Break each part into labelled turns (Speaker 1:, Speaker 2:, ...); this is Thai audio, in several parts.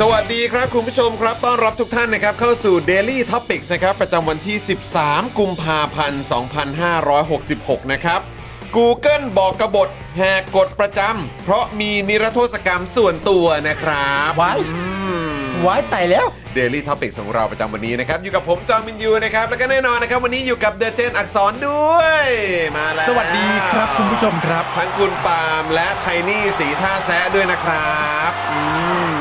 Speaker 1: สวัสดีครับคุณผู้ชมครับต้อนรับทุกท่านนะครับเข้าสู่ Daily Topics นะครับประจำวันที่ 13 กุมภาพันธ์ 2566 นะครับ Google บอกกบฏแหกกฎประจำเพราะมีนิรโทษกรรมส่วนตัวนะครับ
Speaker 2: ว้าย
Speaker 1: อืม
Speaker 2: ว้ายตายแล้ว
Speaker 1: Daily Topics ของเราประจำวันนี้นะครับ อยู่กับผมจอมินยูนะครับ แล้วก็แน่นอนนะครับ วันนี้อยู่กับเดอะเจนอักษรด้วย มาแล้ว
Speaker 2: สวัสดีครับคุณผู้ชมครับ
Speaker 1: ทั้งคุณปาล์มและไทนี่สีท่าแซะด้วยนะครับอืม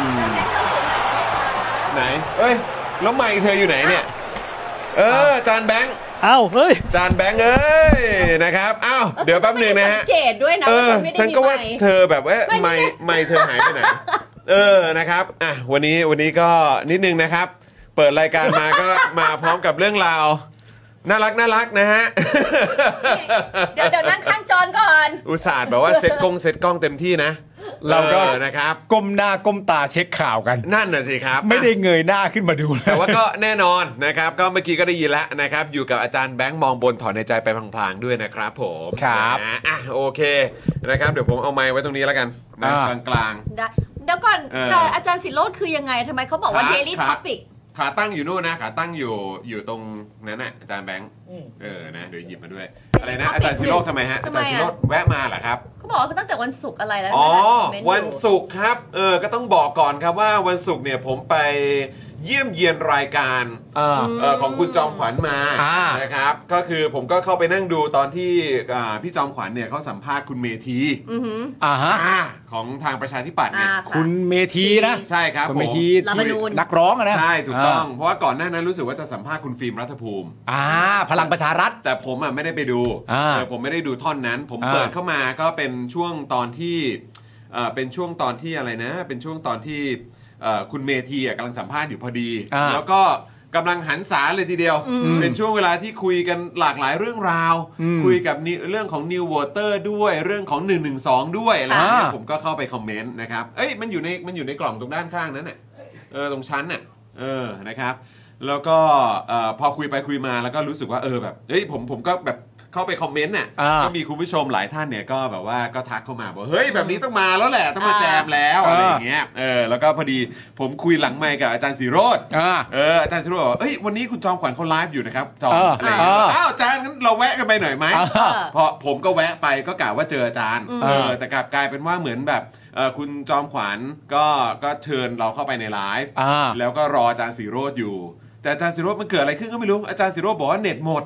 Speaker 1: ไหน เอ้ย แล้วไมค์เธออยู่ไหนเนี่ย เออ จานแบงค์
Speaker 3: อ้าวเฮ้ย
Speaker 1: จานแบงค์เอ้ยนะครับอ้าวเดี๋ยวแป๊บหนึ่งนะฮะ
Speaker 4: สังเกตด้วยนะ
Speaker 1: เออ
Speaker 4: ว่ามันไม่ได้
Speaker 1: ฉัน
Speaker 4: มี
Speaker 1: ก็
Speaker 4: ไม
Speaker 1: ว่า
Speaker 4: ค์
Speaker 1: เธอแบบว่าไม่ไม่เธอหายไป ไหน เออ นะครับ อ่ะ วันนี้ วันนี้ก็นิดนึงนะครับ เปิดรายการมาก็ มาพร้อมกับเรื่องราว น่ารักน่ารักนะฮ ะ
Speaker 4: เดี๋ยวเดี๋ยวนั่งข้างจอนก่อน
Speaker 1: อุตส่าห์แบบว่าเซ็ตกล้องเซ็ตกล้องเต็มที่นะ
Speaker 2: เราก็
Speaker 1: ออนะครับ
Speaker 2: ก้มหน้าก้มตาเช็คข่าวกัน
Speaker 1: นั่นน่ะสิครับ
Speaker 2: ไม่ได้เงยหน้าขึ้นมาดูเลย
Speaker 1: แต่ว่าก็แน่นอนนะครับ ก็เมื่อกี้ก็ได้ยินแล้วนะครับ อยู่กับอาจารย์แบงค์มองบนถอนในใจไปพลางๆด้วยนะครับผมนะอ่ะโอเคนะครับ เดี๋ยวผมเอาไมค์ไว้ตรงนี้แล้วกันนะกลาง
Speaker 4: ได้เดี๋ยวก่อน
Speaker 1: เออ
Speaker 4: แต่อาจารย์สิโรดคือยังไงทำไมเขาบอกว่า
Speaker 1: ครับ
Speaker 4: daily
Speaker 1: ครับ
Speaker 4: topic
Speaker 1: ขาตั้งอยู่นู่นนะขาตั้งอยู่อยู่ตรงนั้นน่ะอาจารย์แบงค์เออนะเดี๋ยวหยิบมาด้วย อะไรนะ
Speaker 4: topic
Speaker 1: อาจารย์ซิโรธทำไมฮะ
Speaker 4: ทำ
Speaker 1: อา
Speaker 4: ไม
Speaker 1: จารย์
Speaker 4: อ่ะ
Speaker 1: ซิโรธแวะมาเหรอครับ
Speaker 4: เขาบอกว่าตั้งแต่วันศุกร์อะไรแล้ว
Speaker 1: อ๋อ
Speaker 4: เมอยู่
Speaker 1: วันศุกร์ครับเออก็ต้องบอกก่อนครับว่าวันศุกร์เนี่ยผมไปเยี่ยมเยียนรายการ
Speaker 2: อ่า
Speaker 1: เอ่อของคุณจอมขวัญมา
Speaker 2: อ่า
Speaker 1: นะครับก็คือผมก็เข้าไปนั่งดูตอนที่อ่าพี่จอมขวัญเนี่ยเขาสัมภาษณ์คุณเมธี
Speaker 4: อือหือ
Speaker 2: อ่าฮะ
Speaker 1: อ่าของทางประชาธิปัตย์เนี่ย
Speaker 4: อ่าะ
Speaker 2: คุณเมธีนะ
Speaker 1: ใช่ครับ
Speaker 2: คุณ
Speaker 1: ผ
Speaker 2: เม
Speaker 1: ม
Speaker 2: ธี
Speaker 4: รัฐธรรมนูญ
Speaker 2: นักร้องอะนะ
Speaker 1: ใช่ ถูกต้อง เพราะว่าก่อนหน้านั้นรู้สึกว่าจะสัมภาษณ์คุณฟิล์มรัฐภูมิ
Speaker 2: อ่า พลังประชารัฐ
Speaker 1: แต่ผมอ่ะไม่ได้ไปดู
Speaker 2: อ่า
Speaker 1: เออผมไม่ได้ดูท่อนนั้น ผม
Speaker 2: อ่า
Speaker 1: เปิดเข้ามาก็เป็นช่วงตอนที่เอ่อเป็นช่วงตอนที่อะไรนะ เป็นช่วงตอนที่เอ่อคุณเมธีอ่ะกำลังสัมภาษณ์อยู่พอดี
Speaker 2: อ่า
Speaker 1: แล้วก็กำลังหันสาเลยทีเดียว เป็นช่วงเวลาที่คุยกันหลากหลายเรื่องราว
Speaker 2: อืม
Speaker 1: คุยกับ New- เรื่องของ New Water ด้วยเรื่องของ 112 ด้วยอะไรอย่างเงี้ย
Speaker 2: อ่า
Speaker 1: ผมก็เข้าไปคอมเมนต์นะครับเอ้ยมันอยู่ในมันอยู่ในกล่องตรงด้านข้างนั้นน่ะ เออตรงชั้นน่ะเออนะครับ แล้วก็เอ่อพอคุยไปคุยมาแล้วก็รู้สึกว่าเออแบบเฮ้ยผมผมก็แบบเข้าไปคอมเมนต์น่ะ
Speaker 2: อ่า
Speaker 1: ก็มีคุณผู้ชมหลายท่านเนี่ยก็แบบว่าก็ทักเข้ามาบอกเฮ้ยแบบนี้ต้องมาแล้วแหละต้องมาแจมแล้วอะไรอย่างเงี้ยเออแล้วก็พอดีผมคุยหลังไมค์กับอาจารย์สีโรด
Speaker 2: อ่า
Speaker 1: เอออาจารย์สีโรดบอกว่าเอ้ยวันนี้คุณจอมขวัญเขาไลฟ์อยู่นะครับจอม
Speaker 2: เออ
Speaker 1: อะไรอย่างเงี้ย
Speaker 2: เออ
Speaker 1: อ้าวอาจารย์งั้นเราแวะกันไปหน่อยไหม
Speaker 2: อ่า
Speaker 4: เออ
Speaker 1: พอผมก็แวะไปก็กะว่าเจออาจารย์
Speaker 4: อืม
Speaker 1: เออแต่กลับกลายเป็นว่าเหมือนแบบเอ่อคุณจอมขวัญก็ก็เชิญเราเข้าไปในไลฟ์
Speaker 2: อ่า
Speaker 1: แล้วก็รออาจารย์สีโรดอยู่ แต่อาจารย์สีโรดมันเกิดอะไรขึ้นก็ไม่รู้อาจารย์สีโรดบอกว่าเน็ตหมด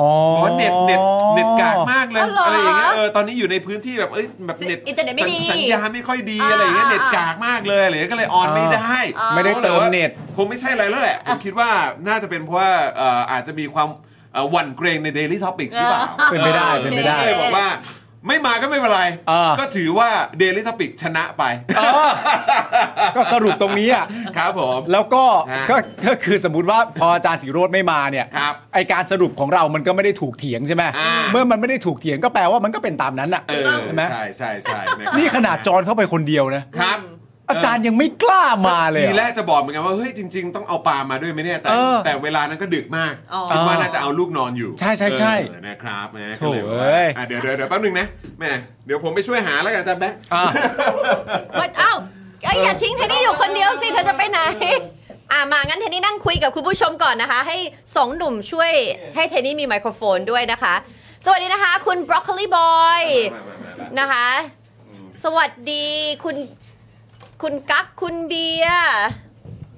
Speaker 2: อ๋อ
Speaker 1: บอกว่าเน็ตเน็ตเน็ตกากมากเลย
Speaker 4: อ๋อเหรออ
Speaker 1: อะไรอย่างเงี้ยเออตอนนี้อยู่ในพื้นที่แบบเอ้ยแบบเน็ต
Speaker 4: อินเทอร์เน็ตไม่ดี
Speaker 1: สัญสัญญาณไม่ค่อยดี
Speaker 4: อ่า
Speaker 1: อะไรอย่างเงี้ย
Speaker 4: อ่า
Speaker 1: เน็ตกากมากเลยอะไรอย่างเงี้ยก็เลยออนไม่ได้
Speaker 4: อ่า
Speaker 2: ไม่ได้เติมเน็ต
Speaker 1: คงไม่ใช่อะไรแล้วแหละ ผมคิดว่าน่าจะเป็นเพราะว่าเอ่ออาจจะมีความเอ่อหวั่นเกรงใน Daily Topics หรือเปล่า
Speaker 2: เป็นไปได้เป็นไปได้
Speaker 1: ก็เลยบอกว่า
Speaker 5: ไม่มาก็ไม่เป็นไร
Speaker 6: เออ
Speaker 5: ก็ถือว่า Daily Topic ชนะไป
Speaker 6: เออก็สรุปตรงนี้อ่ะ
Speaker 5: ครับผม
Speaker 6: แล้วก็
Speaker 5: ฮะ
Speaker 6: ก็ก็คือสมมติว่าพออาจารย์สิโรธไม่มาเนี่ย
Speaker 5: ครับ
Speaker 6: ไอการสรุปของเรามันก็ไม่ได้ถูกเถียงใช่ไหม
Speaker 5: อ่า
Speaker 6: เมื่อมันไม่ได้ถูกเถียงก็แปลว่ามันก็เป็นตามนั้นอ่ะ
Speaker 5: เออ
Speaker 6: ใช่ไหม
Speaker 5: ใช่ใช่ใช่ะครับ
Speaker 6: นี่ขนาดจอนเข้าไปคนเดียวนะครับ อาจารย์ยังไม่กล้ามาเลย
Speaker 5: ทีแร
Speaker 6: อะ
Speaker 5: กจะบอกเหมือนกันว่าเฮ้ยจริง ๆ ต้องเอาปลามาด้วยไหมเนี่ยแต่
Speaker 6: เออ
Speaker 5: แต่เวลานั้นก็ดึกมาก
Speaker 4: อ๋อ
Speaker 5: คิดว่าน่าจะเอาลูกนอนอยู่
Speaker 6: ใช่ใช่ใช่
Speaker 5: เออนะครับนะ
Speaker 6: โถ่
Speaker 5: ก็เลยแบบ
Speaker 6: เอ้
Speaker 5: ว่าย อ่ะเดี๋ยวเดี๋ยวเดี๋ยวแป๊บนึงนะแม่เดี๋ยวผมไปช่วยหาแล้วกันอาจารย์แบงค์
Speaker 6: อ่ะ
Speaker 4: ว่าเอ้าเอ้ยอย่าทิ้งเทนนี่อยู่คนเดียวสิเธอจะไปไหน อ่ามางั้นเทนนี่นั่งคุยกับคุณผู้ชมก่อนนะคะ ให้สองหนุ่มช่วยให้เทนนี่มีไมโครโฟนด้วยนะคะ สวัสดีนะคะ คุณบรอกโคลีบอย
Speaker 5: มามามามา
Speaker 4: นะคะ สวัสดีคุณคุณกั๊กคุณเบียร์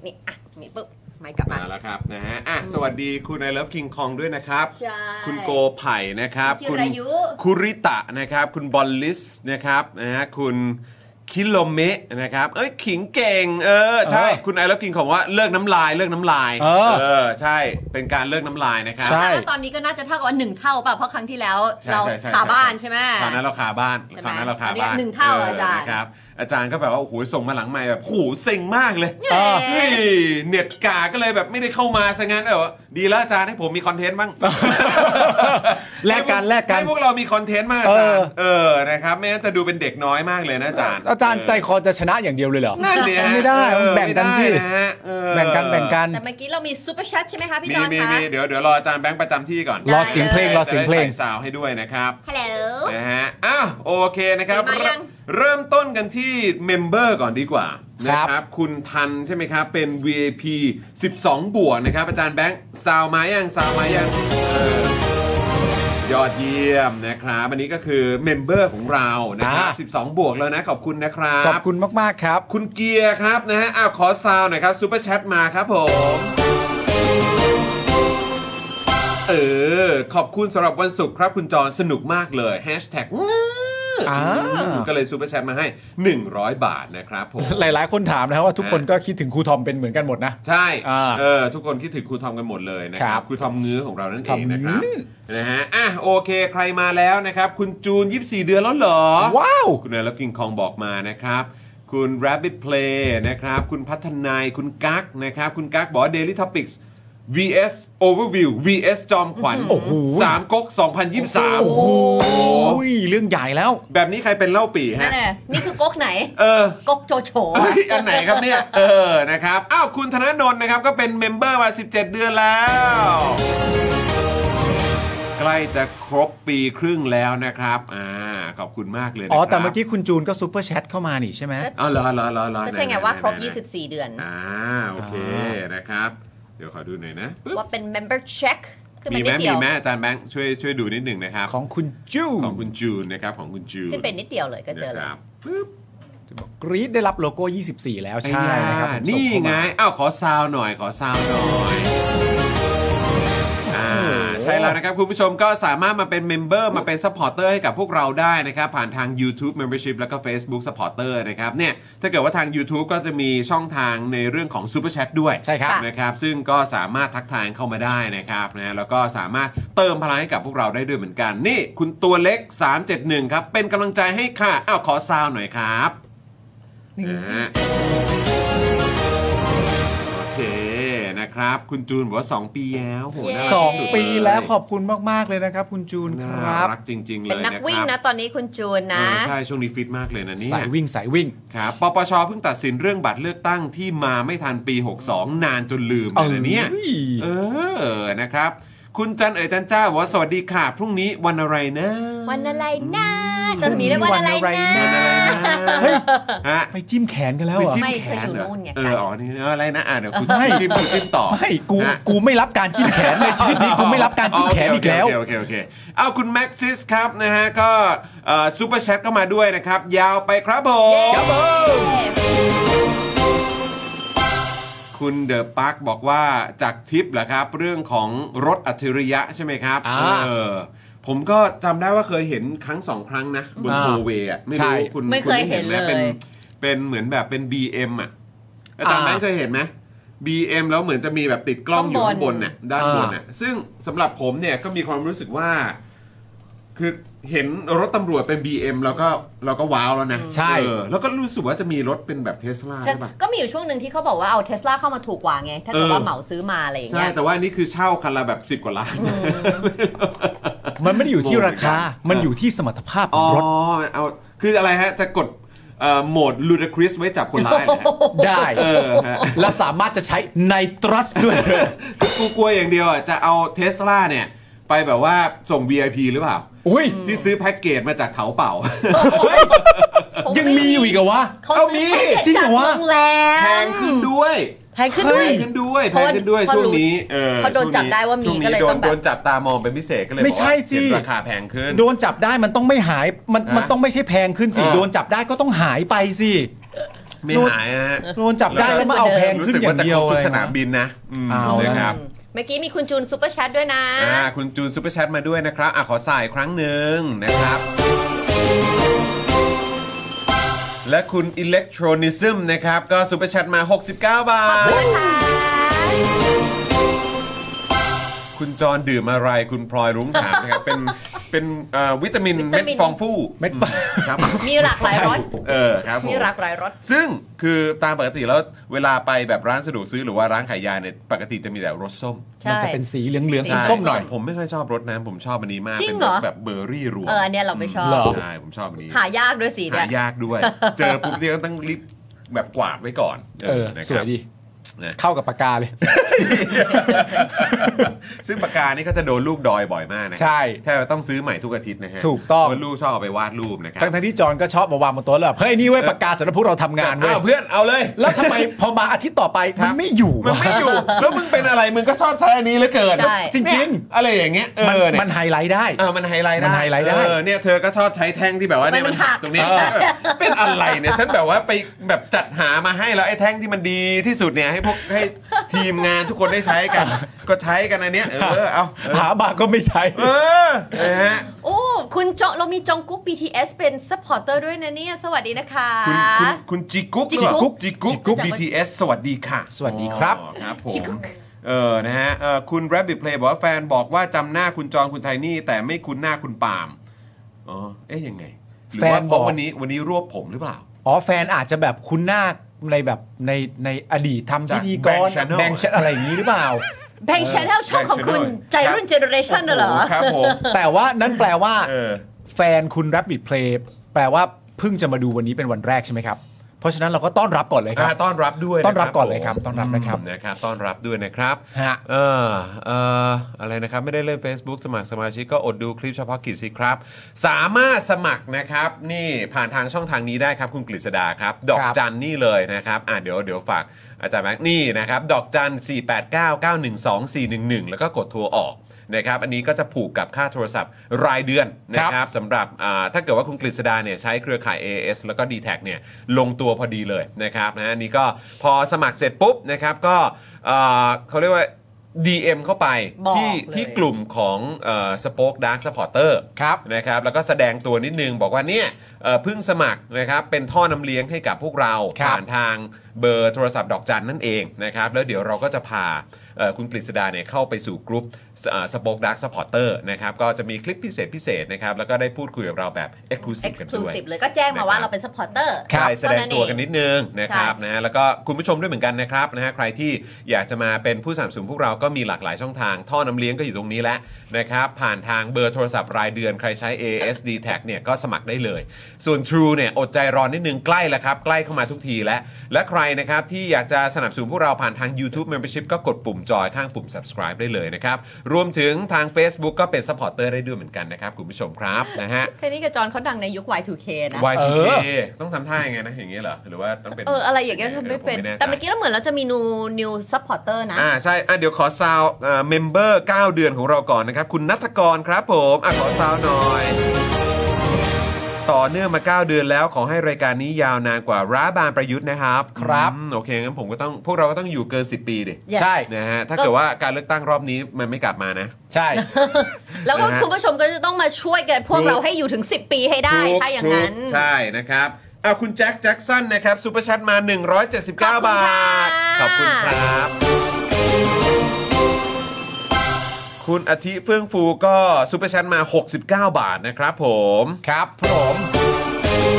Speaker 4: นี่อ่ะนี่ปุ๊บไมค์กลับมา
Speaker 5: มาแล้วครับนะฮะอ่ะสวัสดีคุณไอเลิฟคิงคองด้วยนะครับ
Speaker 4: ใช่
Speaker 5: คุณโกไผ่นะครับ
Speaker 4: คุณจิรายุ
Speaker 5: คุริตะนะครับ คุณบอลลิสนะครับนะฮะคุณคิโลเมะนะครับ เอ้ยขิงเก่ง เออใช่
Speaker 6: เออ
Speaker 5: คุณไอรับกินของว่าเลิกน้ำลายเลิกน้ำลาย
Speaker 6: เออ
Speaker 5: ใช่ เป็นการเลิกน้ำลายนะครับ
Speaker 6: ใช่
Speaker 4: แล้วตอนนี้ก็น่าจะเท่ากับว่าหนึ่งเท่าป่ะเพราะครั้งที่แล้ว
Speaker 5: ใช่
Speaker 4: เรา
Speaker 5: ใช่ใช่
Speaker 4: ขาบ้านใช่ไหม
Speaker 5: คราวนั้นเราคาบ้าน
Speaker 4: ใช่ไหม
Speaker 5: คราวนั้นเราคาบ้า
Speaker 4: อั
Speaker 5: น
Speaker 4: นนี้หนึ่งเท่าอาจารย์
Speaker 5: นะครับอาจารย์ก็แบบว่าโอ้โหส่งมาหลังใหม่แบบโอ้โหเซ็งมากเลย
Speaker 6: อ่ะ
Speaker 5: เฮ้ยเน็ตกาก็เลยแบบไม่ได้เข้ามาซะงั้นเออดีแล้วอาจารย์ให้ผมมีคอนเทนต์บ้าง
Speaker 6: แลกกันแลกกัน
Speaker 5: ให้พวกเรามีคอนเทนต์มากอาจารย์
Speaker 6: เออ
Speaker 5: เออนะครับไม่งั้นจะดูเป็นเด็กน้อยมากเลยนะอาจารย์
Speaker 6: อาจารย์ใจคอจะชนะอย่างเดียวเลยเหรอ
Speaker 5: นั่นเนี่ย
Speaker 6: ไม่ได้มันแบ่งกันสิ แบ่งกันแบ่งกัน
Speaker 4: แต่เมื่อกี้เรามีซูเปอร์แชทใช่ไหมคะพี่
Speaker 5: มี
Speaker 4: จอน
Speaker 5: มี
Speaker 4: คะ
Speaker 5: มีเดี๋ยวเดี๋ยวรออาจารย์แบงค์ประจำที่ก่อน
Speaker 6: รอเสียงเพลงรอเสียงเพลง
Speaker 5: จะได้ใสสาวให้ด้วยนะครับ
Speaker 4: ฮัลโหล
Speaker 5: นะฮะอ้าวโอเคนะครับ
Speaker 4: มายัง
Speaker 5: เริ่มต้นกันที่เมมเบอร์ก่อนดีกว่า
Speaker 6: ค
Speaker 5: นะ
Speaker 6: รับ
Speaker 5: ครับ คุณทันใช่ไหมครับ เป็น VIP 12 บวกนะครับ อาจารย์แบงค์ซาวมายังซาวมายังเออยอดเยี่ยมนะครับ อันนี้ก็คือเมมเบอร์ของเรานะครับ 12 บวกแล้วนะ ขอบคุณนะครับ
Speaker 6: ขอบคุณมากๆครับ
Speaker 5: คุณเกียร์ครับนะฮะอ้าวขอซาวหน่อยครับซูเปอร์แชทมาครับผม เออ ขอบคุณสำหรับวันศุกร์ครับ คุณจอนสนุกมากเลยแฮชแท็ก
Speaker 6: อ่า
Speaker 5: ก็เลยซูเปอร์แชทมาให้ 100 บาทนะครับผม
Speaker 6: หลาย ๆ คนถามนะครับว่าทุกคนก็คิดถึงครูทอมเป็นเหมือนกันหมดนะ
Speaker 5: ใช่
Speaker 6: อ่า
Speaker 5: เออ ทุกคนคิดถึงครูทอมกันหมดเลยนะค
Speaker 6: ครั
Speaker 5: รับบ ครูทอมงื้อของเรานั่นเองนะครั
Speaker 6: ทอ
Speaker 5: บ
Speaker 6: มงื้อ
Speaker 5: นะฮะ อ่ะ โอเค ใครมาแล้วนะครับ คุณจูน 24 เดือนแล้วเหรอ
Speaker 6: ว้าว
Speaker 5: คุณนายรับกิงคองบอกมานะครับ คุณ Rabbit Play นะครับ คุณพัฒนายคุณกั๊กนะครับ คุณกั๊กบอกว่า Daily Topics vs Overview vs จอมขวัญ
Speaker 6: โอ้โห
Speaker 5: สามก๊ก2023
Speaker 6: โอ้โหเรื่องใหญ่แล้ว
Speaker 5: แบบนี้ใครเป็นเล่าปี
Speaker 4: นั่
Speaker 5: ฮะ
Speaker 4: นแหละนี่คือก๊กไหน
Speaker 5: เออ
Speaker 4: ก๊กโจโฉ
Speaker 5: เอ้ยอันไหนครับเนี่ย เออ นะครับ อ้าว คุณธนาโนนท์นะครับ ก็เป็นเมมเบอร์มา 17 เดือนแล้ว ใกล้จะครบปีครึ่งแล้วนะครับ อ่า ขอบคุณมากเลยนะครับ
Speaker 6: อ๋อ แต่เมื่อกี้คุณจูนก็ซูเปอร์แชทเข้ามานี่ใช่ไหม
Speaker 4: ก็
Speaker 5: อ๋อเหรอเหรอเหรอเหรอ
Speaker 4: ก็ใช่ไงว่าครบ
Speaker 5: หนๆๆ
Speaker 4: 24 เดือน
Speaker 5: อ่า โอเค นะครับ เดี๋ยวขอดูหน่อยนะปึ๊บ
Speaker 4: ว่าเป็น member check ขึ้น
Speaker 5: มี
Speaker 4: ไป
Speaker 5: ไหม
Speaker 4: นิดเดี
Speaker 5: มี
Speaker 4: ยว
Speaker 5: ไหมอาจารย์แบงค์ช่วยช่วยดูนิดหนึ่งนะครับ
Speaker 6: ของคุณจูน
Speaker 5: ของคุณจูนนะครับ ของคุณจูน
Speaker 4: ขึ้นไปนิดเดียวเลยก็เจอเลย
Speaker 5: นะครับปึ๊บ
Speaker 6: กรีดได้รับโลโก้ 24 แล้วใช่
Speaker 5: ใช่
Speaker 6: นะครับ
Speaker 5: อ่านี่ไง อ้าวขอซาวหน่อย ขอซาวหน่อยอ่าใช่แล้วนะครับ คุณผู้ชมก็สามารถมาเป็นเมมเบอร์มาเป็นซัพพอร์เตอร์ให้กับพวกเราได้นะครับ ผ่านทาง YouTube Membership แล้วก็ Facebook Supporter นะครับเนี่ยถ้าเกิดว่าทาง YouTube ก็จะมีช่องทางในเรื่องของ Super Chat ด้วย
Speaker 6: ใช่ครับ
Speaker 5: นะครับซึ่งก็สามารถทักทายเข้ามาได้นะครับนะแล้วก็สามารถเติมพลังให้กับพวกเราได้ด้วยเหมือนกัน นี่คุณตัวเล็ก 371 ครับ เป็นกำลังใจให้ค่ะอ้าวขอซาวหน่อยครับนะฮะโอเคนะครับ คุณจูนบอกว่า 2 ปีแล้วโหน่ารัก
Speaker 6: สอง
Speaker 5: ดเย
Speaker 6: ปีแล้วขอบคุณมาก ๆ เลยนะครับ คุณจูนค
Speaker 5: น่า
Speaker 6: รับ
Speaker 5: รักจริง ๆ เลย
Speaker 4: เป็นนักวิ่ง
Speaker 5: ค
Speaker 4: นะ
Speaker 5: รับ
Speaker 4: ตอนนี้คุณจูน
Speaker 5: เอ
Speaker 4: นะ
Speaker 5: อใช่ช่วงนี้ฟิตมากเลยนะเนี่ย
Speaker 6: สายวิ่งสายวิ่ง
Speaker 5: ครับปปชเพิ่งตัดสินเรื่องบัตรเลือกตั้งที่มาไม่ทันปี 62 นานจนลืมเลยนะเนี่ย
Speaker 6: เอ้ย
Speaker 5: เออนะครับ คุณจันเอ๋ยจันเจ้าบอกว่าสวัสดีค่ะ พรุ่งนี้วันอะไรนะ
Speaker 4: วันอะไรนะจะมีได้วันอะไรนะ
Speaker 5: เฮ้ยฮะ
Speaker 6: ไปจิ้มแขนกันแล้ว
Speaker 5: ไป
Speaker 6: เหรอ
Speaker 5: จิ้ม
Speaker 4: ไม่
Speaker 5: แข
Speaker 4: เธอน อยู่
Speaker 5: เหรอ
Speaker 4: นู่นไง
Speaker 5: เอ
Speaker 4: ไกล
Speaker 5: ออ๋อนี่อะไรนะอ่ะเดี๋ยวคุณจิ้มจิ้มต่อ
Speaker 6: ไม่กู
Speaker 5: ฮะ
Speaker 6: กูไม่รับการจิ้มแขนในชีวิต นี้กูไม่รับการจิ้มแขนอีกแล้ว
Speaker 5: โอเคโอเคโอเคโอเคเอาคุณแม็กซิสครับนะฮะก็ซูเปอร์แชทก็มาด้วยนะครับ ยาวไปครับผมครับผมคุณเดอะปาร์คบอกว่าจากทิปเหรอครับ เรื่องของรถอัจฉริยะใช่ไหมครับ
Speaker 6: อ่า
Speaker 5: เออผมก็จำได้ว่าเคยเห็นครั้งสองครั้งนะ บน
Speaker 6: อ่า
Speaker 5: โฮเวย์อะไม่
Speaker 6: ใช่
Speaker 5: รู้คุณ
Speaker 4: ไม่เคย
Speaker 5: ณ
Speaker 4: เห็น
Speaker 5: ป็
Speaker 4: เลย
Speaker 5: เป็นเหมือนแบบเป็น BM อ่ะอาจารย์แบงค์เคยเห็นไหม BM แล้วเหมือนจะมีแบบติดกล้องอยู่ข้างบนน่ะ ด้านบนน่ะซึ่งสำหรับผมเนี่ยก็มีความรู้สึกว่า คือ เห็นรถตำรวจเป็น BM แล้วก็เราก็ว้าวแล้วนะ
Speaker 2: ใช่
Speaker 5: เออแล้วก็รู้สึกว่าจะมีรถเป็นแบบเทสลาใช่ปะ
Speaker 4: ก็มีอยู่ช่วงหนึ่งที่เขาบอกว่าเอาเทสลาเข้ามาถูกกว่าไง ถ้าเกิด
Speaker 5: เออ
Speaker 4: ว่าเหมาซื้อมาอะไรอย่าง
Speaker 5: ใช่
Speaker 4: เงี้ย
Speaker 5: แต่ว่าอันนี่คือเช่าคันละแบบ 10 กว่าล้าน
Speaker 2: มันไม่ได้อยู่ที่ราคา มันอยู่ที่สมรรถภาพข
Speaker 5: อ๋
Speaker 2: อ
Speaker 5: อง
Speaker 2: รถ
Speaker 5: เอาคืออะไรฮะ จะกดเอ่อโหมดลูดคริสไว้จับคนร้ายนะฮะ
Speaker 2: ได้
Speaker 5: เออฮะ
Speaker 2: และสามารถจะใช้ในตรัส ด้วย
Speaker 5: กูกลัวอย่างเดียวอ่ะจะเอาเทสลาเนี่ย ไปแบบว่าส่ง VIP หรือเปล่า
Speaker 2: อุ้ย
Speaker 5: ที่ซื้อแพ็กเกจมาจากเถาเป่า
Speaker 2: เฮ้ยยังมีอยู่อีกเหรอวะ
Speaker 4: เขา
Speaker 5: เอามี
Speaker 4: ซื้อแพ็กเกจ
Speaker 2: จริงเหร
Speaker 4: จาก
Speaker 2: อ
Speaker 4: โร
Speaker 2: วะ
Speaker 4: งแรม
Speaker 5: แพงขึ้นด้วย
Speaker 4: แพงขึ้นด้วย
Speaker 5: แพงขึ้นด้วยแพงขึ้นด้วย
Speaker 4: เพราะ
Speaker 5: ช่วงนี้เออ
Speaker 4: เพราะโดนจับได้ว่ามี
Speaker 5: ช่งนี้
Speaker 4: ก็เลย
Speaker 5: โดน
Speaker 4: ต้องแบบ
Speaker 5: โดนจับตามองเป็นพิเศษก็เลย
Speaker 2: ไม่ใช่
Speaker 5: บอกว่า
Speaker 2: สิ
Speaker 5: เห็นราคาแพงขึ้น
Speaker 2: โดนจับได้มันต้องไม่หาย มัน
Speaker 5: ฮะ
Speaker 2: มันต้องไม่ใช่แพงขึ้นสิ
Speaker 5: เออ
Speaker 2: โดนจับได้ก็ต้องหายไปสิ
Speaker 5: ไม่หายฮะ
Speaker 2: โดนจับได้แล้วมาเอาแพง
Speaker 5: รู้
Speaker 2: ขึ้น
Speaker 5: สึก
Speaker 2: อ
Speaker 5: ว่า
Speaker 2: ย่าง
Speaker 5: จะ
Speaker 2: เดี
Speaker 5: ค
Speaker 2: ย
Speaker 5: รบ
Speaker 2: วอะ
Speaker 5: ทุ
Speaker 2: ไร
Speaker 5: กสนาม
Speaker 2: นะ
Speaker 5: บินนะม
Speaker 2: เอาละ
Speaker 5: นะครับ
Speaker 4: เมื่อกี้มีคุณจูนซูเปอร์แชทด้วยนะ
Speaker 5: อ่าคุณจูนซูเปอร์แชทมาด้วยนะครับอ่ะขอสายอีกครั้งหนึ่งนะครับ และคุณอิเล็กทรอนิซึมนะครับ ก็ซูเปอร์แชทมา 69 บาท คุณจรดื่มอะไรคุณพลอยรุ้งถามนะครับ เป็นเป็นเอ่อวิตามิน
Speaker 4: วิตามิน
Speaker 5: เม็ดฟองฟู่
Speaker 2: เม็ดฟอง
Speaker 5: อืมครับ
Speaker 4: มีหลากหลายรส
Speaker 5: เออครับผม
Speaker 4: มีหลากหลายรส
Speaker 5: ซึ่งคือตามปกติแล้วเวลาไปแบบร้านสะดวกซื้อหรือว่าร้านขายยาเนี่ยปกติจะมีแต่รสส้ม
Speaker 4: ใช่
Speaker 2: มันจะเป็นสีเหลืองเหลือง
Speaker 4: ใช่
Speaker 2: ๆส้มๆหน่อย
Speaker 5: ผมไม่ค่อยชอบรสน้ำผมชอบอันนี้มาก
Speaker 4: จริง
Speaker 5: เป็น
Speaker 4: เหรอ
Speaker 5: สแบบเบอร์รี่รวม
Speaker 4: เอออันเนี้ยเราไม่ชอบ
Speaker 2: เหรอ
Speaker 5: ใช่ผมชอบอันนี้
Speaker 4: หายากด้วยสี
Speaker 5: ห
Speaker 4: เนี่ย
Speaker 5: ยาก ด้วย เจอปุ๊บเดียวต้องรีบแบบกวาดไว้ก่อน
Speaker 2: เออ
Speaker 5: นะครับ
Speaker 2: สวยดี
Speaker 5: นะ
Speaker 2: เข้ากับปากกาเลย
Speaker 5: ซึ่งปากกานี่ก็จะโดนลูกดอยบ่อยมากนะ
Speaker 2: ใช่
Speaker 5: แทบจะต้องซื้อใหม่ทุกอาทิตย์นะฮะ
Speaker 2: ถูกต้อง
Speaker 5: เพราะลูกชอบเอาไปวาดรูปนะครั
Speaker 2: ทั้งๆที่จอนก็ชอบมาวางบนโต๊ะแล้วแบบเฮ้ยนี่เว้ยปากกาสำหรับพวกเราทำงานเว้ย
Speaker 5: อ้าวเพื่อนเอาเลย
Speaker 2: แล้วทำไมพอมาอาทิตย์ต่อไปมันไม่อยู่
Speaker 5: มัน
Speaker 2: วะ
Speaker 5: ไม่อยู่ แล้วมึงเป็นอะไรมึงก็ชอบใช้อันนี้เหลือเกิน
Speaker 4: ใช่
Speaker 2: จริง ๆ
Speaker 5: เนี่ยอะไรอย่างเงี้ยเอ
Speaker 2: มัน
Speaker 5: อเนี่ย
Speaker 2: มันไฮไลท์ได้
Speaker 5: เออมันไฮไลท์ได้
Speaker 2: มันไฮไลท์ได้
Speaker 5: เออเนี่ยเธอก็ชอบใช้แท่งที่แบบว่าเนี่ย
Speaker 4: มั
Speaker 5: มัน
Speaker 4: นหั
Speaker 5: หั
Speaker 4: ก
Speaker 5: กตรงเนี้ยเป็นอะไรเนี่ยฉันแบบว่าไปแบบจัดหามาให้แล้วไอ้แท่งที่มันดีที่สุดเนี่ยให้พวกให้ ทีมงานทุกคนได้ใช้กัน ก็ใช้กันอันเนี้ยเออเอาเออ
Speaker 2: หามาก็ไม่ใช่
Speaker 5: เออนะฮะ
Speaker 4: โอ้ คุณโจเรามีจองกุ๊ก BTS เป็นซัพพอร์เตอร์ด้วยนะเนี่ย สวัสดีนะคะ
Speaker 5: คุณคุณคุณจิกุ๊ก
Speaker 4: จิกุ๊ก
Speaker 5: หรือเปล่าจิกุ๊ก
Speaker 4: จิกุ๊ก
Speaker 5: BTS สวัสดีค่ะ
Speaker 2: สวัสดีครับ
Speaker 5: อ๋อครับผ
Speaker 4: จิ
Speaker 5: ม
Speaker 4: กุ๊ก
Speaker 5: เออนะฮะเออคุณ Rabbit Play บอกว่าแฟนบอกว่าจำหน้าคุณจอนคุณไทนี่ แต่ไม่คุ้นหน้าคุณปาล์มอ๋อเอ๊ยยังไงหรือว่า
Speaker 2: แฟน
Speaker 5: เพ
Speaker 2: บอ
Speaker 5: ราะ
Speaker 2: ก
Speaker 5: วันนี้วันนี้รวบผมหรือเปล่า
Speaker 2: อ๋อแฟนอาจจะแบบคุ้นหน้าในแบบในในอดีตทำพิธีกร
Speaker 5: จาก Bank Channel
Speaker 2: แบงค์ชนอะไรอย่างนี้หรือเปล่า
Speaker 4: แบงค์ชาแนลช่องของคุณ
Speaker 5: Channel
Speaker 4: ใจรุ่นเจเนอเรชันน่ะเหรอ
Speaker 5: โโครับผม
Speaker 2: แต่ว่านั่นแปลว่า
Speaker 5: เออ
Speaker 2: แฟนคุณ Rapid Play แปลว่าเพิ่งจะมาดูวันนี้เป็นวันแรกใช่ไหมครับ เพราะฉะนั้นเราก็ต้อนรับก่อนเลยครั
Speaker 5: อ่า
Speaker 2: บ
Speaker 5: ต้อนรับด้วยะค
Speaker 2: ต้อนรับก่อนเลยครับ
Speaker 5: ผม
Speaker 2: ต้อนรับนะครับ
Speaker 5: มนะครับ ต้อนรับด้วยนะครับ
Speaker 2: ฮะ
Speaker 5: เออเอออะไรนะครับไม่ได้เล่น Facebook สมัครสมาชิกก็อดดูคลิปเฉพาะกิจสิครับ สามารถสมัครนะครับ นี่ผ่านทางช่องทางนี้ได้ครับ คุณกฤษดาครับ ดอกจันนี่เลยนะครับอ่ะเดี๋ยวเดี๋ยวฝากอาจารย์แบงค์นี่นะครับ ดอกจัน 4 8 9 9 1 2 4 1 1 แล้วก็กดโทัวออกนะครับ อันนี้ก็จะผูกกับค่าโทรศัพท์รายเดือนนะครับสำหรับอ่าถ้าเกิดว่าคุณกฤษดาเนี่ยใช้เครือข่าย AS แล้วก็ d t แทเนี่ยลงตัวพอดีเลยนะครับนะอันนี้ก็พอสมัครเสร็จปุ๊บนะครับก็อ่าเขาเรียกว่า DM เข้าไป
Speaker 4: บอก
Speaker 5: ที่
Speaker 4: เลย
Speaker 5: ที่กลุ่มของสป็อคดักสปอร์เตอร์
Speaker 2: ครับ
Speaker 5: นะครับแล้วก็แสดงตัวนิดนึง บอกว่าเนี่ยเอ่อเพิ่งสมัครนะครับเป็นท่อนำเลี้ยงให้กับพวกเรา
Speaker 2: ครับ
Speaker 5: ผ่านทางเบอร์โทรศัพท์ดอกจันนั่นเองนะครับแล้วเดี๋ยวเราก็จะพาเอ่อคุณกฤษดาเนี่ยเข้าไปสู่กรุ๊ปสป็อคดักสปอร์เตอร์นะครับก็จะมีคลิปพิเศษพิเศษนะครับแล้วก็ได้พูดคุยกับเราแบบ e x c l u s i v e กันด้วย
Speaker 4: Exclusive เลยก็แจ้งมาว่าเราเป็นซัพพอร์เตอร์
Speaker 5: ใช่แสดงตัวกัน
Speaker 4: นิด
Speaker 5: นิดนึงนะครับนะฮะแล้วก็คุณผู้ชมด้วยเหมือนกันนะครับนะฮะใครที่อยากจะมาเป็นผู้สนับสนุนพวกเราก็มีหลากหลายช่องทาง ท่อน้ำเลี้ยงก็อยู่ตรงนี้แล้วนะครับผ่านทางเบอร์โทรศัพท์รายเดือนใครใช้ ASD tag เนี่ยก็สมัครได้เลย ส่วน True เนี่ยอดใจรอนิดนึงใกล้แล้วครับ ใกล้เข้ามาทุกทีแล้วและใครนะครับที่อยากจะสนับสนุนพวกเราผ่านทาง YouTube Membership ก็กดปุ่มจอยข้างปุ่ม subscribe ได้เลยนะครับรวมถึงทาง Facebook ก็เป็น supporter ได้ด้วยเหมือนกันนะครับคุณผู้ชมครับนะฮะ
Speaker 4: เทนนี่กับจอนเขาดังในยุค Y2K นะ
Speaker 5: Y2K
Speaker 2: เอ
Speaker 5: ต้องทำท่ายังไงนะ อย่างนี้เหรอ หรือว่าต้องเป็น
Speaker 4: เออ อะไรอย่างเงี้ยทำไม่เป็น
Speaker 5: ผแใจ
Speaker 4: แต่เมื่อกี้เราเหมือนเราจะมี new new supporter นะ
Speaker 5: อ่าใช่ อ่ะเดี๋ยวขอซาวเมมเบอร์9เดือนของเราก่อนนะครับ คุณนัทกรครับผม อ่ะ ขอซาวหน่อย ต่อเนื่องมา 9 เดือนแล้วขอให้รายการนี้ยาวนานกว่าร้าบานประยุทธ์นะครับ
Speaker 2: ครับ
Speaker 5: อืมโอเค งั้นผมก็ต้อง พวกเราก็ต้องอยู่เกิน 10 ปีดิ
Speaker 4: Yes
Speaker 2: ใช่
Speaker 5: นะฮะ ถ้าเกิดว่าการเลือกตั้งรอบนี้มันไม่กลับมานะ
Speaker 2: ใช่
Speaker 4: แล้วก็
Speaker 5: นะฮะ
Speaker 4: คุณผู้ชมก็จะต้องมาช่วยกันพวก
Speaker 5: ถูก
Speaker 4: เราให้อยู่ถึง 10 ปีให้ได้
Speaker 5: ถูก
Speaker 4: ถ้าอย่างนั้น
Speaker 5: ถูกใช่นะครับอ่ะคุณแจ็คแจ็คสันนะครับซูเปอร์แชทมา 179 บ
Speaker 4: ขอบคุณ
Speaker 5: า
Speaker 4: ค่ะ
Speaker 5: ท ขอบคุณครับ ค คุณอาทิเฟื่องฟูก็ซูเปอร์แชทมา 69 บาทนะครับผม
Speaker 2: ครับผม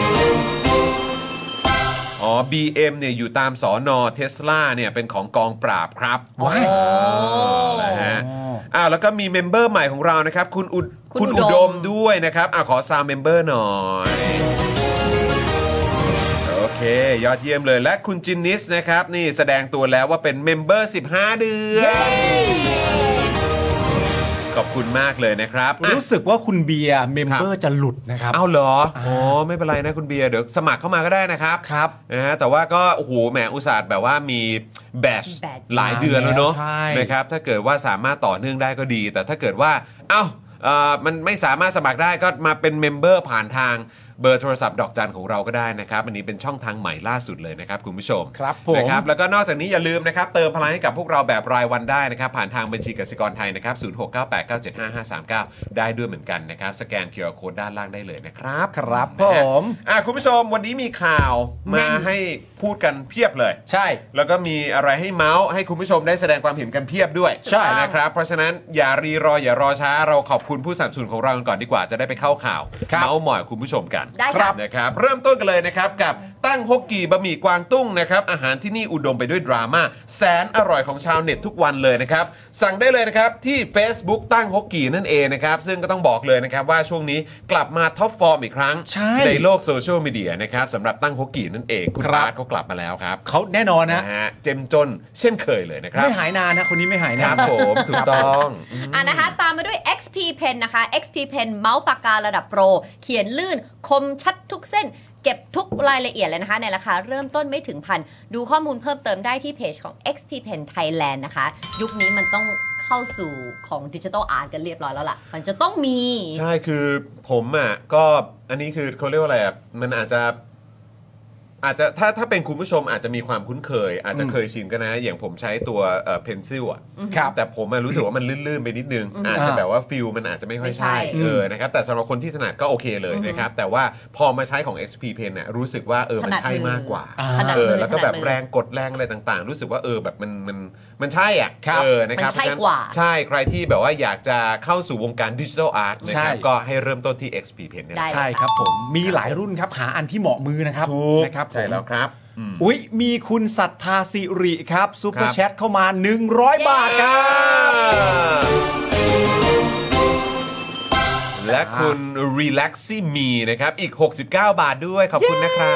Speaker 5: อ๋อ BM เนี่ยอยู่ตามสอนอเทสลาเนี่ยเป็นของกองปราบครับ
Speaker 2: ว้าย
Speaker 5: นะฮะอ้าวแล้วก็มีเมมเบอร์ใหม่ของเรานะครับ คุณอุด
Speaker 4: คุณอุดม
Speaker 5: ดมด้วยนะครับอ่ะขอซาวเมมเบอร์หน่อย โอเค ยอดเยี่ยมเลยและคุณจินนิสนะครับ นี่แสดงตัวแล้วว่าเป็นเมมเบอร์ 15 เดือน ขอบคุณมากเลยนะครับอ่ะ
Speaker 2: รู้สึกว่าคุณเบียร์เมมเบอร์จะหลุดนะครับ
Speaker 5: เอาเหรอ อ๋อ ไม่เป็นไรนะคุณเบียร์ เดี๋ยวสมัครเข้ามาก็ได้นะครับ
Speaker 2: ครับ
Speaker 5: นะฮะ แต่ว่าก็ โอ้โห แหม อุตส่าห์แบบว่ามีแบช
Speaker 4: Batch
Speaker 5: หลายเดือนแล้วเนอะ
Speaker 2: ใช่
Speaker 5: นะครับ ถ้าเกิดว่าสามารถต่อเนื่องได้ก็ดี แต่ถ้าเกิดว่า เอ้าเอ่อมันไม่สามารถสมัครได้ก็มาเป็นเมมเบอร์ผ่านทางเบอร์โทรศัพท์ดอกจันของเราก็ได้นะครับ อันนี้เป็นช่องทางใหม่ล่าสุดเลยนะครับคุณผู้ชม
Speaker 2: ครับผม
Speaker 5: นะครับ แล้วก็นอกจากนี้อย่าลืมนะครับ เติมพลังให้กับพวกเราแบบรายวันได้นะครับ ผ่านทางบัญชีกสิกรไทยนะครับ 0698975539 ได้ด้วยเหมือนกันนะครับ สแกน QR Code ด้านล่างได้เลยนะครับ
Speaker 2: ครับ
Speaker 5: นะฮะ
Speaker 2: ผม
Speaker 5: อ่ะคุณผู้ชมวันนี้มีข่าวมาให้พูดกันเพียบเลย
Speaker 2: ใช่
Speaker 5: แล้วก็มีอะไรให้เมาส์ให้คุณผู้ชมได้แสดงความเห็นกันเพียบด้วย
Speaker 2: ใช่
Speaker 5: นะครับ เพราะฉะนั้นอย่ารีรออย่ารอช้าเราขอบคุณผู้สนับสนุนของเรากันก่อนดีกว่าจะได้ไปเข้าข่าวเมาส์หมอยคุณผู้ชมกัน
Speaker 4: ได้ครับ
Speaker 5: นะครับเริ่มต้นกันเลยนะครับ กับตั้งฮกกีบะหมี่กวางตุ้งนะครับอาหารที่นี่อุดมไปด้วยดราม่าแสนอร่อยของชาวเน็ตทุกวันเลยนะครับ สั่งได้เลยนะครับ ที่ Facebook ตั้งฮกกีนั่นเองนะครับ ซึ่งก็ต้องบอกเลยนะครับว่าช่วงนี้กลับมาท็อปฟอร์มอีกครั้ง
Speaker 2: ใช่
Speaker 5: โลกโซเชียลมีเดียนะครับสำหรับตั้งฮกกีนั่นเอง คุณปาร์ตเขากลับมาแล้วครับ
Speaker 2: เขาแน่นอนนะ
Speaker 5: นะฮะเจ้มจนเช่นเคยเลยนะครับ
Speaker 2: ไม่หายนานนะ คนนี้ไม่หา
Speaker 5: คน
Speaker 2: ยาน
Speaker 5: รับผมถูกต้องอืม
Speaker 4: อ่ะนะคะตามมาด้วย XP Pen นะคะ XP Pen เมาส์ปากการะดับโปร เขียนลื่น คมชัดทุกเส้น เก็บทุกรายละเอียดเลยนะคะ ในราคาเริ่มต้นไม่ถึงพัน ดูข้อมูลเพิ่มเติมได้ที่เพจของ XP Pen Thailand นะคะ ยุคนี้มันต้องเข้าสู่ของดิจิทัลอาร์ตกันเรียบร้อยแล้วล่ะ มันจะต้องมี
Speaker 5: ใช่คือผมอ่ะก็อันนี้คือเขาเรียกว่าอะไรอ่ะมันอาจจะอาจจะถ้าถ้าเป็นคุณผู้ชมอาจจะมีความคุ้นเคย อาจจะเคยชินกันนะ อย่างผมใช้ตัวเพนซิลอ่อ pencil อะ
Speaker 2: ครับ
Speaker 5: แต่ผมอะรู้สึกว่ามันลื่นๆไปนิดนึง
Speaker 4: อืม
Speaker 5: อาจจะแบบว่าฟิลมันอาจจะไม่ค่อยใช่
Speaker 4: ไม่ใช่
Speaker 5: เออนะครับแต่สำหรับคนที่ถนัดก็โอเคเลยนะครับ แต่ว่าพอมาใช้ของ XP Pen เนี่ยรู้สึกว่าเออมันใช่มากกว่า
Speaker 4: ขนาด
Speaker 5: เออ
Speaker 4: มือ
Speaker 5: แล้ว
Speaker 4: ข
Speaker 5: ก็
Speaker 4: นาด
Speaker 5: แบบ
Speaker 4: มือ
Speaker 5: แรงกดแรงอะไรต่างๆ รู้สึกว่าเออแบบมันมันมันใช่อ่ะ
Speaker 2: ครับ
Speaker 5: เออนะครับ
Speaker 4: มันใช่
Speaker 5: เพระฉะ
Speaker 4: กว่า
Speaker 5: ใช่ใครที่แบบว่าอยากจะเข้าสู่วงการดิจิทัลอาร์ตนะครับ
Speaker 2: ใช่
Speaker 5: ก็ให้เริ่มต้นที่ XP Pen เนี่ยแหละ
Speaker 4: ได้
Speaker 2: ใช่ครับผม มีหลายรุ่นครับ หาอันที่เหมาะมือนะครับ
Speaker 5: ถูก
Speaker 2: นะครับผม
Speaker 5: ใช่แล้วครับอืม
Speaker 2: อุ๊ย มีคุณศรัทธาสิริครับซูเป
Speaker 5: ครั
Speaker 2: อ
Speaker 5: บ
Speaker 2: ร์แชทเข้ามา 100 บาทครับ
Speaker 5: และคุณ Relaxy Me นะครับอีก 69 บาทด้วยขอบคุณนะครับ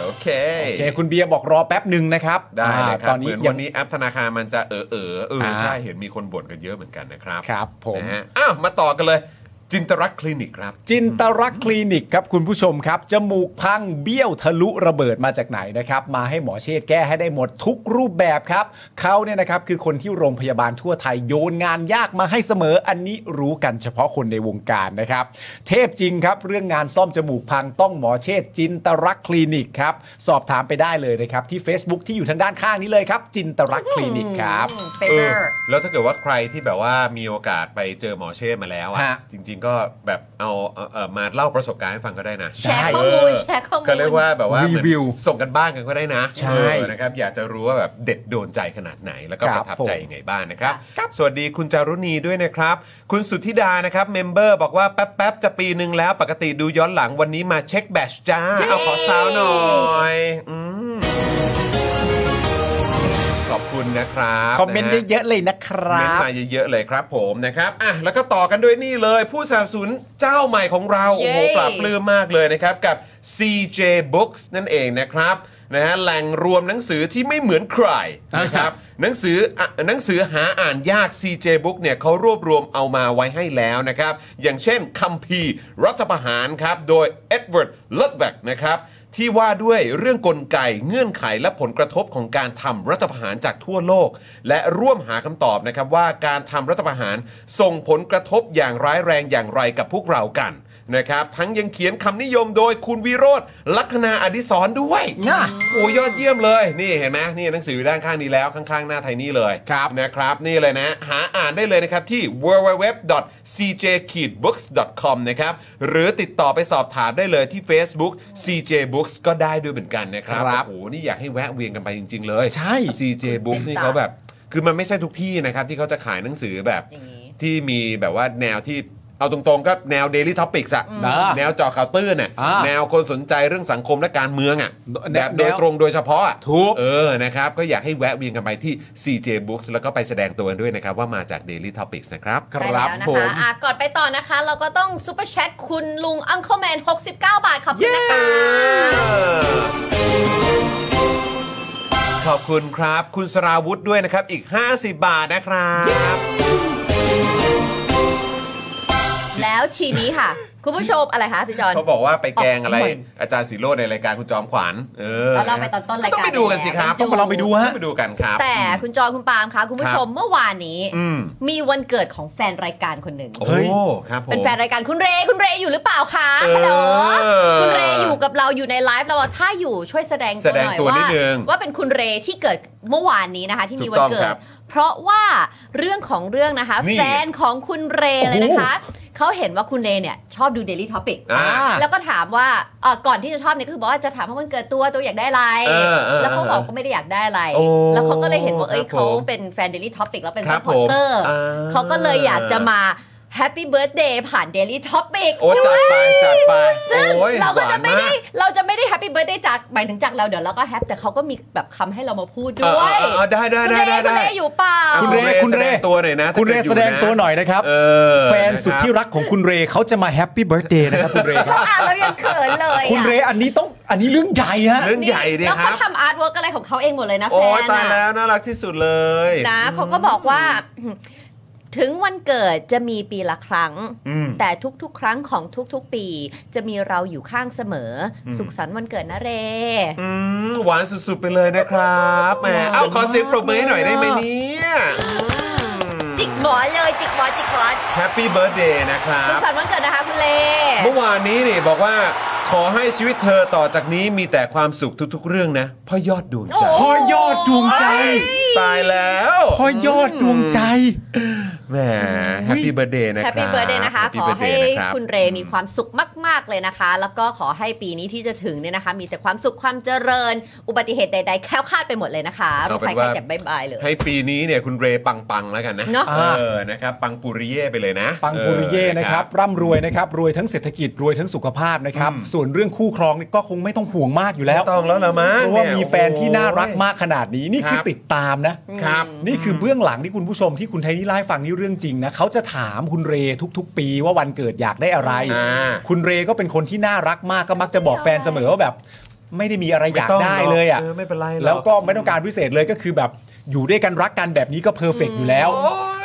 Speaker 5: โอเค
Speaker 2: โอเค คุณเบียร์บอกรอแป๊บหนึ่งนะครับ
Speaker 5: ได้เลย
Speaker 2: า
Speaker 5: ครับ
Speaker 2: ตอน
Speaker 5: เหมื
Speaker 2: นี้
Speaker 5: อน
Speaker 2: ยั
Speaker 5: วัน
Speaker 2: ง
Speaker 5: นี้แอปธนาคารมันจะเออเออเออ
Speaker 2: อ่า
Speaker 5: ใช่เห็นมีคนบ่นกันเยอะเหมือนกันนะครับ
Speaker 2: ครับผม
Speaker 5: นะฮะอ้าวมาต่อกันเลยจินตรักษณ์คลินิกครับ
Speaker 2: จินตรักษณ์คลินิกครับคุณผู้ชมครับ จมูกพังเบี้ยวทะลุระเบิดมาจากไหนนะครับ มาให้หมอเชษฐ์แก้ให้ได้หมดทุกรูปแบบครับ เขาเนี่ยนะครับคือคนที่โรงพยาบาลทั่วไทยโยนงานยากมาให้เสมอ อันนี้รู้กันเฉพาะคนในวงการนะครับ เทพจริงครับ เรื่องงานซ่อมจมูกพังต้องหมอเชษฐ์จินตรักษณ์คลินิกครับ สอบถามไปได้เลยนะครับ ที่ Facebook ที่อยู่ทางด้านข้างนี้เลยครับ จินตรักษณ์คลินิกครับ
Speaker 4: เฟเว
Speaker 5: เอ
Speaker 4: อ
Speaker 5: อ
Speaker 4: ร์
Speaker 5: แล้วถ้าเกิดว่าใครที่แบบว่ามีโอกาสไปเจอหมอเชษฐ์มาแล้วอ่ะ
Speaker 2: ฮะ
Speaker 5: จริง ๆ ก็แบบเอาเอ่อเอ่อมาเล่าประสบการณ์ให้ฟังก็ได้นะ
Speaker 4: แชร์ข้อมูล
Speaker 5: เ
Speaker 4: แชร์ข้อมูล
Speaker 5: ก็เรียกว่าแบบว่าเหมือน
Speaker 2: รีวิว
Speaker 5: ส่งกันบ้านกันก็ได้นะ
Speaker 2: ใช่
Speaker 5: เออนะครับอยากจะรู้ว่าแบบเด็ดโดนใจขนาดไหนแล้วก็
Speaker 2: ค
Speaker 5: ป
Speaker 2: รับ
Speaker 5: ระทับใจ
Speaker 2: ผม
Speaker 5: ยังไงบ้างนะครับ สวัสดีคุณจารุณีด้วยนะครับ คุณสุทธิดานะครับเมมเบอร์บอกว่าแป๊บๆจะปีหนึ่งแล้วปกติดูย้อนหลังวันนี้มาเช็คแบชจ้าเอาขอซาวหน่อยอืมขอบคุณนะครับ
Speaker 2: คอมเมนต์
Speaker 5: ะฮะ
Speaker 2: เยอะๆเลยนะครั
Speaker 5: เม้น
Speaker 2: บ
Speaker 5: ต์มาเยอะๆเลยครับผมนะครับอ่ะแล้วก็ต่อกันด้วยนี่เลยผู้สนับสนุนเจ้าใหม่ของเรา
Speaker 4: เย้
Speaker 5: โอ้โหปรับปลื้มมากเลยนะครับ กับ CJ Books นั่นเองนะครับนะฮะแหล่งรวมหนังสือที่ไม่เหมือนใคร นะครับหนังสืออ่ะหนังสือหาอ่านยาก CJ Book เนี่ยเขารวบรวมเอามาไว้ให้แล้วนะครับ อย่างเช่นคัมภีร์รัฐประหารครับ โดยเอ็ดเวิร์ดลดแบกนะครับ ที่ว่าด้วยเรื่องกลไกเงื่อนไขและผลกระทบของการทำรัฐประหารจากทั่วโลก และร่วมหาคำตอบนะครับว่าการทำรัฐประหารส่งผลกระทบอย่างร้ายแรงอย่างไรกับพวกเรากันนะครับ ทั้งยังเขียนคำนิยมโดยคุณวิโรธลัคนาอดิศรด้วย
Speaker 2: น่ะ
Speaker 5: โอ้ยอดเยี่ยมเลยนี่เห็นไหมนี่หนังสืออยู่ด้านข้างนี้แล้วข้างๆหน้าไทยนี่เลย
Speaker 2: ครับ
Speaker 5: นะครับนี่เลยนะ หาอ่านได้เลยนะครับ ที่ www.cj-books.com นะครับ หรือติดต่อไปสอบถามได้เลยที่ Facebook CJ Books ก็ได้ด้วยเหมือนกันนะครับ
Speaker 2: ครับ
Speaker 5: โอ้โห นี่อยากให้แวะเวียนกันไปจริง ๆ เลย
Speaker 2: ใช่
Speaker 5: CJ Books
Speaker 4: ติดตาม
Speaker 5: นี่เขาแบบ
Speaker 1: คือมันไม่ใช่ทุกที่นะครับ ที่เขาจะขายหนังสือแบบ
Speaker 4: อย่างนี้
Speaker 1: ที่มีแบบว่าแนวที่เอาตรงๆ ก็แนว Daily Topics อะ
Speaker 2: อ่า
Speaker 1: แนวเจอข่าวตื้นน่ะ
Speaker 2: อ่า
Speaker 1: แนวคนสนใจเรื่องสังคมและการเมืองอะ
Speaker 2: แน
Speaker 1: แบ
Speaker 2: ว
Speaker 1: บโดยตรงโดยเฉพาะอะ
Speaker 2: ถูก
Speaker 1: เออนะครับ ก็อยากให้แวะเวียนกันไปที่ CJ Books แล้วก็ไปแสดงตัวกันด้วยนะครับ ว่ามาจาก Daily Topics นะครับ
Speaker 2: ครับ
Speaker 4: ใช่แล้วนะ
Speaker 2: ผม
Speaker 4: คะอ่ะก่อนไปต่อนะคะ เราก็ต้องซูเปอร์แชทคุณลุงอัง l e m แมน69 บาทขอบคุณนะคะ
Speaker 1: ขอบคุณครับ คุณสราวุธด้วยนะครับ อีก 50 บาทนะครับ
Speaker 4: แล้วทีนี้ค่ะ คุณผู้ชมอะไรคะพี่จอน
Speaker 1: เขาบอกว่าไปแกงอะไร
Speaker 4: เอาใหม่
Speaker 1: อาจารย์ศิโรจน์ในรายการคุณจอมขวัญเออ
Speaker 4: เราเล่าไปตอนต้นรายการ
Speaker 1: ต้องไปดูกันสิครับ
Speaker 4: แล้ว
Speaker 1: ต้องไปดูกันครับ
Speaker 4: แต่คุณจอนคุณปาล์มคะคุณผู้ชมเมื่อวานนี้
Speaker 1: อืม
Speaker 4: มีวันเกิดของแฟนรายการคนหนึ่ง
Speaker 1: โอ้ครับผม
Speaker 4: เป็นแฟนรายการคุณเรย์คุณเรย์อยู่หรือเปล่าคะ
Speaker 1: เออ
Speaker 4: ฮัลโหลคุณเรย์อยู่กับเราอยู่ในไลฟ์เราอะถ้าอยู่ช่วยแสดงตัว
Speaker 1: แสดง
Speaker 4: หน่อย
Speaker 1: ตัวนิ
Speaker 4: ว่า
Speaker 1: ดนึง
Speaker 4: ว่าเป็นคุณเรย์ที่เกิดเมื่อวานนี้นะคะ ที่มี
Speaker 1: ถูก
Speaker 4: วัน
Speaker 1: ต้อง
Speaker 4: เกิ
Speaker 1: ค
Speaker 4: ด
Speaker 1: รับ
Speaker 4: เพราะว่าเรื่องของเรื่องนะคะ
Speaker 1: นี่
Speaker 4: แฟนของคุณเรย์เลยนะคะเขาเห็นว่าคุณเรย์เนี่ยชอบดู Daily Topic
Speaker 1: อ่า
Speaker 4: แล้วก็ถามว่าเอ่อก่อนที่จะชอบเนี่ยก็คือบอกว่าจะถามว่าวันเกิดตัวตัวอยากได้อะไร
Speaker 1: เออเออ
Speaker 4: แล้วเขาบอกก็ไม่ได้อยากได้อะไร
Speaker 1: โอ้
Speaker 4: แล้วเขาก็เลยเห็นว่าเอ้ย
Speaker 1: ครับผ
Speaker 4: เขา
Speaker 1: ม
Speaker 4: เป็นแฟน Daily Topic แล้วเป็น
Speaker 1: ครั
Speaker 4: ซั
Speaker 1: บ
Speaker 4: พพอร์เตอร์
Speaker 1: ผมอ่า
Speaker 4: เขาก็เลยอยากจะมา Happy Birthday ผ่าน Daily Topic
Speaker 1: โอ้จัดไปจัดไป
Speaker 4: ซึ่ง
Speaker 1: โอ้ย
Speaker 4: เราก็จะไม่
Speaker 1: หวาน
Speaker 4: ได้
Speaker 1: ก
Speaker 4: เราจะไม่ได้ Happy Birthday จากหมายถึงจากเราเดี๋ยวเราก็แฮปแต่เขาก็มีแบบคำให้เรามาพูดด้ว
Speaker 1: เออย เออเออได้ได้
Speaker 4: คุณเร
Speaker 1: ได้ได้
Speaker 4: คุณเรอยู่เปล่า
Speaker 1: อ่ะ
Speaker 2: คุณเรย์คุณเร
Speaker 1: แสดง
Speaker 2: ย์
Speaker 1: ตัวหน่อยนะถ้า
Speaker 2: คุณเร
Speaker 1: เกิดอ
Speaker 2: ย์
Speaker 1: ยู่
Speaker 2: แสดงตัวหน่อยนะครับ
Speaker 1: เออ
Speaker 2: แฟนสุด
Speaker 1: นะครับ
Speaker 2: ที่รักของคุณเรย์เขาจะมาแฮปปี้เบิร์ดเดย์นะครับคุณเรย์ครับ
Speaker 4: อ่ะเรายังเขินเลย
Speaker 2: คุณ
Speaker 4: อ่ะ
Speaker 2: เรย์อันนี้ต้องอันนี้เรื่องใหญ่ฮะ
Speaker 1: เรื่องใหญ่ดิ
Speaker 4: แล้ว
Speaker 1: ครั
Speaker 4: เขา
Speaker 1: บ
Speaker 4: ทำอาร์ตเวิร์กอะไรของเขาเองหมดเลยนะแฟ
Speaker 1: โอ้ย
Speaker 4: น
Speaker 1: ตาย
Speaker 4: อะ
Speaker 1: แล้วน่ารักที่สุดเลย
Speaker 4: นะเขาก็บอกว่า ถึงวันเกิดจะมีปีละครั้ง แต่ทุกๆ ครั้งของทุกๆ ปี จะมีเราอยู่ข้างเสมออสุขสันต์วันเกิดนะเร
Speaker 1: อืมหวานสุดๆไปเลยนะครับแหมเอ้าขอเสียงปรบมือให้หน่อยได้ไหมเนี่ย
Speaker 4: จิกหมอนเลยจิกหมอนจิกหมอน
Speaker 1: แฮปปี้เบิร์ดเดย์นะครั
Speaker 4: สุ
Speaker 1: บ
Speaker 4: ขสันต์วันเกิดนะคะคุณเล
Speaker 1: เมื่อวานนี้นี่บอกว่าขอให้ชีวิตเธอต่อจากนี้มีแต่ความสุขทุกๆ เรื่องนะพ่อยอดดวงใจ
Speaker 4: โอ้
Speaker 2: พ่อยอดดวงใจ
Speaker 1: ตายแล้ว
Speaker 2: พ่อยอดดวงใจ
Speaker 1: แหมแฮปปี้เบิร์ดเดย์นะค
Speaker 4: แฮ
Speaker 1: รับ
Speaker 4: ปปี้เบิร์ดเดย์นะคะ
Speaker 1: Happy
Speaker 4: ขอให้
Speaker 1: Birthday นะครับ
Speaker 4: คุณเรมีความสุขมาก ๆ เลยนะคะ แล้วก็ขอให้ปีนี้ที่จะถึงเนี่ยนะคะ มีแต่ความสุขความเจริญ อุบัติเหตุใด ๆ แคล้วคลาดไปหมดเลยนะคะโร
Speaker 1: เอา
Speaker 4: ค
Speaker 1: เป็
Speaker 4: ภัย
Speaker 1: น
Speaker 4: ไข้
Speaker 1: ว่า
Speaker 4: เจ็บบายบายเลย
Speaker 1: ให้ปีนี้เนี่ยคุณเรปังๆแล้วกันนะ
Speaker 4: เนอะ
Speaker 1: เออนะครับปังปุริเย่ไปเลยนะ
Speaker 2: ปังปุริเย่
Speaker 1: ออ
Speaker 2: นะครับร่ำรวยนะครับรวยทั้งเศรษฐกิจรวยทั้งสุขภาพนะครับ ส่วนเรื่องคู่ครองนี่ก็คงไม่ต้องห่วงมากอยู่แล้ว
Speaker 1: ไม่ต้องแล้วละมั้ง
Speaker 2: เพราะว่า
Speaker 1: เนี่ย
Speaker 2: มีแฟนที่น่ารักมากขนาดนี้นี่คื
Speaker 1: ค
Speaker 2: อ
Speaker 1: รับ
Speaker 2: ติดตามนะครับ นี่คือเบื้องหลังที่คุณผู้ชมที่คุณไทนี่ไลฟ์ฟังนี่เรื่องจริงนะเขาจะถามคุณเรทุก ๆ ปีว่าวันเกิดอยากได้อะไร
Speaker 1: อ่า
Speaker 2: คุณเรก็เป็นคนที่น่ารักมากก็มักจะบอกแฟนเสมอว่าแบบ ไม่ได้มีอะไรอยากได้เลยอ่ะ
Speaker 1: เออไม่เป็นไรหรอก
Speaker 2: แล้วก็ไม่ต้องการพิเศษเลยก็คือแบบอยู่ด้วยกันรักกันแบบนี้ก็เพอร์เฟกอยู่แล้ว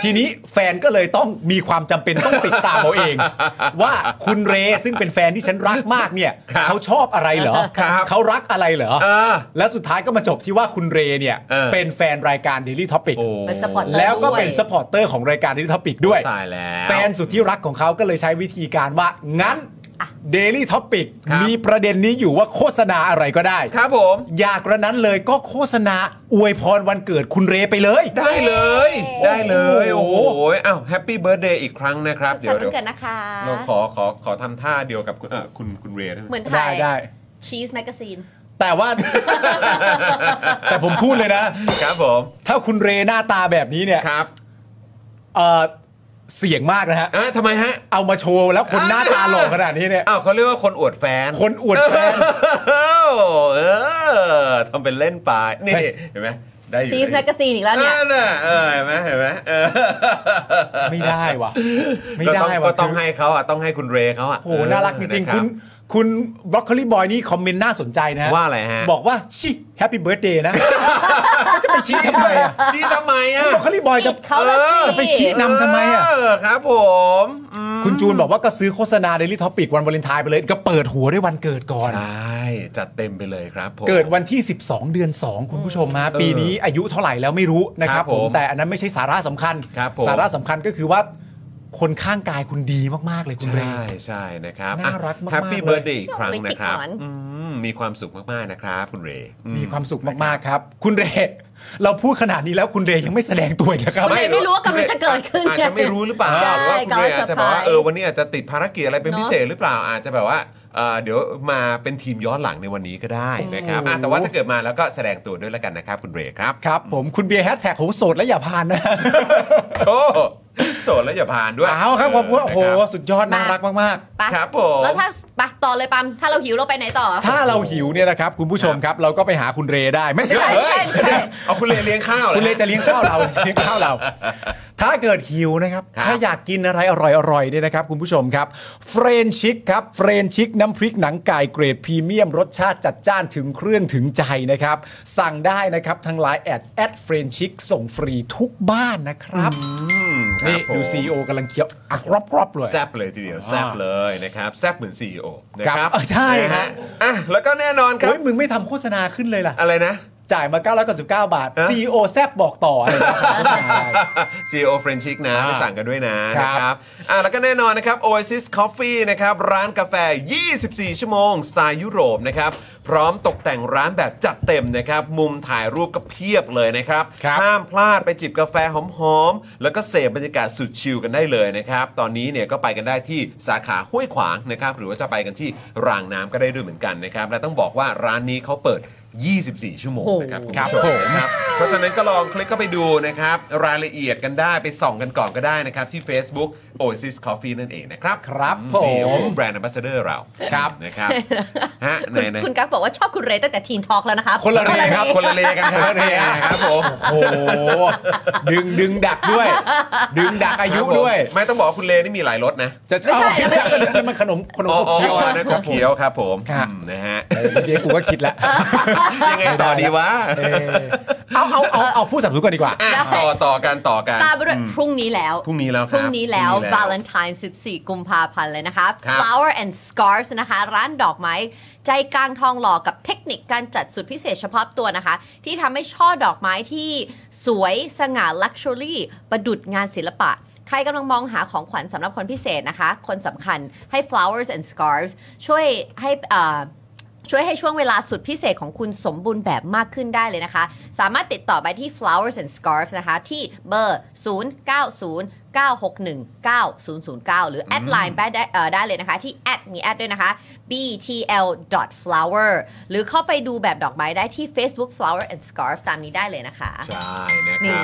Speaker 2: ทีนี้แฟนก็เลยต้องมีความจำเป็นต้องติดตามเอาเอง ว่าคุณเรซึ่งเป็นแฟนที่ฉันรักมากเนี่ย
Speaker 1: ครับ
Speaker 2: เขาชอบอะไรเหรอ
Speaker 1: ครับ
Speaker 2: เขารักอะไรเหรอ
Speaker 1: เออ
Speaker 2: และสุดท้ายก็มาจบที่ว่าคุณเรเนี่ย
Speaker 1: เออ
Speaker 2: เป็นแฟนรายการ Daily Topic
Speaker 1: โอ้
Speaker 4: เป็นสปอร์ต
Speaker 2: แล้วก็
Speaker 4: ด้วย
Speaker 2: เป็นสปอร์เตอร์ของรายการ Daily Topic ด้วย
Speaker 1: ตายแล้ว
Speaker 2: แฟนสุดที่รักของเขาก็เลยใช้วิธีการว่า งั้น Daily Topic
Speaker 1: ครับ
Speaker 2: มีประเด็นนี้อยู่ว่าโฆษณาอะไรก็ได้
Speaker 1: ครับผม
Speaker 2: อยากกระนั้นเลยก็โฆษณาอวยพรวันเกิดคุณเรไปเลย
Speaker 1: ได้เลย
Speaker 4: เย้
Speaker 1: ได้เลย
Speaker 2: โอ้
Speaker 1: โอ้
Speaker 2: โห
Speaker 1: โหอ้าวแฮปปี้เบิร์ดเดย์อีกครั้งนะครับ
Speaker 4: สุข
Speaker 1: เดี๋
Speaker 4: สั
Speaker 1: ย
Speaker 4: น
Speaker 1: ว
Speaker 4: ต์
Speaker 1: เดี๋ยวน
Speaker 4: วัเกิดนะคะ
Speaker 1: เราขอขอขอทำท่าเดียวกับคุณเอ่อคุณคุณเรได้ไหม
Speaker 4: เหมือนถ่า
Speaker 2: ได้
Speaker 4: ย
Speaker 2: ได้
Speaker 4: ชีสแมกกาซีน
Speaker 2: แต่ว่า แต่ผมพูดเลยนะ
Speaker 1: ครับผม
Speaker 2: ถ้าคุณเรหน้าตาแบบนี้เนี่ย
Speaker 1: ครับ
Speaker 2: เอ่อเสี่ยงมากนะฮะ
Speaker 1: อ่ะทำไมฮะ
Speaker 2: เอามาโชว์แล้วคนหน้าตาหล่อขนาดนี้เนี่ย
Speaker 1: อ้าวเขาเรียกว่าคนอวดแฟน
Speaker 2: คนอวดแฟน
Speaker 1: เออเออทำเป็นเล่นไปนี่
Speaker 2: ไม่
Speaker 1: เห็นไหมได้อยู่
Speaker 4: ชีสแมกกาซีนอีกแล้วเนี่ย
Speaker 1: อ่ะน่ะเออเห็นไหมเห็นไหมเออ
Speaker 2: ไม่ได้วะไม่
Speaker 1: ก็
Speaker 2: ได้
Speaker 1: ต้อง
Speaker 2: วะ
Speaker 1: ก็ต้องให้เขาอ่ะต้องให้คุณเรเขาอ่ะ
Speaker 2: โอ้โหน่ารักจริงๆ คุณ
Speaker 1: นะ
Speaker 2: คุณบรอกโคลีบอยนี่คอมเมนต์น่าสนใจนะ
Speaker 1: รับ
Speaker 2: ฮะ
Speaker 1: ว่าอะไรฮะ
Speaker 2: บอกว่าชิแฮปปี้เบิร์ดเดย์นะ จะไปชี้ทำไมอ่ะ
Speaker 1: ชี้ทำไมอ่ะ
Speaker 2: บรอกโคลีบอยจะ
Speaker 4: เขาละสิ
Speaker 2: จะไปชี้นำทำไมอ่ะ
Speaker 1: เอครับผมอืม
Speaker 2: คุณจูนบอกว่าก็ซื้อโฆษณาเดลิทอปิกวันวาเลนไทน์ไปเลย ก็เปิดหัวด้วยวันเกิดก่อน
Speaker 1: ใช่จัดเต็มไปเลยครับผม
Speaker 2: เกิดวันที่ 12 เดือน 2 คุณผู้ชมฮะปีนี้อายุเท่าไหร่แล้วไม่รู้นะค
Speaker 1: ครั
Speaker 2: รับบ ผ
Speaker 1: ผม
Speaker 2: มแต่อันนั้นไม่ใช่สาระสำคัญ
Speaker 1: ครับผม
Speaker 2: สาระสำคัญก็คือว่าคนข้างกายคุณดีมากๆเลยคุณเร
Speaker 1: ใช่ใช่นะครับ
Speaker 2: น่ารักมากๆ
Speaker 1: แฮปปี้
Speaker 2: เลย
Speaker 1: เบิร์ดเดย์อีกครั้ง
Speaker 4: ไปจิ
Speaker 1: นะ
Speaker 4: ก
Speaker 1: ครับ
Speaker 4: หมอน
Speaker 1: อืมมีความสุขมากๆนะครับ คุณเรอื
Speaker 2: มีความสุขมากๆครับ คุณเร เราพูดขนาดนี้แล้วคุณเรยังไม่แสดงตัวอีกนะครับ
Speaker 4: คุณเรไม่รู้ว่ากำลังจะเกิดขึ้น
Speaker 1: อาจจะไม่รู้หรือเปล่า
Speaker 4: ใช่
Speaker 1: ว่าคุณเรย์อาจจะบอกว่า
Speaker 4: ก็เซอร์ไพรส์
Speaker 1: เออวันนี้อาจจะติดภารกิจอะไรเป็นพิเศษหรือเปล่าอาจจะแบบว่า อ่าเดี๋ยวมาเป็นทีมย้อนหลังในวันนี้ก็ได้นะครับอ่ะแต่ว่าถ้าเกิดมาแล้วก็แสดงตัวด้วยแล้วกันนะครับคุณเบรคครับ
Speaker 2: ครับผมคุณเบียร์แฮชแท็กโหโสดและอย่าพานนะ
Speaker 1: โอ้โสดแล้วอย่าผ่านด้วย
Speaker 2: เอาครับขอบคุณโอ้โห
Speaker 1: นะครับ
Speaker 2: สุดยอดน่ารักมากๆ
Speaker 4: ไป
Speaker 1: ครับผม
Speaker 4: แล้วถ้าไปต่อเลยปั๊มถ้าเราหิวเราไปไหนต่อ
Speaker 2: ถ้าเราหิวเนี่ยนะครับคุณผู้ชมครับ เราก็ไปหาคุณเรได้ไม่ใช่
Speaker 1: เฮ้ย
Speaker 4: ใช่
Speaker 1: เอาคุณเลเลี้ยงข้าวหอ
Speaker 2: คุณเรจะเลี้ยงข้าว เราเลี้ยงข้าวเรา ถ้าเกิดหิวนะครับ
Speaker 1: ครับ
Speaker 2: ถ้าอยากกินอะไรอร่อยๆเนี่ยนะครับ คุณผู้ชมครับเฟรนชิกครับเฟรนชิกน้ำพริกหนังไก่เกรดพรีเมียมรสชาติจัดจ้านถึงเครื่องถึงใจนะครับ สั่งได้นะครับทางไลน์แอดแอดเฟรนชิกส่งฟรีทุกบ้านนะครับ
Speaker 1: ครับ
Speaker 2: นี่ดู
Speaker 1: ผม
Speaker 2: ซีโอกำลังเคี้ยวอะกรอบๆเลย
Speaker 1: แซบเลยทีเดียวแซบเลยนะครับแซบเหมือน CEO นะค
Speaker 2: ครั
Speaker 1: รับบ
Speaker 2: เออใช่
Speaker 1: นะ
Speaker 2: ฮะ
Speaker 1: ฮะอ่ะแล้วก็แน่นอนครับ
Speaker 2: เฮ้ยมึงไม่ทำโฆษณาขึ้นเลยล่ะ
Speaker 1: อะไรนะ
Speaker 2: จ่ายมา 999 บาท
Speaker 1: เอ้อ
Speaker 2: CEO แซบบอกต่ออะไรอย่างเงี้ยโฆษณาได้
Speaker 1: CEO f r e n c h i c นะ
Speaker 2: อ่า
Speaker 1: ไปสั่งกันด้วยนะ
Speaker 2: ครั
Speaker 1: นะ
Speaker 2: บ
Speaker 1: ครับอ่ะแล้วก็แน่นอนนะครับ Oasis Coffee นะครับ ร้านกาแฟ 24 ชั่วโมง สไตล์ยุโรปนะครับ พร้อมตกแต่งร้านแบบจัดเต็มนะครับ มุมถ่ายรูปก็เพียบเลยนะครับ
Speaker 2: ครับ
Speaker 1: ห้ามพลาดไปจิบกาแฟหอมๆ แล้วก็เสพบรรยากาศสุดชิลกันได้เลยนะครับ ตอนนี้เนี่ยก็ไปกันได้ที่สาขาห้วยขวางนะครับ หรือว่าจะไปกันที่รางน้ำก็ได้ด้วยเหมือนกันนะครับ และต้องบอกว่าร้านนี้เขาเปิด 24 ชั่วโมงนะครับคุณผู้ชมนะครับ เพราะฉะนั้นก็ลองคลิกเข้าไปดูนะครับ รายละเอียดกันได้ไปส่องกันก่อนก็ได้นะครับ ที่ Facebook Oasis Coffee นั่นเองนะครับ
Speaker 2: ครับ
Speaker 1: อื
Speaker 2: ผม
Speaker 1: นี่โอ้โหแบรนด์ a m b a s s a d o r เรา
Speaker 2: ครับ
Speaker 1: นะครับฮะไห
Speaker 4: คุณ
Speaker 1: นๆ
Speaker 4: คุณกั๊กบอกว่าชอบคุณเรย์ตั้งแต่ทีนทอล์กแล้วนะครับ
Speaker 2: คนละเรย์ครับ
Speaker 1: คนละเลกันครับคนละเลกันครับผม
Speaker 2: โอ้โห ดึงดึงดักด้วย ดึงดักอายุด้วย
Speaker 1: ไม่ต้องบอกว่าคุณเลนี่มีหลายรสนะ
Speaker 2: จะเอาไม่มันขนมขนม
Speaker 1: อ๋อ
Speaker 2: ขบ
Speaker 1: อ๋อ
Speaker 2: เคี้ยว
Speaker 1: อัน
Speaker 2: อะ
Speaker 1: นั้นขบเคี้ยวครับผม
Speaker 2: ครับ
Speaker 1: อืมนะฮะ
Speaker 2: เออเมื่อกี้กูก็คิดแล้ว
Speaker 1: ยังไงต่อดีวะ
Speaker 2: เออเอาเอาเอาเอาผู้สนับสนุนก่อนดีกว่า
Speaker 1: อ่ะต่อต่อกันต่อกัน
Speaker 4: ตามไปด้วยพรุ่งนี้แล้ว
Speaker 1: พรุ่งนี้แล้วค
Speaker 4: พ
Speaker 1: รับ
Speaker 4: รุ่งนี้แล้ววาเลนไทน์14 กุมภาพันธ์เลยนะคะ
Speaker 1: ครับ
Speaker 4: Flower and Scarves นะคะ ร้านดอกไม้ ใจกลางทองหล่อกับเทคนิคการจัดสุดพิเศษเฉพาะตัวนะคะ ที่ทำให้ช่อดอกไม้ที่สวยสง่าลักชัวรี่ประดุดงานศิลปะ ใครกำลังมองหาของขวัญสำหรับคนพิเศษนะคะ คนสำคัญให้ flowers and scarves ช่วยให้เอ่อ ช่วยให้ช่วงเวลาสุดพิเศษของคุณสมบูรณ์แบบมากขึ้นได้เลยนะคะ สามารถติดต่อไปที่ flowers and scarves นะคะ ที่เบอร์ 090 961 9009 หรือแอดไลน์ไปได้เอ่อได้เลยนะคะ ที่แอดมีแอดด้วยนะคะ btl flower หรือเข้าไปดูแบบดอกไม้ได้ที่ Facebook flower and scarf ตามนี้ได้เลยนะคะ
Speaker 1: ใช่นะครับ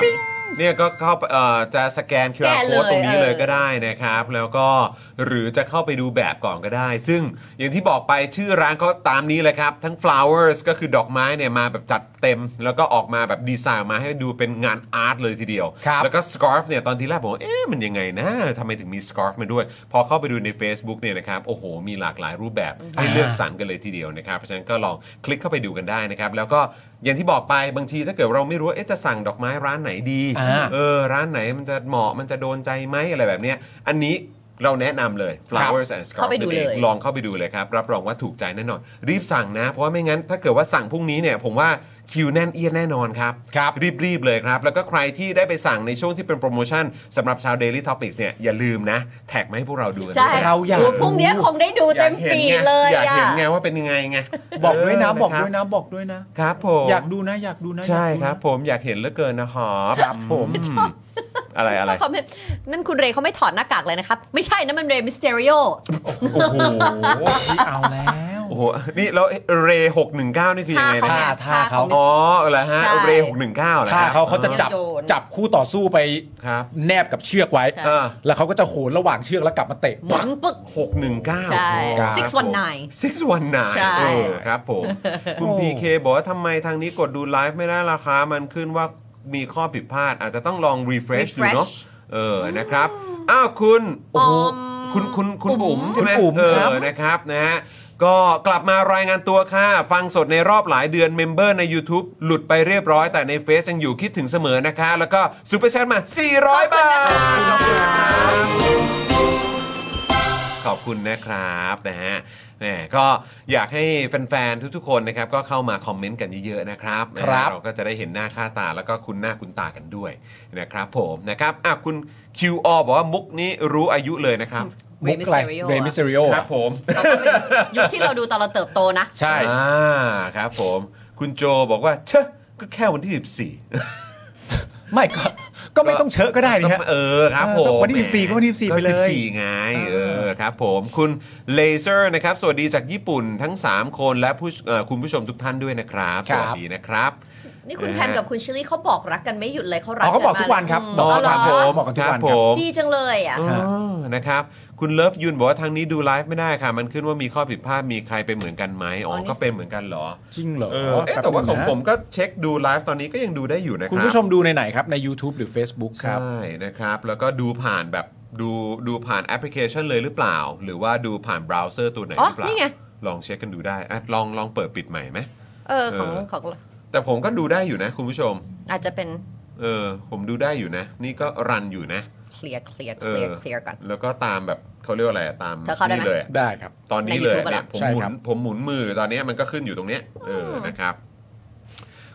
Speaker 1: เนี่ยก็เข้าไปเอ่อจะสแกน
Speaker 4: สแก
Speaker 1: QR
Speaker 4: นเลย
Speaker 1: code ตรงนี้เลยก็ได้นะครับ แล้วก็หรือจะเข้าไปดูแบบก่อนก็ได้ ซึ่งอย่างที่บอกไปชื่อร้านก็ตามนี้เลยครับ ทั้ง flowers ก็คือดอกไม้เนี่ยมาแบบจัดเต็ม แล้วก็ออกมาแบบดีไซน์ออกมาให้ดูเป็นงานอาร์ตเลยทีเดียว
Speaker 2: ครับ
Speaker 1: แล้วก็ scarf เนี่ยตอนที่แรกผมว่าเอ๊ะมันยังไงนะทำไมถึงมี scarf มาด้วย พอเข้าไปดูใน Facebook เนี่ยนะครับโอ้โห มีหลากหลายรูปแบบให้เลือกสรรกันเลยทีเดียวนะครับ เพราะฉะนั้นก็ลองคลิกเข้าไปดูกันได้นะครับ แล้วก็อย่างที่บอกไปบางทีถ้าเกิดเราไม่รู้ว่าเอ๊ะจะสั่งดอกไม้ร้านไหนดี
Speaker 2: อ่า
Speaker 1: เออ ร้านไหนมันจะเหมาะมันจะโดนใจไหมอะไรแบบเนี้ยอันนี้เราแนะนำเลย flowers and scarf
Speaker 4: เข้าไปดูเลย
Speaker 1: นั่นองลองเข้าไปดูเลยครับ รับรองว่าถูกใจแน่นอน รีบสั่งนะ เพราะว่าไม่งั้นถ้าเกิดว่าสั่งพรุ่งนี้เนี่ยผมว่าคิวแน่นเอียดแน่นอนครับ
Speaker 2: ครับ
Speaker 1: รีบๆเลยครับ แล้วก็ใครที่ได้ไปสั่งในช่วงที่เป็นโปรโมชั่นสำหรับชาว Daily Topics เนี่ยอย่าลืมนะ แท็กมาให้พวกเราดูกัน
Speaker 4: ใช่
Speaker 2: เราอยากรู้
Speaker 4: พรุ่งนี้คงได้ดู
Speaker 1: อยา
Speaker 4: เต็
Speaker 1: ก
Speaker 4: ม
Speaker 1: ห็น
Speaker 4: ฟี
Speaker 1: ไง
Speaker 4: ดเลย
Speaker 1: อยาก
Speaker 4: อะ
Speaker 1: เห็นไงว่าเป็นยังไงไง
Speaker 2: บอกด้วยนะ
Speaker 1: เ
Speaker 2: บอกด้วยนะบอกด้วยนะ
Speaker 1: ครับผม
Speaker 2: อยากดูนะอยากดูนะ
Speaker 1: ใช่
Speaker 2: อยากดู
Speaker 1: ค
Speaker 2: นะ
Speaker 1: รับ ผมอยากเห็นเหลือเกินนะหอบ
Speaker 2: ครับผม
Speaker 1: อืมอะไรอะไร
Speaker 4: เขาไม่นั่นคุณเรย์เขาไม่ถอดหน้ากากเลยนะครับ ไม่ใช่นะมันเรย์มิสเตอริโอ
Speaker 1: โอ้โห
Speaker 2: อุ๊ยเอาแล้ว
Speaker 1: โอ้โห นี่แล้วเรหกหนึ่งเก้านี่คือยังไงนะ
Speaker 2: ท่า
Speaker 1: ฮะ
Speaker 2: ท่าเขา
Speaker 1: อ๋อเหรอฮะ
Speaker 4: ใช่
Speaker 1: เรหกหนึ่งเก้าเหรอค
Speaker 2: ถ้า
Speaker 1: รับ
Speaker 2: เขาเขาจะจับ
Speaker 4: โยน
Speaker 2: จับคู่ต่อสู้ไป
Speaker 1: ครับ
Speaker 2: แนบกับเชือกไว้
Speaker 1: เออ
Speaker 2: แล้วเขาก็จะโหนระหว่างเชือกแล้วกลับมาเตะ
Speaker 4: หมุนปึ๊ก
Speaker 1: หกหนึ่งเก้า
Speaker 4: ใช่
Speaker 1: ครับ
Speaker 4: 619
Speaker 1: ผม619
Speaker 4: ใช่
Speaker 1: เออครับผม คุณพีเคบอกว่าทำไมทางนี้กดดูไลฟ์ไม่ได้ราคา มันขึ้นว่ามีข้อผิดพลาด อาจจะต้องลอง refresh ดูเนาะ เออ นะครับ อ้าว คุณ โอ้โห คุณคุณคุณอุ๋มใช่ไหม
Speaker 2: คุณอุ๋ม
Speaker 1: เอ
Speaker 2: ครั
Speaker 1: อ
Speaker 2: บ
Speaker 1: นะครับนะฮะก็กลับมารายงานตัวค่ะ ฟังสดในรอบหลายเดือนเมมเบอร์ใน YouTube หลุดไปเรียบร้อยแต่ในเฟซยังอยู่คิดถึงเสมอนะคะ แล้วก็ซูเปอร์แชทมา 400 บาท ขอบคุณนะครับนะฮะแหมก็อยากให้แฟนๆ ทุกๆ คนนะครับ ก็เข้ามาคอมเมนต์กันเยอะๆ นะครับนะฮะ
Speaker 2: ครับ
Speaker 1: เราก็จะได้เห็นหน้าค่าตาแล้วก็คุณหน้าคุณตากันด้วยนะครับผมนะครับอ่ะคุณ QR บอกว่ามุกนี้รู้อายุเลยนะครับ
Speaker 4: เร
Speaker 2: มุก
Speaker 4: ย์มิส
Speaker 2: อะไร
Speaker 4: เตอริโอ
Speaker 2: เรมิสเตอริโอ
Speaker 1: ครับผม
Speaker 4: เราก็ไม่ยุคที่เราดูตอนเราเติบโตนะ
Speaker 2: ใช่
Speaker 1: อ่าครับผม คุณโจบอกว่าเชอะก็แค่วันที่ 14
Speaker 2: ไม่ก็ ก็ไม่ต้องเชอะก็ได้นี่ฮะ
Speaker 1: เออครับผ
Speaker 2: เออ
Speaker 1: ม
Speaker 2: วันที่14ก็วันที่14ไปเลย
Speaker 1: ก็14ไงเออครับผมคุณเลเซอร์นะครับสวัสดีจากญี่ปุ่นทั้ง 3 คนและผู้เอ่อคุณผู้ชมทุกท่านด้วยนะครับ
Speaker 2: ค
Speaker 1: ส
Speaker 2: รับ
Speaker 1: วัสดีนะครับ
Speaker 4: นี่คุณ
Speaker 1: นะฮะ
Speaker 4: แพมกับคุณเชอรี่เขาบอกรักกันไม่หยุดเลยเขารัก
Speaker 2: อ๋อเขาบอกทุกวันครับ
Speaker 4: ม
Speaker 2: บอก
Speaker 4: เห
Speaker 2: ค
Speaker 4: ร
Speaker 2: รับ
Speaker 4: อ
Speaker 2: ผมบอกกันทุกวัน
Speaker 1: ผ
Speaker 2: ครับ
Speaker 1: ม
Speaker 4: ดีจังเลยอ่ะ
Speaker 1: เออนะครับคุณเลิฟยูนบอกว่าทางนี้ดูไลฟ์ไม่ได้ค่ะ มันขึ้นว่ามีข้อผิดพลาดมีใครเป็นเหมือนกันไหมอ๋อ
Speaker 4: อ๋อนี่
Speaker 1: ก็เป็นเหมือนกันเหรอ
Speaker 2: จริงเหรอ
Speaker 1: เออเอ๊ะแต่ว่าของผมก็เช็คดูไลฟ์ตอนนี้ก็ยังดูได้อยู่นะครั
Speaker 2: คุณผู้ชมดูในไหนครับใน YouTube หรือ Facebook ครับ
Speaker 1: ใช่นะครับ แล้วก็ดูผ่านแบบดูดูผ่านแอปพลิเคชันเลยหรือเปล่า หรือว่าดูผ่านเบราว์เซอร์ตัวไหนหรือเป
Speaker 4: อ๋อ
Speaker 1: ล่า
Speaker 4: นี่ไง
Speaker 1: ลองเช็คกันดูได้อ่ะลองลองเปิดปิดใหม่ไหม
Speaker 4: เออของ
Speaker 1: เออ
Speaker 4: ของ
Speaker 1: แต่ผมก็ดูได้อยู่นะ คุณผู้ชม
Speaker 4: อาจจะเป็น
Speaker 1: เออผมดูได้อยู่นะ นี่ก็รันอยู่นะ
Speaker 4: เคลียร์เคลียร์
Speaker 1: เอ
Speaker 4: เค
Speaker 1: อ
Speaker 4: ลียร์เคลียร์กัน
Speaker 1: แล้วก็ตามแบบเขาเรียกว่าอะไรอะตาม
Speaker 4: เธอเข้าได้ไหม
Speaker 1: นี่เลยอะ
Speaker 2: ได้ครับ
Speaker 1: ตอนนี้
Speaker 4: ใน
Speaker 1: เลย
Speaker 4: YouTube
Speaker 1: เนี่ย
Speaker 4: อะเหรอ
Speaker 1: ผม
Speaker 2: ใช่
Speaker 1: หมุ
Speaker 2: ครับ
Speaker 1: นผมหมุนมือตอนเนี้ยมันก็ขึ้นอยู่ตรงเนี้ยเออนะครับ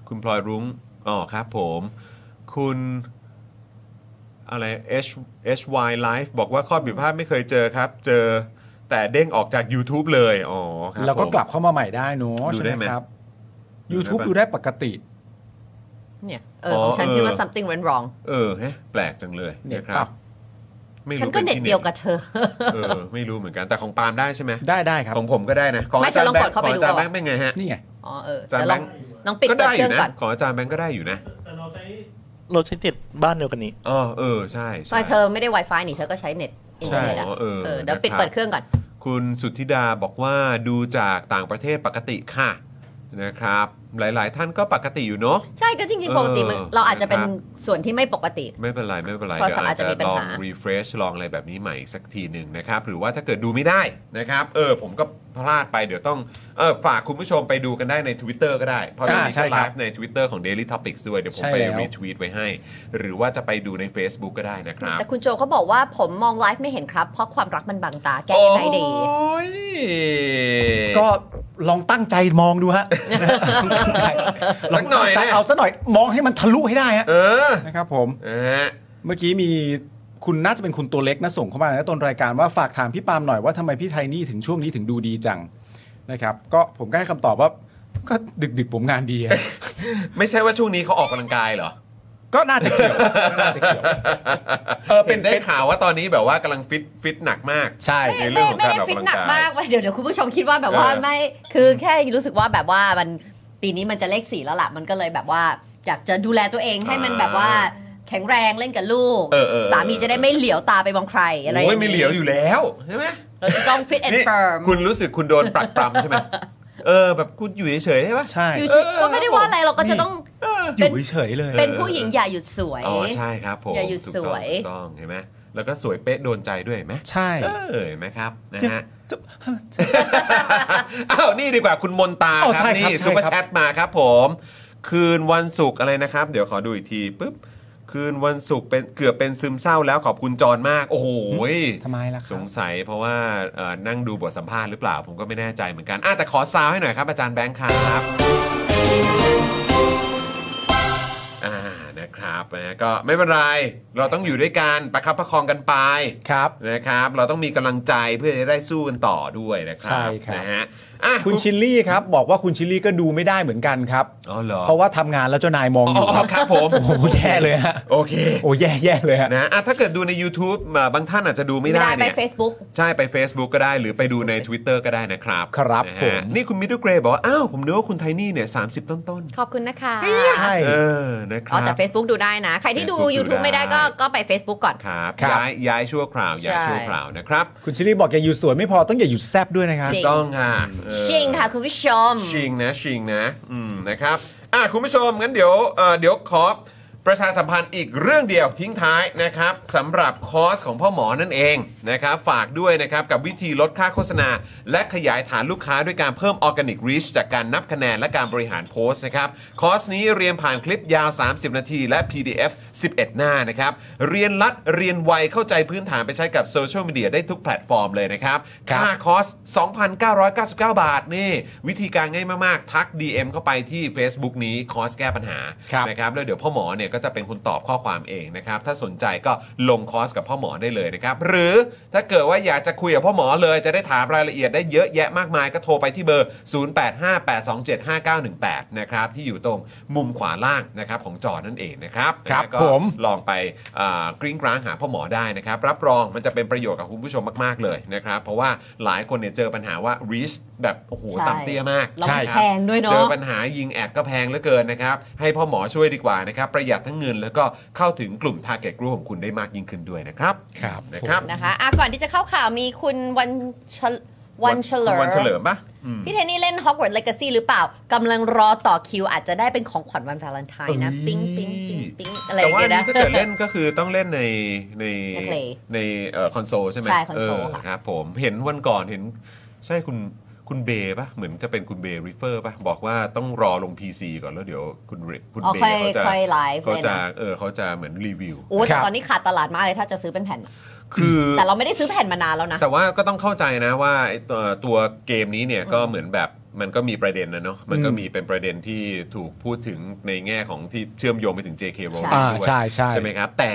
Speaker 1: คุณพลอยรุ้งอ๋อครับผม คุณอะไร H HY Life บอกว่าข้อผิดพลาดไม่เคยเจอครับ เจอแต่เด้งออกจาก YouTube เลยอ๋อครับ
Speaker 2: แล้วก็
Speaker 1: ผม
Speaker 2: กลับเข้ามาใหม่ได้เนาะ
Speaker 1: ดู
Speaker 2: ใช่
Speaker 1: ได้
Speaker 2: ไห
Speaker 1: ไห
Speaker 2: ม
Speaker 1: ม
Speaker 2: ครับ
Speaker 1: ดูได้
Speaker 2: YouTube
Speaker 1: ปะ
Speaker 2: ดูได้ปกติ
Speaker 4: เนี่ยเออของฉัน
Speaker 1: อ๋อ
Speaker 4: คิด
Speaker 1: เอ
Speaker 4: ว่า
Speaker 1: อ
Speaker 4: something went wrong
Speaker 1: เออฮะแปลกจังเลย
Speaker 2: เน็ต
Speaker 1: นะค
Speaker 2: ป
Speaker 1: รั
Speaker 2: รั
Speaker 1: บบ ไม่รู้
Speaker 4: ฉันก็
Speaker 1: ป็
Speaker 4: เน็ต
Speaker 1: ที่
Speaker 4: เดียวกับเธอ
Speaker 1: เออไม่รู้เหมือนกันแต่ของปาล์มได้ใช่ไหม
Speaker 2: ได้ได้ครับ
Speaker 1: ของผมก็ได้นะของ
Speaker 4: ไม่
Speaker 1: อาจารย์
Speaker 4: แต่ลอง
Speaker 1: แบง
Speaker 4: กด
Speaker 1: ค์ข
Speaker 4: เข้า
Speaker 1: อง
Speaker 4: ไป
Speaker 1: อาจาร
Speaker 4: ดู
Speaker 1: ย์
Speaker 4: เห
Speaker 1: แบ
Speaker 4: รอ
Speaker 1: งค์เป็นไงฮะ
Speaker 2: นี่ไง
Speaker 4: อ๋อเออ
Speaker 1: จาน
Speaker 4: เดี๋ยวล
Speaker 1: แบง
Speaker 4: อง
Speaker 1: ค์
Speaker 4: น้องปิด
Speaker 1: ก็
Speaker 4: เปิด
Speaker 1: ได้
Speaker 4: เค
Speaker 1: อ
Speaker 4: รื่อยู่ ง
Speaker 1: นะ
Speaker 4: ก่อน
Speaker 1: ของอาจารย์แบงค์ก็ได้อยู่นะ
Speaker 3: เราใช้เน็ตบ้านเดียวกันนี้
Speaker 1: อ๋อเออใช่
Speaker 4: ตอ
Speaker 1: ใช่
Speaker 4: นเธอไม่ได้ Wi-Fi นี่เธอก็ใช้เน็ตอินเทอร์เน็ตอ่ะ
Speaker 1: ใช่อ๋อเออ
Speaker 4: เออเดี๋
Speaker 1: นะค
Speaker 4: ยว
Speaker 1: รับ
Speaker 4: ปิดเปิดเครื่องก่อน
Speaker 1: คุณสุทธิดาบอกว่าดูจากต่างประเทศปกติค่ะนะครับ หลายๆ ท่านก็ปกติอยู่เนาะ
Speaker 4: ใช่ก็จริงๆปกติมัน
Speaker 1: เออ
Speaker 4: เราอาจจะเป็น
Speaker 1: นะครับ
Speaker 4: ส่วนที่ไม่ปกติ
Speaker 1: ไม่เป็นไร ไม่เป็นไร
Speaker 4: โทร
Speaker 1: เดี๋ยว
Speaker 4: ศัพท์
Speaker 1: อาจจะ
Speaker 4: อาจจะมีปัญ
Speaker 1: ลอง
Speaker 4: หา
Speaker 1: รีเฟรชลองอะไรแบบนี้ใหม่อีกสักทีหนึ่งนะครับ หรือว่าถ้าเกิดดูไม่ได้นะครับ เออ ผมก็พลาดไปเดี๋ยวต้องเออฝากคุณผู้ชมไปดูกันได้ใน Twitter ก็ได้ เพราะตอนนี้
Speaker 2: อ่าใช่
Speaker 1: ก็
Speaker 2: ค
Speaker 1: ไล
Speaker 2: รับ
Speaker 1: ฟ์ใน Twitter ของ Daily Topics ด้วย เดี๋ยวผม
Speaker 2: ใช่
Speaker 1: ไป
Speaker 2: แล้ว
Speaker 1: รีทวีตไว้ให้ หรือว่าจะไปดูใน Facebook ก็ได้นะครับ
Speaker 4: แต่คุณโจเขาบอกว่าผมมองไลฟ์ไม่เห็นครับ เพราะความรักมันบังตาแก้ยังไงดี
Speaker 1: โอ้ย
Speaker 2: ก็ลองตั้งใจมองดูฮะ ตั้งใจ
Speaker 1: สักหน่อยนะ
Speaker 2: ลงตั้งใจเอาสักหน่อยมองให้มันทะลุให้ได้ฮะ
Speaker 1: เออ
Speaker 2: นะครับผม
Speaker 1: นะฮะ
Speaker 2: เมื่อกี้มีคุณน่าจะเป็นคุณตัวเล็กนะส่งเข้ามาในต้นรายการว่าฝากถามพี่ปาล์มหน่อยว่าทำไมพี่ไทนี่ถึงช่วงนี้ถึงดูดีจังนะครับ ก็ผมก็ให้คำตอบว่าก็ดึกๆผมงานดีอะ
Speaker 1: ไม่ใช่ว่าช่วงนี้เขาออกกำลังกายเหรอ
Speaker 2: ก็น่าจะเกี่ยวก็น่าจะเกี่ยวเออเป็
Speaker 1: เป็น น
Speaker 2: ได้
Speaker 1: ได้ข่าวว่าตอนนี้แบบว่ากำลังฟิตฟิตหนักมาก
Speaker 2: ใช่
Speaker 1: ในเรื่
Speaker 4: ไม่
Speaker 1: องของการ
Speaker 4: ไม่ได้
Speaker 1: ออก
Speaker 4: ฟิต
Speaker 1: กำลัง
Speaker 4: หนัก
Speaker 1: กาย
Speaker 4: มาก เว้ยเดี๋ยวเดี๋ยวคุณผู้ชมคิดว่าแบบว่า
Speaker 1: เออ
Speaker 4: ไม่คือแค่รู้สึกว่าแบบว่ามันปีนี้มันจะเลขสี่แล้วล่ะมันก็เลยแบบว่า อยากจะดูแลตัวเองให้มันแบบว่าแข็งแรงเล่นกับลูก
Speaker 1: เออเออเออ
Speaker 4: สามีจะได้ไม่เหลียวตาไปมองใครอะไร
Speaker 1: โอ้ยไม่เหลียวอยู่แล้วใช่ไหม
Speaker 4: เราจะต้องฟิตแอน
Speaker 1: นี่
Speaker 4: ด์เฟิร์ม
Speaker 1: คุณรู้สึกคุณโดนปรักปรำใช่ไหมเออ แบบคุณอยู่เฉยๆใช่ปะ
Speaker 2: ใช่
Speaker 4: อยู่
Speaker 1: เออ
Speaker 4: ก็ไม่ได้ว่าอะไรเราก็จะต้อง
Speaker 2: อ
Speaker 4: เป็น
Speaker 2: ยู่เฉยๆเลย
Speaker 4: เป็นผู้หญิงอย่าหยุดสวย
Speaker 1: อ๋อใช่ครับผม
Speaker 4: อย่าหยุด
Speaker 1: ถูกต้ง
Speaker 4: สวย
Speaker 1: ถูกต้องเห็นไหมแล้วก็สวยเป๊ะโดนใจด้วยเห็นไหม
Speaker 2: ใช่
Speaker 1: เออเห็นไหมครับนะฮะ
Speaker 2: จะ
Speaker 1: อ้าวนี่ดีกว่าคุณมนตา
Speaker 2: อ๋อ
Speaker 1: ครั
Speaker 2: ใช่
Speaker 1: บ
Speaker 2: ครับ
Speaker 1: นี่
Speaker 2: ใช่ครับ
Speaker 1: ซูเปอร์แชทมาครับผม คืนวันศุกร์อะไรนะครับ เดี๋ยวขอดูอีกทีปุ๊บคืนวันศุกร์เป็นเกือบเป็นซึมเศร้าแล้วขอบคุณจรมาก โอ้โห
Speaker 2: ทำไมล่ะค
Speaker 1: ส
Speaker 2: รับ
Speaker 1: งสัยเพราะว่าเอ่อนั่งดูบทสัมภาษณ์หรือเปล่า ผมก็ไม่แน่ใจเหมือนกันอ่ะแต่ขอซาวให้หน่อยครับ อาจารย์แบงค์ครับอ่านะครับนะก็ไม่เป็นไร เราต้องอยู่ด้วยกันประคับประคองกันไป
Speaker 2: ครับ
Speaker 1: นะครับ เราต้องมีกำลังใจเพื่อจะได้สู้กันต่อด้วยนะครั
Speaker 2: ใช่ครับ
Speaker 1: นะฮะอ่ะ
Speaker 2: คุณชิลลี่ครับ บอกว่าคุณชิลลี่ก็ดูไม่ได้เหมือนกันครับ
Speaker 1: อ๋อเหรอ
Speaker 2: เพราะว่าทำงานแล้วเจ้านายมอง
Speaker 1: อ๋
Speaker 2: อ
Speaker 1: อยู่ อ๋อครับผม
Speaker 2: โอ้โหแย่เลยฮะ
Speaker 1: โอเค
Speaker 2: โอ้แย่แย่เลยฮะ
Speaker 1: นะอ่ะถ้าเกิดดูใน YouTube อ่ะบางท่านอาจจะดูไม่ได้
Speaker 4: ไป
Speaker 1: เนี่ย
Speaker 4: Facebook
Speaker 1: ใช่ไป Facebook ก็ได้หรือไปดูใน Twitter ก็ได้นะครับ
Speaker 2: ครับ
Speaker 1: นะ
Speaker 2: ผ
Speaker 1: ฮะ
Speaker 2: ม
Speaker 1: นี่คุณมิด d ด e g เกรบอกว่า อ้าว ผมนึกว่าคุณไทนี่เนี่ยสาต้นต้น
Speaker 4: ขอบคุณนะคะ
Speaker 2: ใช่
Speaker 1: ๆเออนะค
Speaker 4: อ๋
Speaker 1: รั
Speaker 4: อบ แต่ Facebook ดูได้นะ ใครที่ดู
Speaker 1: Facebook ดู
Speaker 4: YouTube ไม่ได้
Speaker 1: ได้
Speaker 4: ก็ก็ไป Facebook ก่อน
Speaker 1: ครับ
Speaker 2: ครับ
Speaker 1: ย้ายย้ายชั่วคราว ย้าย
Speaker 4: ใช่
Speaker 1: ชั่วคราวนะครับ
Speaker 2: คุณชิลลี่บอกอย่าอยู่สวยไม่พอต้องอย่าอยู่แซบด้วยนะครับ
Speaker 4: จริ
Speaker 1: ต้องค่ะเออ
Speaker 4: ชิงค่ะ คุณผู้ชม
Speaker 1: ชิงนะชิงนะ อืมนะครับ อ่ะ คุณผู้ชม งั้นเดี๋ยวเอ่อเดี๋ยวขอประชาสัมพันธ์อีกเรื่องเดียวทิ้งท้ายนะครับสำหรับคอร์สของพ่อหมอนั่นเองนะครับฝากด้วยนะครับกับวิธีลดค่าโฆษณา และขยายฐานลูกค้าด้วยการเพิ่มออร์แกนิกรีชจากการนับคะแนนและการบริหารโพสต์นะครับ คอร์สนี้เรียนผ่านคลิปยาว 30 นาที และ PDF 11 หน้านะครับ เรียนรัดเรียนไวเข้าใจพื้นฐานไปใช้กับโซเชียลมีเดียได้ทุกแพลตฟอร์มเลยนะครับ
Speaker 2: ครับ
Speaker 1: ค่าคอร์ส 2,999 บาทนี่ วิธีการง่ายมาก ๆ ทัก DM เข้าไปที่ Facebook นี้คอร์สแก้ปัญหา
Speaker 2: ครับ
Speaker 1: นะครับแล้วเดี๋ยวพ่อหมอเนี่ยก็ ก็จะเป็นคนตอบข้อความเองนะครับ ถ้าสนใจก็ลงคอร์สกับพ่อหมอได้เลยนะครับ หรือถ้าเกิดว่าอยากจะคุยกับพ่อหมอเลย จะได้ถามรายละเอียดได้เยอะแยะมากมายก็โทรไปที่เบอร์ 0858275918 นะครับ ที่อยู่ตรงมุมขวาล่างนะครับของจอนั่นเองนะครับ
Speaker 2: ครับ
Speaker 1: แล้วก็
Speaker 2: ผม
Speaker 1: ลองไปอ่ากริ้งกร้างหาพ่อหมอได้นะครับ รับรองมันจะเป็นประโยชน์กับคุณผู้ชมมาก ๆ เลยนะครับ เพราะว่าหลายคนเนี่ยเจอปัญหาว่า reach แบบโอ้โห
Speaker 4: ใช่
Speaker 1: ต่ำเตี้ยมาก
Speaker 4: แล้วมัน
Speaker 1: ครั
Speaker 4: แพงด้วยเนอะ
Speaker 1: เจอปัญหายิงแอดก็แพงเหลือเกินนะครับ ให้พ่อหมอช่วยดีกว่านะครับ ประหยัดทั้งเงินแล้วก็เข้าถึงกลุ่ม target group ของคุณได้มากยิ่งขึ้นด้วยนะครับ
Speaker 2: ครับ
Speaker 1: นะครับ
Speaker 4: นะคะอ่ะก่อนที่จะเข้าข่าวมีคุณวันเฉลวันเฉลิม
Speaker 1: วันเฉลิมปะอืม
Speaker 4: พี่เทนนี่เล่น Hogwarts Legacy หรือเปล่า กำลังรอต่อคิว อาจจะได้เป็นของขวัญวันวาเลนไทน์นะ
Speaker 1: เอ้ย
Speaker 4: ปิ๊งปิ๊งปิ๊งปิ๊งอะไรอ
Speaker 1: แต่
Speaker 4: ย่าง
Speaker 1: ว่า
Speaker 4: เงี้
Speaker 1: อัน
Speaker 4: ยนะ
Speaker 1: นี้ถ้าเกิดเล่นก็คือต้องเล่นในใน
Speaker 4: ใน Play
Speaker 1: ในคอนโซลใช่ไหม
Speaker 4: ใช่ console ค่ะ
Speaker 1: เครับผมเห็นวันก่อนเห็นใช่คุณคุณเบย์ปะเหมือนจะเป็นคุณเบย์ริเฟอร์ปะบอกว่าต้องรอลง PC ก่อนแล้วเดี๋ยวคุณเรคุณ
Speaker 4: อ๋อ
Speaker 1: เบ
Speaker 4: ค่อย
Speaker 1: ย์เขาจะ
Speaker 4: ค่อยไลฟ์
Speaker 1: เขา
Speaker 4: เลย
Speaker 1: จะ
Speaker 4: นะ
Speaker 1: เออเขาจะเหมือนรีวิว
Speaker 4: โอ้แต่
Speaker 2: ครับ
Speaker 4: ตอนนี้ขาดตลาดมากเลยถ้าจะซื้อเป็นแผ่น
Speaker 1: คือ
Speaker 4: แต่เราไม่ได้ซื้อแผ่นมานานแล้วนะ
Speaker 1: แต่ว่าก็ต้องเข้าใจนะว่าไอ้ตัวตัวเกมนี้เนี่ยก็เหมือนแบบมันก็มีประเด็นนะเนาะมันก็มีเป็นประเด็นที่ถูกพูดถึงในแง่ของที่เชื่อมโยงไปถึง JK Rowling
Speaker 2: อ่า
Speaker 1: ด้วย
Speaker 2: ใช่ใช่
Speaker 1: ใช่ไหมครับ แต่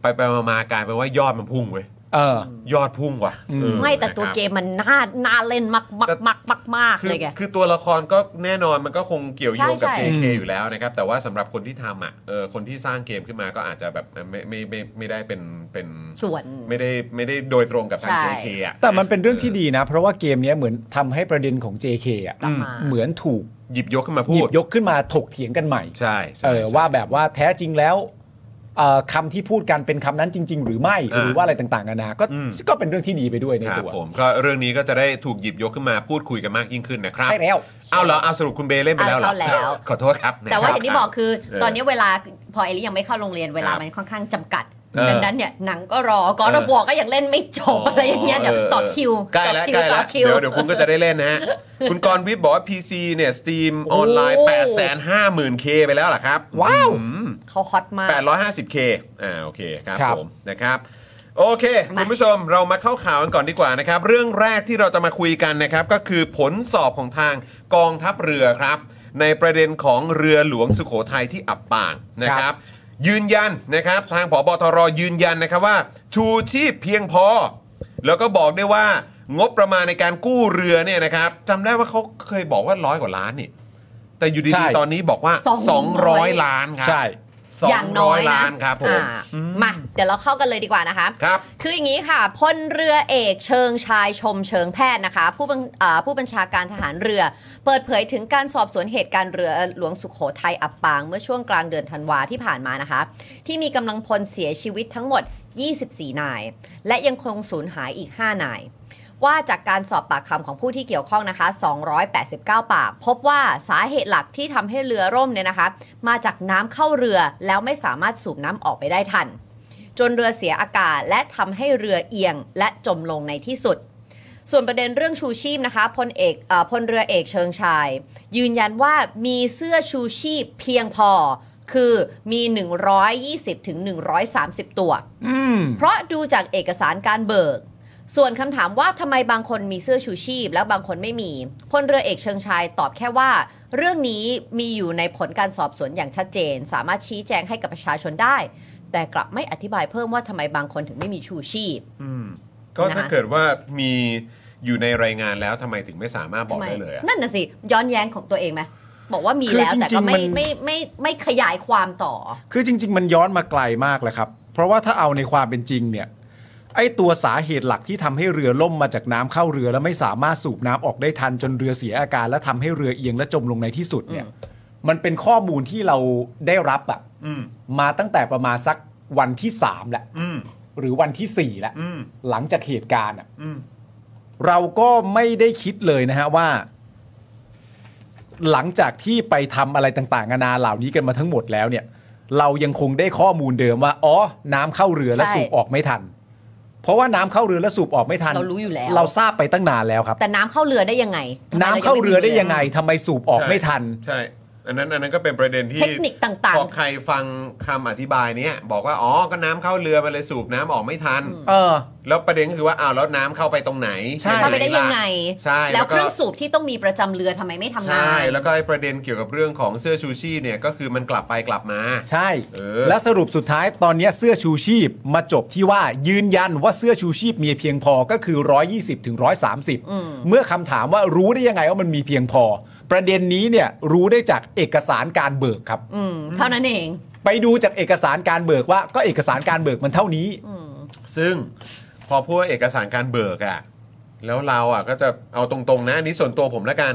Speaker 1: ไปไปๆมามากลายเป็นว่ายอดมันพุ่งเว้ย
Speaker 2: เออ
Speaker 1: ยอดพุ่งว่ะ
Speaker 2: อืม
Speaker 1: เออ
Speaker 4: ไม่แต่ตัว
Speaker 1: นะครับ
Speaker 4: เกมมันน่าน่าเล่นมากมาก
Speaker 1: แต่
Speaker 4: มากมากมาก
Speaker 1: คือ
Speaker 4: เลยแก
Speaker 1: คือตัวละครก็แน่นอนมันก็คงเกี่ยวโยงกับ
Speaker 4: ใช่ใช่
Speaker 1: JK
Speaker 2: อืม
Speaker 1: อยู่แล้วนะครับ แต่ว่าสำหรับคนที่ทำอ่ะเออคนที่สร้างเกมขึ้นมาก็อาจจะแบบไม่ไม่ไม่ไม่ได้เป็นเป็น
Speaker 4: ส่วน
Speaker 1: ไม่ได้ไม่ได้โดยตรงกับทาง
Speaker 4: ใช่
Speaker 1: JK อ่ะ
Speaker 2: แต่มันเป็นเรื่องที่ดีนะ เพราะว่าเกมเนี้ยเหมือนทำให้ประเด็นของ JK อ่ะ
Speaker 4: กลับมา
Speaker 2: เหมือนถูก
Speaker 1: หยิบยกขึ้นมา
Speaker 2: ห
Speaker 1: พู
Speaker 2: ยิ
Speaker 1: ด
Speaker 2: บยกขึ้นมาถกเถียงกันใหม่
Speaker 1: ใช่ใช่
Speaker 2: เออ
Speaker 1: ใช่
Speaker 2: ว่าแบบว่าแท้จริงแล้วเอ่อคำที่พูดกันเป็นคำนั้นจริง ๆ หรือไม่
Speaker 1: อ่า
Speaker 2: หรือว่าอะไรต่างๆนานาก็
Speaker 1: อืม
Speaker 2: ก็เป็นเรื่องที่ดีไปด้วยใน
Speaker 1: ครั
Speaker 2: ตั
Speaker 1: บ
Speaker 2: ว
Speaker 1: ผมก็เรื่องนี้ก็จะได้ถูกหยิบยกขึ้นมาพูดคุยกันมากยิ่งขึ้นนะครับ
Speaker 2: ใช่แล้ว
Speaker 1: เอาเหรอเอาสรุปคุณเบย์เล่นไปแล้วเหรอ
Speaker 4: เอาแล้ว
Speaker 1: ขอโทษครับ
Speaker 4: แต่ว่า
Speaker 1: ะค
Speaker 4: อ
Speaker 1: รั
Speaker 4: ย่างที่บอกคือ
Speaker 1: เออ
Speaker 4: ตอนนี้เวลาพอเอลี่ยังไม่เข้าโรงเรียนเวลา
Speaker 1: ครับ
Speaker 4: มันค่อนข้างจำกัด
Speaker 1: เออ
Speaker 4: ดังนั้นเนี่ยหนังก็รอก็รอฟวก็ยังเล่นไม่จบ
Speaker 1: อ๋ออ
Speaker 4: อะไรอย่างเงี้ยเดี๋ยว
Speaker 1: เออ
Speaker 4: ต่อคิว
Speaker 1: ใกล้
Speaker 4: ต่อ
Speaker 1: แล้ว
Speaker 4: คิ
Speaker 1: ใก
Speaker 4: ว
Speaker 1: ล้
Speaker 4: ต่
Speaker 1: แล้
Speaker 4: อ
Speaker 1: ว
Speaker 4: คิว
Speaker 1: เดี๋ยวเดี๋ยวคุณก็จะได้เล่น นะฮะ คุณกรณ์วิทย์บอกว่า PC เนี่ยสตรีมออนไลน์
Speaker 4: โอ้
Speaker 1: 8 5 0 0 0 0 k ไปแล้วเหรอครับ
Speaker 2: ว้าว
Speaker 1: อืม
Speaker 4: เขาฮอตมาก
Speaker 1: 850k อ่าโอเคครับ
Speaker 2: ครับ
Speaker 1: ผมนะครับ โอเค
Speaker 4: มา
Speaker 1: คุณผู้ชมเรามาเข้าข่าวกันก่อนดีกว่านะครับ เรื่องแรกที่เราจะมาคุยกันนะครับ ก็คือผลสอบของทางกองทัพเรือครับ ในประเด็นของเรือหลวงสุโขทัยที่อับปางนะครับ ยืนยันนะครับ ทางผบทรยืนยันนะครับว่า ชูชีพเพียงพอ แล้วก็บอกได้วยว่างบประมาณในการกู้เรือเนี่ยนะครับจำได้ว่าเขาเคยบอกว่าร้อยกว่าล้านนี่แต่อยู่
Speaker 2: ใช่
Speaker 1: ดีๆตอนนี้บอกว่า
Speaker 4: สองร้อย
Speaker 1: 200 ล้านครับ
Speaker 2: ใช่
Speaker 1: สอ
Speaker 4: อย่าง ง
Speaker 1: ร้
Speaker 4: น้
Speaker 1: อ
Speaker 4: อย
Speaker 1: ย
Speaker 4: นะ
Speaker 1: ล้านครับผม
Speaker 4: อ่ามาเดี๋ยวเราเข้ากันเลยดีกว่านะคะ
Speaker 1: ครับ
Speaker 4: คืออย่างนี้ค่ะพลเรือเอกเชิงชายชมเชิงแพทย์นะคะ ผู้บัญอ่าผู้บัญชาการทหารเรือ เปิดเผยถึงการสอบสวนเหตุการณ์เรือหลวงสุขโขทัยอับปาง เมื่อช่วงกลางเดือนธันวาที่ผ่านมานะคะ ที่มีกำลังพลเสียชีวิตทั้งหมด 24 นาย และยังคงสูญหายอีก 5 นาย ว่าจากการสอบปากคำของผู้ที่เกี่ยวข้องนะคะ 289 ปาก พบว่าสาเหตุหลักที่ทำให้เรือร่มเนี่ยนะคะ มาจากน้ำเข้าเรือแล้วไม่สามารถสูบน้ำออกไปได้ทัน จนเรือเสียอากาศและทำให้เรือเอียงและจมลงในที่สุด ส่วนประเด็นเรื่องชูชีพนะคะพลเอกเอ่อพลเรือเอกเชิงชาย ยืนยันว่ามีเสื้อชูชีพเพียงพอ คือมี 120ถึง130 ตัว
Speaker 2: อืม
Speaker 4: เพราะดูจากเอกสารการเบิก ส่วนคำถามว่าทำไมบางคนมีเสื้อชูชีพ แล้วบางคนไม่มีพลเรือเอกเชิงชายตอบแค่ว่า เรื่องนี้มีอยู่ในผลการสอบสวนอย่างชัดเจน สามารถชี้แจงให้กับประชาชนได้ แต่กลับไม่อธิบายเพิ่มว่าทำไมบางคนถึงไม่มีชูชีพ
Speaker 1: ก็ถ้า
Speaker 4: นะคะ
Speaker 1: เกิดว่ามีอยู่ในรายงานแล้วทำไมถึงไม่สามารถบอก
Speaker 4: ทำไม
Speaker 1: ได้เลยอะ
Speaker 4: นั่นน่ะสิ ย้อนแย้งของตัวเองไหมบอกว่ามี
Speaker 2: คือ
Speaker 4: แล้วแต่
Speaker 2: จริ
Speaker 4: ก็
Speaker 2: งๆ
Speaker 4: ไม่
Speaker 2: มัน
Speaker 4: ไม่ไม่ไม่ขยายความต่อ
Speaker 2: คือจริง ๆ มันย้อนมาไกลมากเลยครับ เพราะว่าถ้าเอาในความเป็นจริงเนี่ย ไอ้ตัวสาเหตุหลักที่ทำให้เรือล่มมาจากน้ำเข้าเรือแล้วไม่สามารถสูบน้ำออกได้ทันจนเรือเสียอาการและทำให้เรือเอียงและจมลงในที่สุดเนี่ย มันเป็นข้อมูลที่เราได้รับอะ
Speaker 1: อืม
Speaker 2: มาตั้งแต่ประมาณสักวันที่สามแหละ
Speaker 1: อืม
Speaker 2: หรือวันที่สี่แหละ
Speaker 1: อืม
Speaker 2: หลังจากเหตุการณ์อะ
Speaker 1: อืม
Speaker 2: เราก็ไม่ได้คิดเลยนะฮะว่า หลังจากที่ไปทำอะไรต่างๆนานาเหล่านี้กันมาทั้งหมดแล้วเนี่ย เรายังคงได้ข้อมูลเดิมว่า อ๋อ น้ำเข้าเรือและ
Speaker 4: ใช่
Speaker 2: สูบออกไม่ทัน เพราะว่าน้ำเข้าเรือและสูบออกไม่ทัน
Speaker 4: เรารู้อยู่แล้ว
Speaker 2: เราทราบไปตั้งนานแล้วครับ
Speaker 4: แต่น้ำเข้าเรือได้ยังไงทำม
Speaker 2: น้ำเข้าเรือได้ยังไง
Speaker 4: ม่มี
Speaker 2: ทำไมสูบออก
Speaker 1: ใช่
Speaker 2: ไม่ทัน
Speaker 1: ใช่ อันนั้นอันนั้นก็เป็นประเด็นที่
Speaker 4: เทคนิคต่าง
Speaker 1: พอใครฟังคำอธิบายเนี้ยบอกว่าอ๋อก็น้ำเข้าเรือมาเลยสูบน้ำออกไม่ทัน
Speaker 2: เออ
Speaker 1: แล้วประเด็นก็คือว่าอ้าวแล้วน้ำเข้าไปตรงไหน
Speaker 2: ใช่
Speaker 4: ๆเข้าไปได้ยังไง
Speaker 1: ใช่
Speaker 4: แล้ว
Speaker 1: ก็
Speaker 4: เครื่องสูบที่ต้องมีประจำเรือทำไมไม่ทำงา
Speaker 1: ใช่
Speaker 4: น
Speaker 1: แล้วก็ไอ้ประเด็นเกี่ยวกับเรื่องของเสื้อชูชีพเนี่ยก็คือมันกลับไปกลับมา
Speaker 2: ใช่
Speaker 1: เออ
Speaker 2: และสรุปสุดท้ายตอนเนี้ยเสื้อชูชีพมาจบที่ว่ายืนยันว่าเสื้อชูชีพมีเพียงพอก็คือ 120ถึง130 เมื่อคำถามว่ารู้ได้ยังไงว่ามันมีเพียงพอ ประเด็นนี้เนี่ยรู้ได้จากเอกสารการเบิกครับ
Speaker 4: อืม เท่านั้นเอง
Speaker 2: ไปดูจากเอกสารการเบิกว่าก็เอกสารการเบิกมันเท่านี้
Speaker 1: ซึ่งพอพูดว่าเอกสารการเบิกอะแล้วเราอะก็จะเอาตรงๆนะอันนี้ส่วนตัวผมละกัน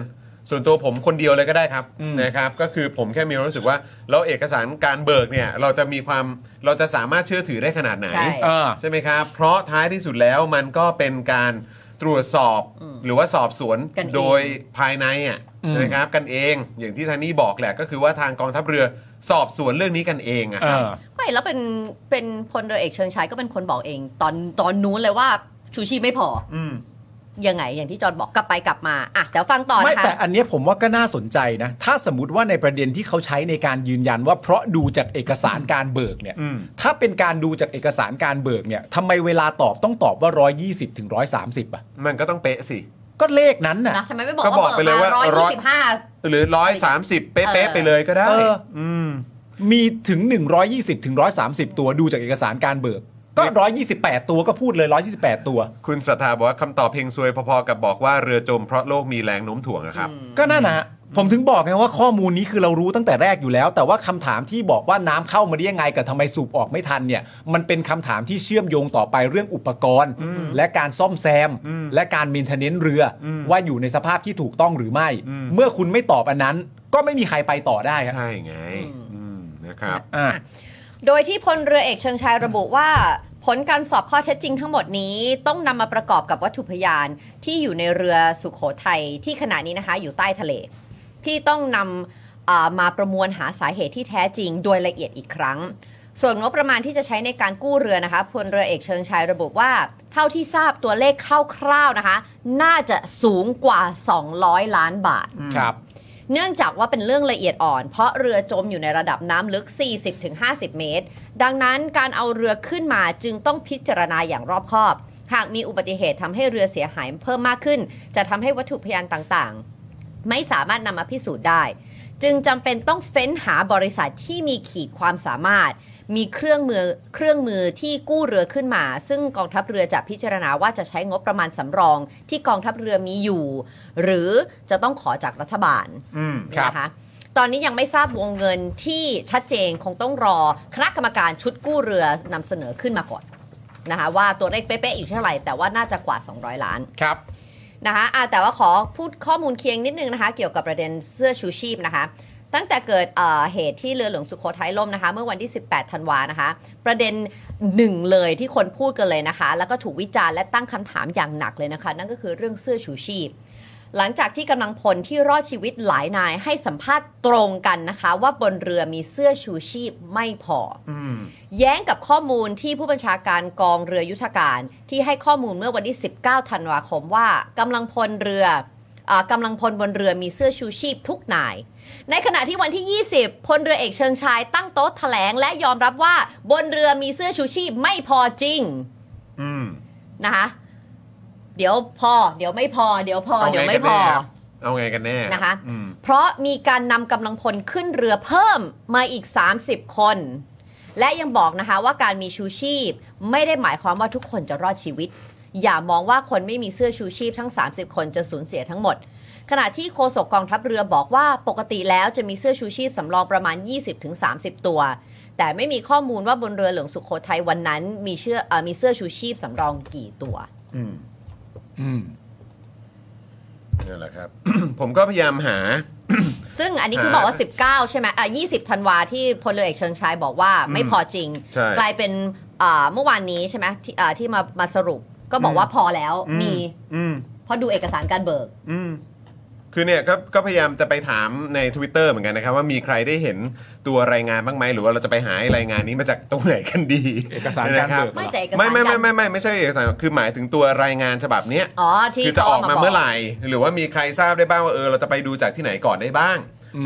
Speaker 1: ส่วนตัวผมคนเดียวเลยก็ได้ครับ
Speaker 2: อืม
Speaker 1: นะครับก็คือผมแค่มีความรู้สึกว่าแล้วเอกสารการเบิกเนี่ยเราจะมีความเราจะสามารถเชื่อถือได้ขนาดไหน
Speaker 4: ใช่
Speaker 2: เออ
Speaker 1: ใช่ไหมครับ เพราะท้ายที่สุดแล้วมันก็เป็นการตรวจสอบหรือว่าสอบสวน
Speaker 4: กันเอง
Speaker 1: โดยภายในอ่ะ
Speaker 2: อืม
Speaker 1: นะครับกันเองอย่างที่ทางนี้บอกแหละก็คือว่าทางกองทัพเรือสอบสวนเรื่องนี้กันเองอะ
Speaker 2: เอ
Speaker 1: ครับ
Speaker 2: อ
Speaker 4: ไม่แล้วเป็นเป็นพลเรือเอกเชิงชายก็เป็นคนบอกเอง ตอนตอนนู้นเลยว่าชูชีพไม่พอ
Speaker 1: อืม
Speaker 4: ยังไง อย่างที่จอห์นบอกกลับไปกลับมาอ่ะแต่ฟังต่อ
Speaker 2: ไม่
Speaker 4: นะคะ
Speaker 2: แต่อันเนี้ยผมว่าก็น่าสนใจนะ ถ้าสมมติว่าในประเด็นที่เขาใช้ในการยืนยันว่าเพราะดูจากเอกสารการเบิกเนี่ย ถ้าเป็นการดูจากเอกสารการเบิกเนี่ยทำไมเวลาตอบต้องตอบว่า 120ถึง130 อ่ะ
Speaker 1: มันก็ต้องเป๊ะสิ
Speaker 2: ก็เลขนั้นน่ะ
Speaker 4: นะทำไมไม่บอก
Speaker 1: ก็
Speaker 4: ว่า
Speaker 1: บอกไป
Speaker 4: เปิด
Speaker 1: เลย
Speaker 4: มา
Speaker 1: ว่า
Speaker 4: ร้อย
Speaker 1: ร้
Speaker 4: ยี่
Speaker 1: อย
Speaker 4: สิบห้า
Speaker 1: หรือ 130 เป๊ะๆไปเลยก็ได้
Speaker 2: เออ
Speaker 1: ม
Speaker 2: มีถึง 120ถึง130 ตัวดูจากเอกสารการเบิก ก็ 128 ตัวก็พูดเลย 128 ตัว
Speaker 1: คุณสัทธาบอกว่าคำตอบเพลงซวยพอๆกับบอกว่าเรือจมเพราะโลกมีแรงโน้มถ่วงอะครับ
Speaker 2: ก็นั่นนะฮะผมถึงบอกไงว่าข้อมูลนี้คือเรารู้ตั้งแต่แรกอยู่แล้ว แต่ว่าคำถามที่บอกว่าน้ำเข้ามาได้ยังไงกับทำไมสูบออกไม่ทันเนี่ย มันเป็นคำถามที่เชื่อมโยงต่อไปเรื่องอุปกรณ์ และการซ่อมแซม และการม i นเทนเนนเรืออว่าอยู่ในสภาพที่ถูกต้องหรือไม่ เมื่อคุณไม่ตอบอันนั้น ก็ไม่มีใครไปต่อได้ครับ
Speaker 1: ใช่ไงอืมนะครับ
Speaker 2: อ่ะ
Speaker 4: โดยที่พลเรือเอกเชิงชายระบุว่า ผลการสอบข้อเท็จจริงทั้งหมดนี้ต้องนำมาประกอบกับวัตถุพยานที่อยู่ในเรือสุขโขทัยที่ขณะนี้นะคะ อยู่ใต้ทะเล ที่ต้องนำเอ่อมาประมวลหาสาเหตุที่แท้จริงโดยละเอียดอีกครั้ง ส่วนงบประมาณที่จะใช้ในการกู้เรือนะคะพลเรือเอกเชิงชายระบุว่า เท่าที่ทราบตัวเลขคร่าวๆนะคะ น่าจะสูงกว่า 200 ล้านบาท
Speaker 2: ครับ
Speaker 4: เนื่องจากว่าเป็นเรื่องละเอียดอ่อน เพราะเรือจมอยู่ในระดับน้ำลึก 40-50 เมตร ดังนั้นการเอาเรือขึ้นมาจึงต้องพิจารณาอย่างรอบคอบ หากมีอุบัติเหตุทำให้เรือเสียหายเพิ่มมากขึ้น จะทำให้วัตถุพยานต่างๆ ไม่สามารถนำมาพิสูจน์ได้ จึงจำเป็นต้องเฟ้นหาบริษัทที่มีขีดความสามารถ มีเครื่องมือเครื่องมือที่กู้เรือขึ้นมา ซึ่งกองทัพเรือจะพิจารณาว่าจะใช้งบประมาณสำรอง ที่กองทัพเรือมีอยู่ หรือจะต้องขอจากรัฐบาล
Speaker 1: อืม
Speaker 2: ครับ
Speaker 4: นะคะตอนนี้ยังไม่ทราบวงเงินที่ชัดเจนคงต้องรอคณะกรรมการชุดกู้เรือนำเสนอขึ้นมาก่อนนะคะว่าตัวเลขเป๊ะๆอยู่เท่าไหร่ แต่ว่าน่าจะกว่า 200 ล้าน
Speaker 2: ครับ
Speaker 4: นะคะอ่าแต่ว่าขอพูดข้อมูลเคียงนิดนึงนะคะ เกี่ยวกับประเด็นเสื้อชูชีพนะคะ ตั้งแต่เกิดเอ่อเหตุที่เรือหลวงสุโขทัยล่มนะคะ เมื่อวันที่ 18 ธันวานะคะ ประเด็นหนึ่งเลยที่คนพูดกันเลยนะคะ แล้วก็ถูกวิจารณ์และตั้งคำถามอย่างหนักเลยนะคะ นั่นก็คือเรื่องเสื้อชูชีพ หลังจากที่กำลังพลที่รอดชีวิตหลายนายให้สัมภาษณ์ตรงกันนะคะ ว่าบนเรือมีเสื้อชูชีพไม่พออแย้งกับข้อมูลที่ผู้บัญชาการกองเรือยุทธการ ที่ให้ข้อมูลเมื่อวันที่ 19 ธันวาคมว่ากำลังพลเรืออากำลังพลบนเรือมีเสื้อชูชีพทุกนาย ในขณะที่วันที่ 20 พลเรือเอกเชิงชายตั้งโต๊ะแถลง และยอมรับว่าบนเรือมีเสื้อชูชีพไม่พอจริง
Speaker 1: อืม
Speaker 4: นะคะ เดี๋ยวพอ เดี๋ยวไม่พอ เดี๋ยวพอ เดี๋ยวไม่พอ
Speaker 1: เอางกันแน่ครับเอาไงกันแน่
Speaker 4: นะคะ
Speaker 1: อืม
Speaker 4: เพราะมีการนำกำลังพลขึ้นเรือเพิ่มมาอีก 30 คน และยังบอกนะคะว่าการมีชูชีพ ไม่ได้หมายความว่าทุกคนจะรอดชีวิต อย่ามองว่าคนไม่มีเสื้อชูชีพทั้ง 30 คนจะสูญเสียทั้งหมด ขณะที่โฆษกกองทัพเรือบอกว่าปกติแล้วจะมีเสื้อชูชีพสำรองประมาณ 20-30 ตัว แต่ไม่มีข้อมูลว่าบนเรือหลวงสุโขทัยวันนั้น มีเชื่อเออมีเสื้อชูชีพสำรองกี่ตัว
Speaker 1: อืม
Speaker 2: อืม
Speaker 1: นั่นแหละครับ ผมก็พยายามหา
Speaker 4: ซึ่งอันนี้คือ
Speaker 1: อ่า
Speaker 4: บอกว่า 19 ใช่ไหมอ่ะ20 ธันวาที่พลเรือเอกเชิงชายบอกว่าไม่พอจริง
Speaker 1: ใช่
Speaker 4: กลายเป็นอ่าเมื่อวานนี้ใช่ไหมที่อ่าที่มามาสรุปก็บอกว่าพอแล้ว
Speaker 1: อืม
Speaker 4: มี
Speaker 1: อืม
Speaker 4: เพราะดูเอกสารการเบิก
Speaker 1: อืม คือเนี่ยก็ก็พยายามจะไปถามใน Twitter เหมือนกันนะครับ ว่ามีใครได้เห็นตัวรายงานบ้างไหมหรือว่าเราจะไปหาไอ้รายงานนี้มาจากตรงไหนกันดี
Speaker 2: เอกสารการเบิก
Speaker 1: นะค
Speaker 4: ไม่แต่เอกสาร
Speaker 1: ไม่ไม่ไม่
Speaker 4: การ
Speaker 1: ไม่ไม่ไม่ใช่เอกสารคือหมายถึงตัวรายงานฉบับเนี้ย
Speaker 4: อ๋อที่
Speaker 1: คือจะออกมา
Speaker 4: ขบ
Speaker 1: เมื่อไหร่ หรือว่ามีใครทราบได้บ้างว่าเออเราจะไปดูจากที่ไหนก่อนได้บ้าง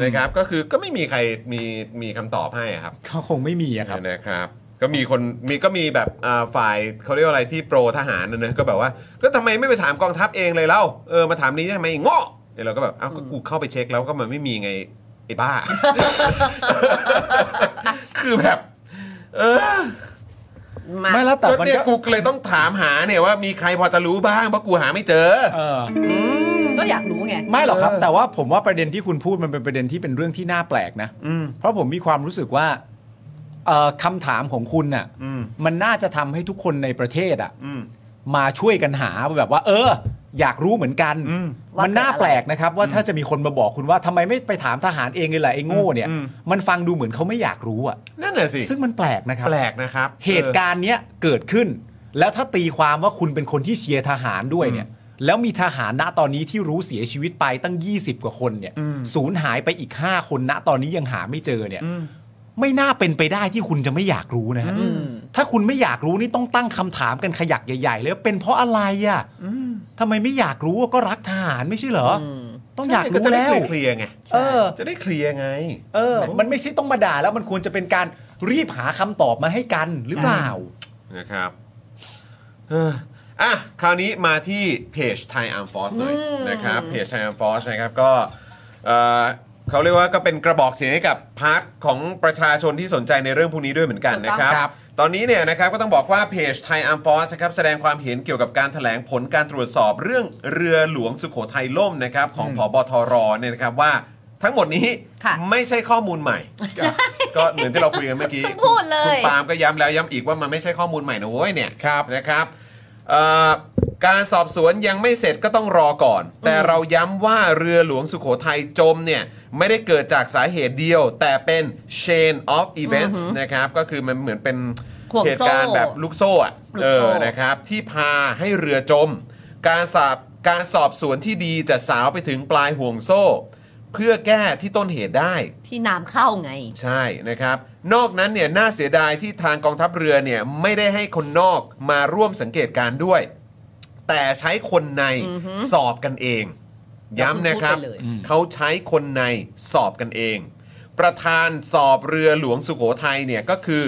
Speaker 1: นะครับก็คือก็ไม่มีใครมีมีคำตอบให้อะครับ
Speaker 2: เขาคงไม่มีอะครับ
Speaker 1: นะครับ ก็มีคนมีก็มีแบบอ่าฝ่ายเขาเรียกว่าอะไรที่โปรทหารนะเนอะก็แบบว่า ก็ทำไมไม่ไปถามกองทัพเองเลยเล่าเออมาถามนี้ทำไมไอ้โง่เนี่ยเราก็แบบเอ้าก็กูเข้าไปเช็คแล้วก็มันไม่มีไงไอ้บ้า คือแบบ เออ
Speaker 4: มา
Speaker 2: ไม่แล้วแต่
Speaker 1: ก็
Speaker 2: มัน
Speaker 1: เนี่ย
Speaker 2: ก็
Speaker 1: กูเลยต้องถามหาเนี่ยว่ามีใครพอจะรู้บ้างเพราะกูหาไม่เจอ
Speaker 2: เออ
Speaker 4: ก็อยากรู้ไง
Speaker 2: ไม่หรอกครับ
Speaker 1: เออ
Speaker 2: แต่ว่าผมว่าประเด็นที่คุณพูดมันเป็นประเด็นที่เป็นเรื่องที่น่าแปลกนะ
Speaker 1: อืม
Speaker 2: เพราะผมมีความรู้สึกว่าเอ่อคำถามของคุณน่ะ
Speaker 1: อืม
Speaker 2: มันน่าจะทำให้ทุกคนในประเทศอ่ะ
Speaker 1: อืม
Speaker 2: มาช่วยกันหาแบบว่า เออ อยากรู้เหมือนกัน
Speaker 1: อืม
Speaker 2: มันน่าแปลกนะครับ ว่าถ้าจะมีคนมาบอกคุณว่าทำไมไม่ไปถามทหารเองเลยล่ะไอ้โง่เนี่ย
Speaker 1: อืม
Speaker 2: มันฟังดูเหมือนเขาไม่อยากรู้อ่ะ
Speaker 1: นั่นน่ะสิ
Speaker 2: ซึ่งมันแปลกนะครับ
Speaker 1: แปลกนะครับ
Speaker 2: เหตุการณ์เนี้ยเกิดขึ้น แล้วถ้าตีความว่าคุณเป็นคนที่เชียร์ทหารด้วยเนี่ย แล้วมีทหารณตอนนี้ที่รู้เสียชีวิตไปตั้ง 20 กว่าคนเนี่ยสูญหายไปอีก 5 คนณตอนนี้ยังหาไม่เจอเนี่ย ไม่น่าเป็นไปได้ที่คุณจะไม่อยากรู้นะฮะถ้าคุณไม่อยากรู้นี่ต้องตั้งคำถามกันขยักใหญ่ๆเลยว่าเป็นเพราะอะไรอ่ะทำไมไม่อยากรู้ก็รักทหารไม่ใช่เหรออต้องอยากรู้แล้ว
Speaker 1: จะได้เคลียร์ๆไง
Speaker 2: เออ
Speaker 1: จะได้เคลียร์ไง
Speaker 2: เออ มันไม่ใช่ต้องมาด่าแล้วมันควรจะเป็นการรีบหาคำตอบมาให้กันหรือเปล่า
Speaker 1: นะครับเอ่ออ่ะ คราวนี้มาที่เพจ Thai Arm Force หน่อยนะครับ เพจ Thai Arm Force นะครับก็เอ่อเขาเรียกว่าก็เป็นกระบอกเสียงให้กับพักของประชาชนที่สนใจในเรื่องพวกนี้ด้วยเหมือนกัน
Speaker 4: ถูกต้
Speaker 1: นะ
Speaker 4: อง
Speaker 1: ครับ
Speaker 2: ครับ
Speaker 1: ตอนนี้เนี่ยนะครับก็ต้องบอกว่าเพจ Thai Arm Force นะครับแสดงความเห็นเกี่ยวกับการแถลงผลการตรวจสอบเรื่องเรือหลวงสุโขทัยล่มนะครับของผบทรเนี่ยนะครับว่าทั้งหมดนี้
Speaker 4: ค่ะ
Speaker 1: ไม่ใช่ข้อมูลใหม่ ก็เหมือนที่เราคุยกันเมื่อกี้
Speaker 4: พูดเลย
Speaker 1: คุณปาล์มก็ย้ำแล้วย้ำอีกว่ามันไม่ใช่ข้อมูลใหม่นะเว้ยเนี่ย
Speaker 2: ครับ
Speaker 1: นะครับเอ่อการสอบสวนยังไม่เสร็จก็ต้องรอก่อน แต่เราย้ำว่าเรือหลวงสุโขทัยจมเนี่ยไม่ได้เกิดจากสาเหตุเดียว แต่เป็น chain of events นะครับก็คือมันเหมือนเป็น
Speaker 4: ห่วง
Speaker 1: เหตุ
Speaker 4: โซ่
Speaker 1: การณ์แบบลูกโซ่อะ
Speaker 4: ลูก
Speaker 1: เอ
Speaker 4: โซ่
Speaker 1: อนะครับที่พาให้เรือจม การสอบการสอบสวนที่ดีจะสาวไปถึงปลายห่วงโซ่ เพื่อแก้ที่ต้นเหตุได้
Speaker 4: ที่น้ำเข้าไง
Speaker 1: ใช่นะครับ นอกนั้นเนี่ยน่าเสียดายที่ทางกองทัพเรือเนี่ยไม่ได้ให้คนนอกมาร่วมสังเกตการณ์ด้วย แต่ใช้คนในสอบกันเอง ย้ำนะครับ
Speaker 4: พูดไปเลย
Speaker 1: เขาใช้คนในสอบกันเอง ประธานสอบเรือหลวงสุโขทัยเนี่ยก็คือ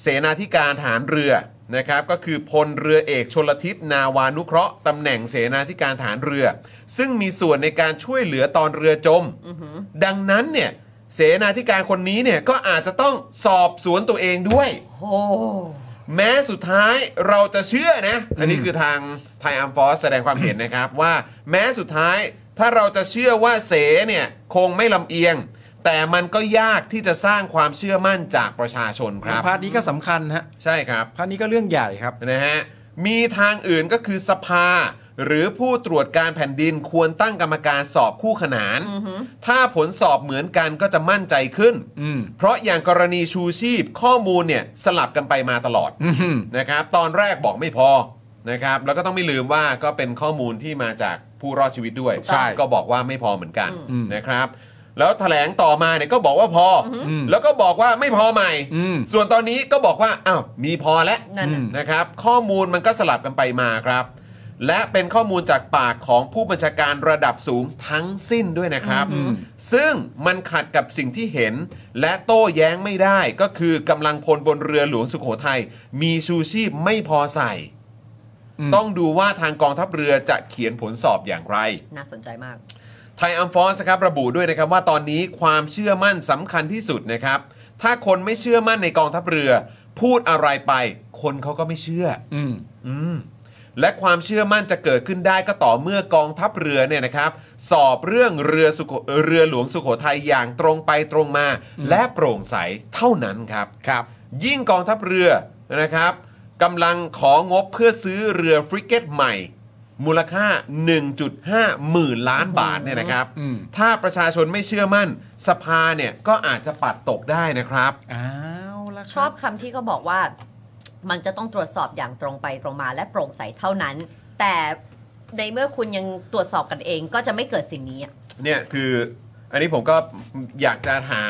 Speaker 1: เสนาธิการฐานเรือนะครับก็คือพลเรือเอกชนลทิศนาวานุเคราะห์ตำแหน่งเสนาธิการฐานเรือ ซึ่งมีส่วนในการช่วยเหลือตอนเรือจม ดังนั้นเนี่ยเสนาธิการคนนี้เนี่ยก็อาจจะต้องสอบสวนตัวเองด้วย
Speaker 4: โอ้
Speaker 1: แม้สุดท้ายเราจะเชื่อนะ อันนี้คือทางไทยอัมฟอสแสดงความเห็นนะครับ ว่าแม้สุดท้ายถ้าเราจะเชื่อว่าเสเนี่ยคงไม่ลำเอียง แต่มันก็ยากที่จะสร้างความเชื่อมั่นจากประชาชนครับ
Speaker 2: พาร์ทนี้ก็สำคัญฮะ
Speaker 1: ใช่ครับ
Speaker 2: พาร์ทนี้ก็เรื่องใหญ่ครับ
Speaker 1: นะฮะ มีทางอื่นก็คือสภา หรือผู้ตรวจการแผ่นดินควรตั้งกรรมการสอบคู่ขนาน ถ้าผลสอบเหมือนกันก็จะมั่นใจขึ้น
Speaker 2: อืม
Speaker 1: เพราะอย่างกรณีชูชีพข้อมูลเนี่ยสลับกันไปมาตลอด
Speaker 2: อืม
Speaker 1: นะครับตอนแรกบอกไม่พอนะครับแล้วก็ต้องไม่ลืมว่าก็เป็นข้อมูลที่มาจากผู้รอดชีวิตด้วย
Speaker 4: ใช่
Speaker 1: ก็บอกว่าไม่พอเหมือนกัน
Speaker 2: อืม
Speaker 1: นะครับ แล้วแถลงต่อมาเนี่ยก็บอกว่าพออ
Speaker 2: ม
Speaker 1: แล้วก็บอกว่าไม่พอใหม่
Speaker 2: อืม
Speaker 1: ส่วนตอนนี้ก็บอกว่าอ้าวมีพอแล้ว
Speaker 4: นั่นน่ะ
Speaker 1: นะครับข้อมูลมันก็สลับกันไปมาครับ และเป็นข้อมูลจากปากของผู้บัญชาการระดับสูงทั้งสิ้นด้วยนะครับ ซึ่งมันขัดกับสิ่งที่เห็น และโต้แย้งไม่ได้ก็คือกำลังพลบนเรือหลวงสุโขทัยมีชูชีพไม่พอใส่
Speaker 2: อืม
Speaker 1: ต้องดูว่าทางกองทัพเรือจะเขียนผลสอบอย่างไร
Speaker 4: น่าสนใจมาก
Speaker 1: ไทยอัมฟอสครับระบุด้วยนะครับว่าตอนนี้ความเชื่อมั่นสำคัญที่สุดนะครับ ถ้าคนไม่เชื่อมั่นในกองทัพเรือ พูดอะไรไป คนเขาก็ไม่เชื่อ
Speaker 2: อืม
Speaker 1: อืมและความเชื่อมั่นจะเกิดขึ้นได้ก็ต่อเมื่อกองทัพเรือเนี่ยนะครับ สอบเรื่องเรือสุโขเรือหลวงสุโขทัยอย่างตรงไปตรงมา และโปร่งใสเท่านั้นครับ
Speaker 2: ครับ
Speaker 1: ยิ่งกองทัพเรือนะครับกำลังของบเพื่อซื้อเรือฟริเกตใหม่ มูลค่า 1.5 หมื่นล้านบาทเนี่ยนะครับ
Speaker 2: อืม
Speaker 1: ถ้าประชาชนไม่เชื่อมั่น สภาเนี่ยก็อาจจะปัดตกได้นะครับ
Speaker 2: อ้าวละ
Speaker 4: ชอบคำที่ก็บอกว่า มันจะต้องตรวจสอบอย่างตรงไปตรงมาและโปร่งใสเท่านั้น แต่ในเมื่อคุณยังตรวจสอบกันเองก็จะไม่เกิดสิ่งนี้อะ
Speaker 1: เนี่ยคืออันนี้ผมก็อยากจะหา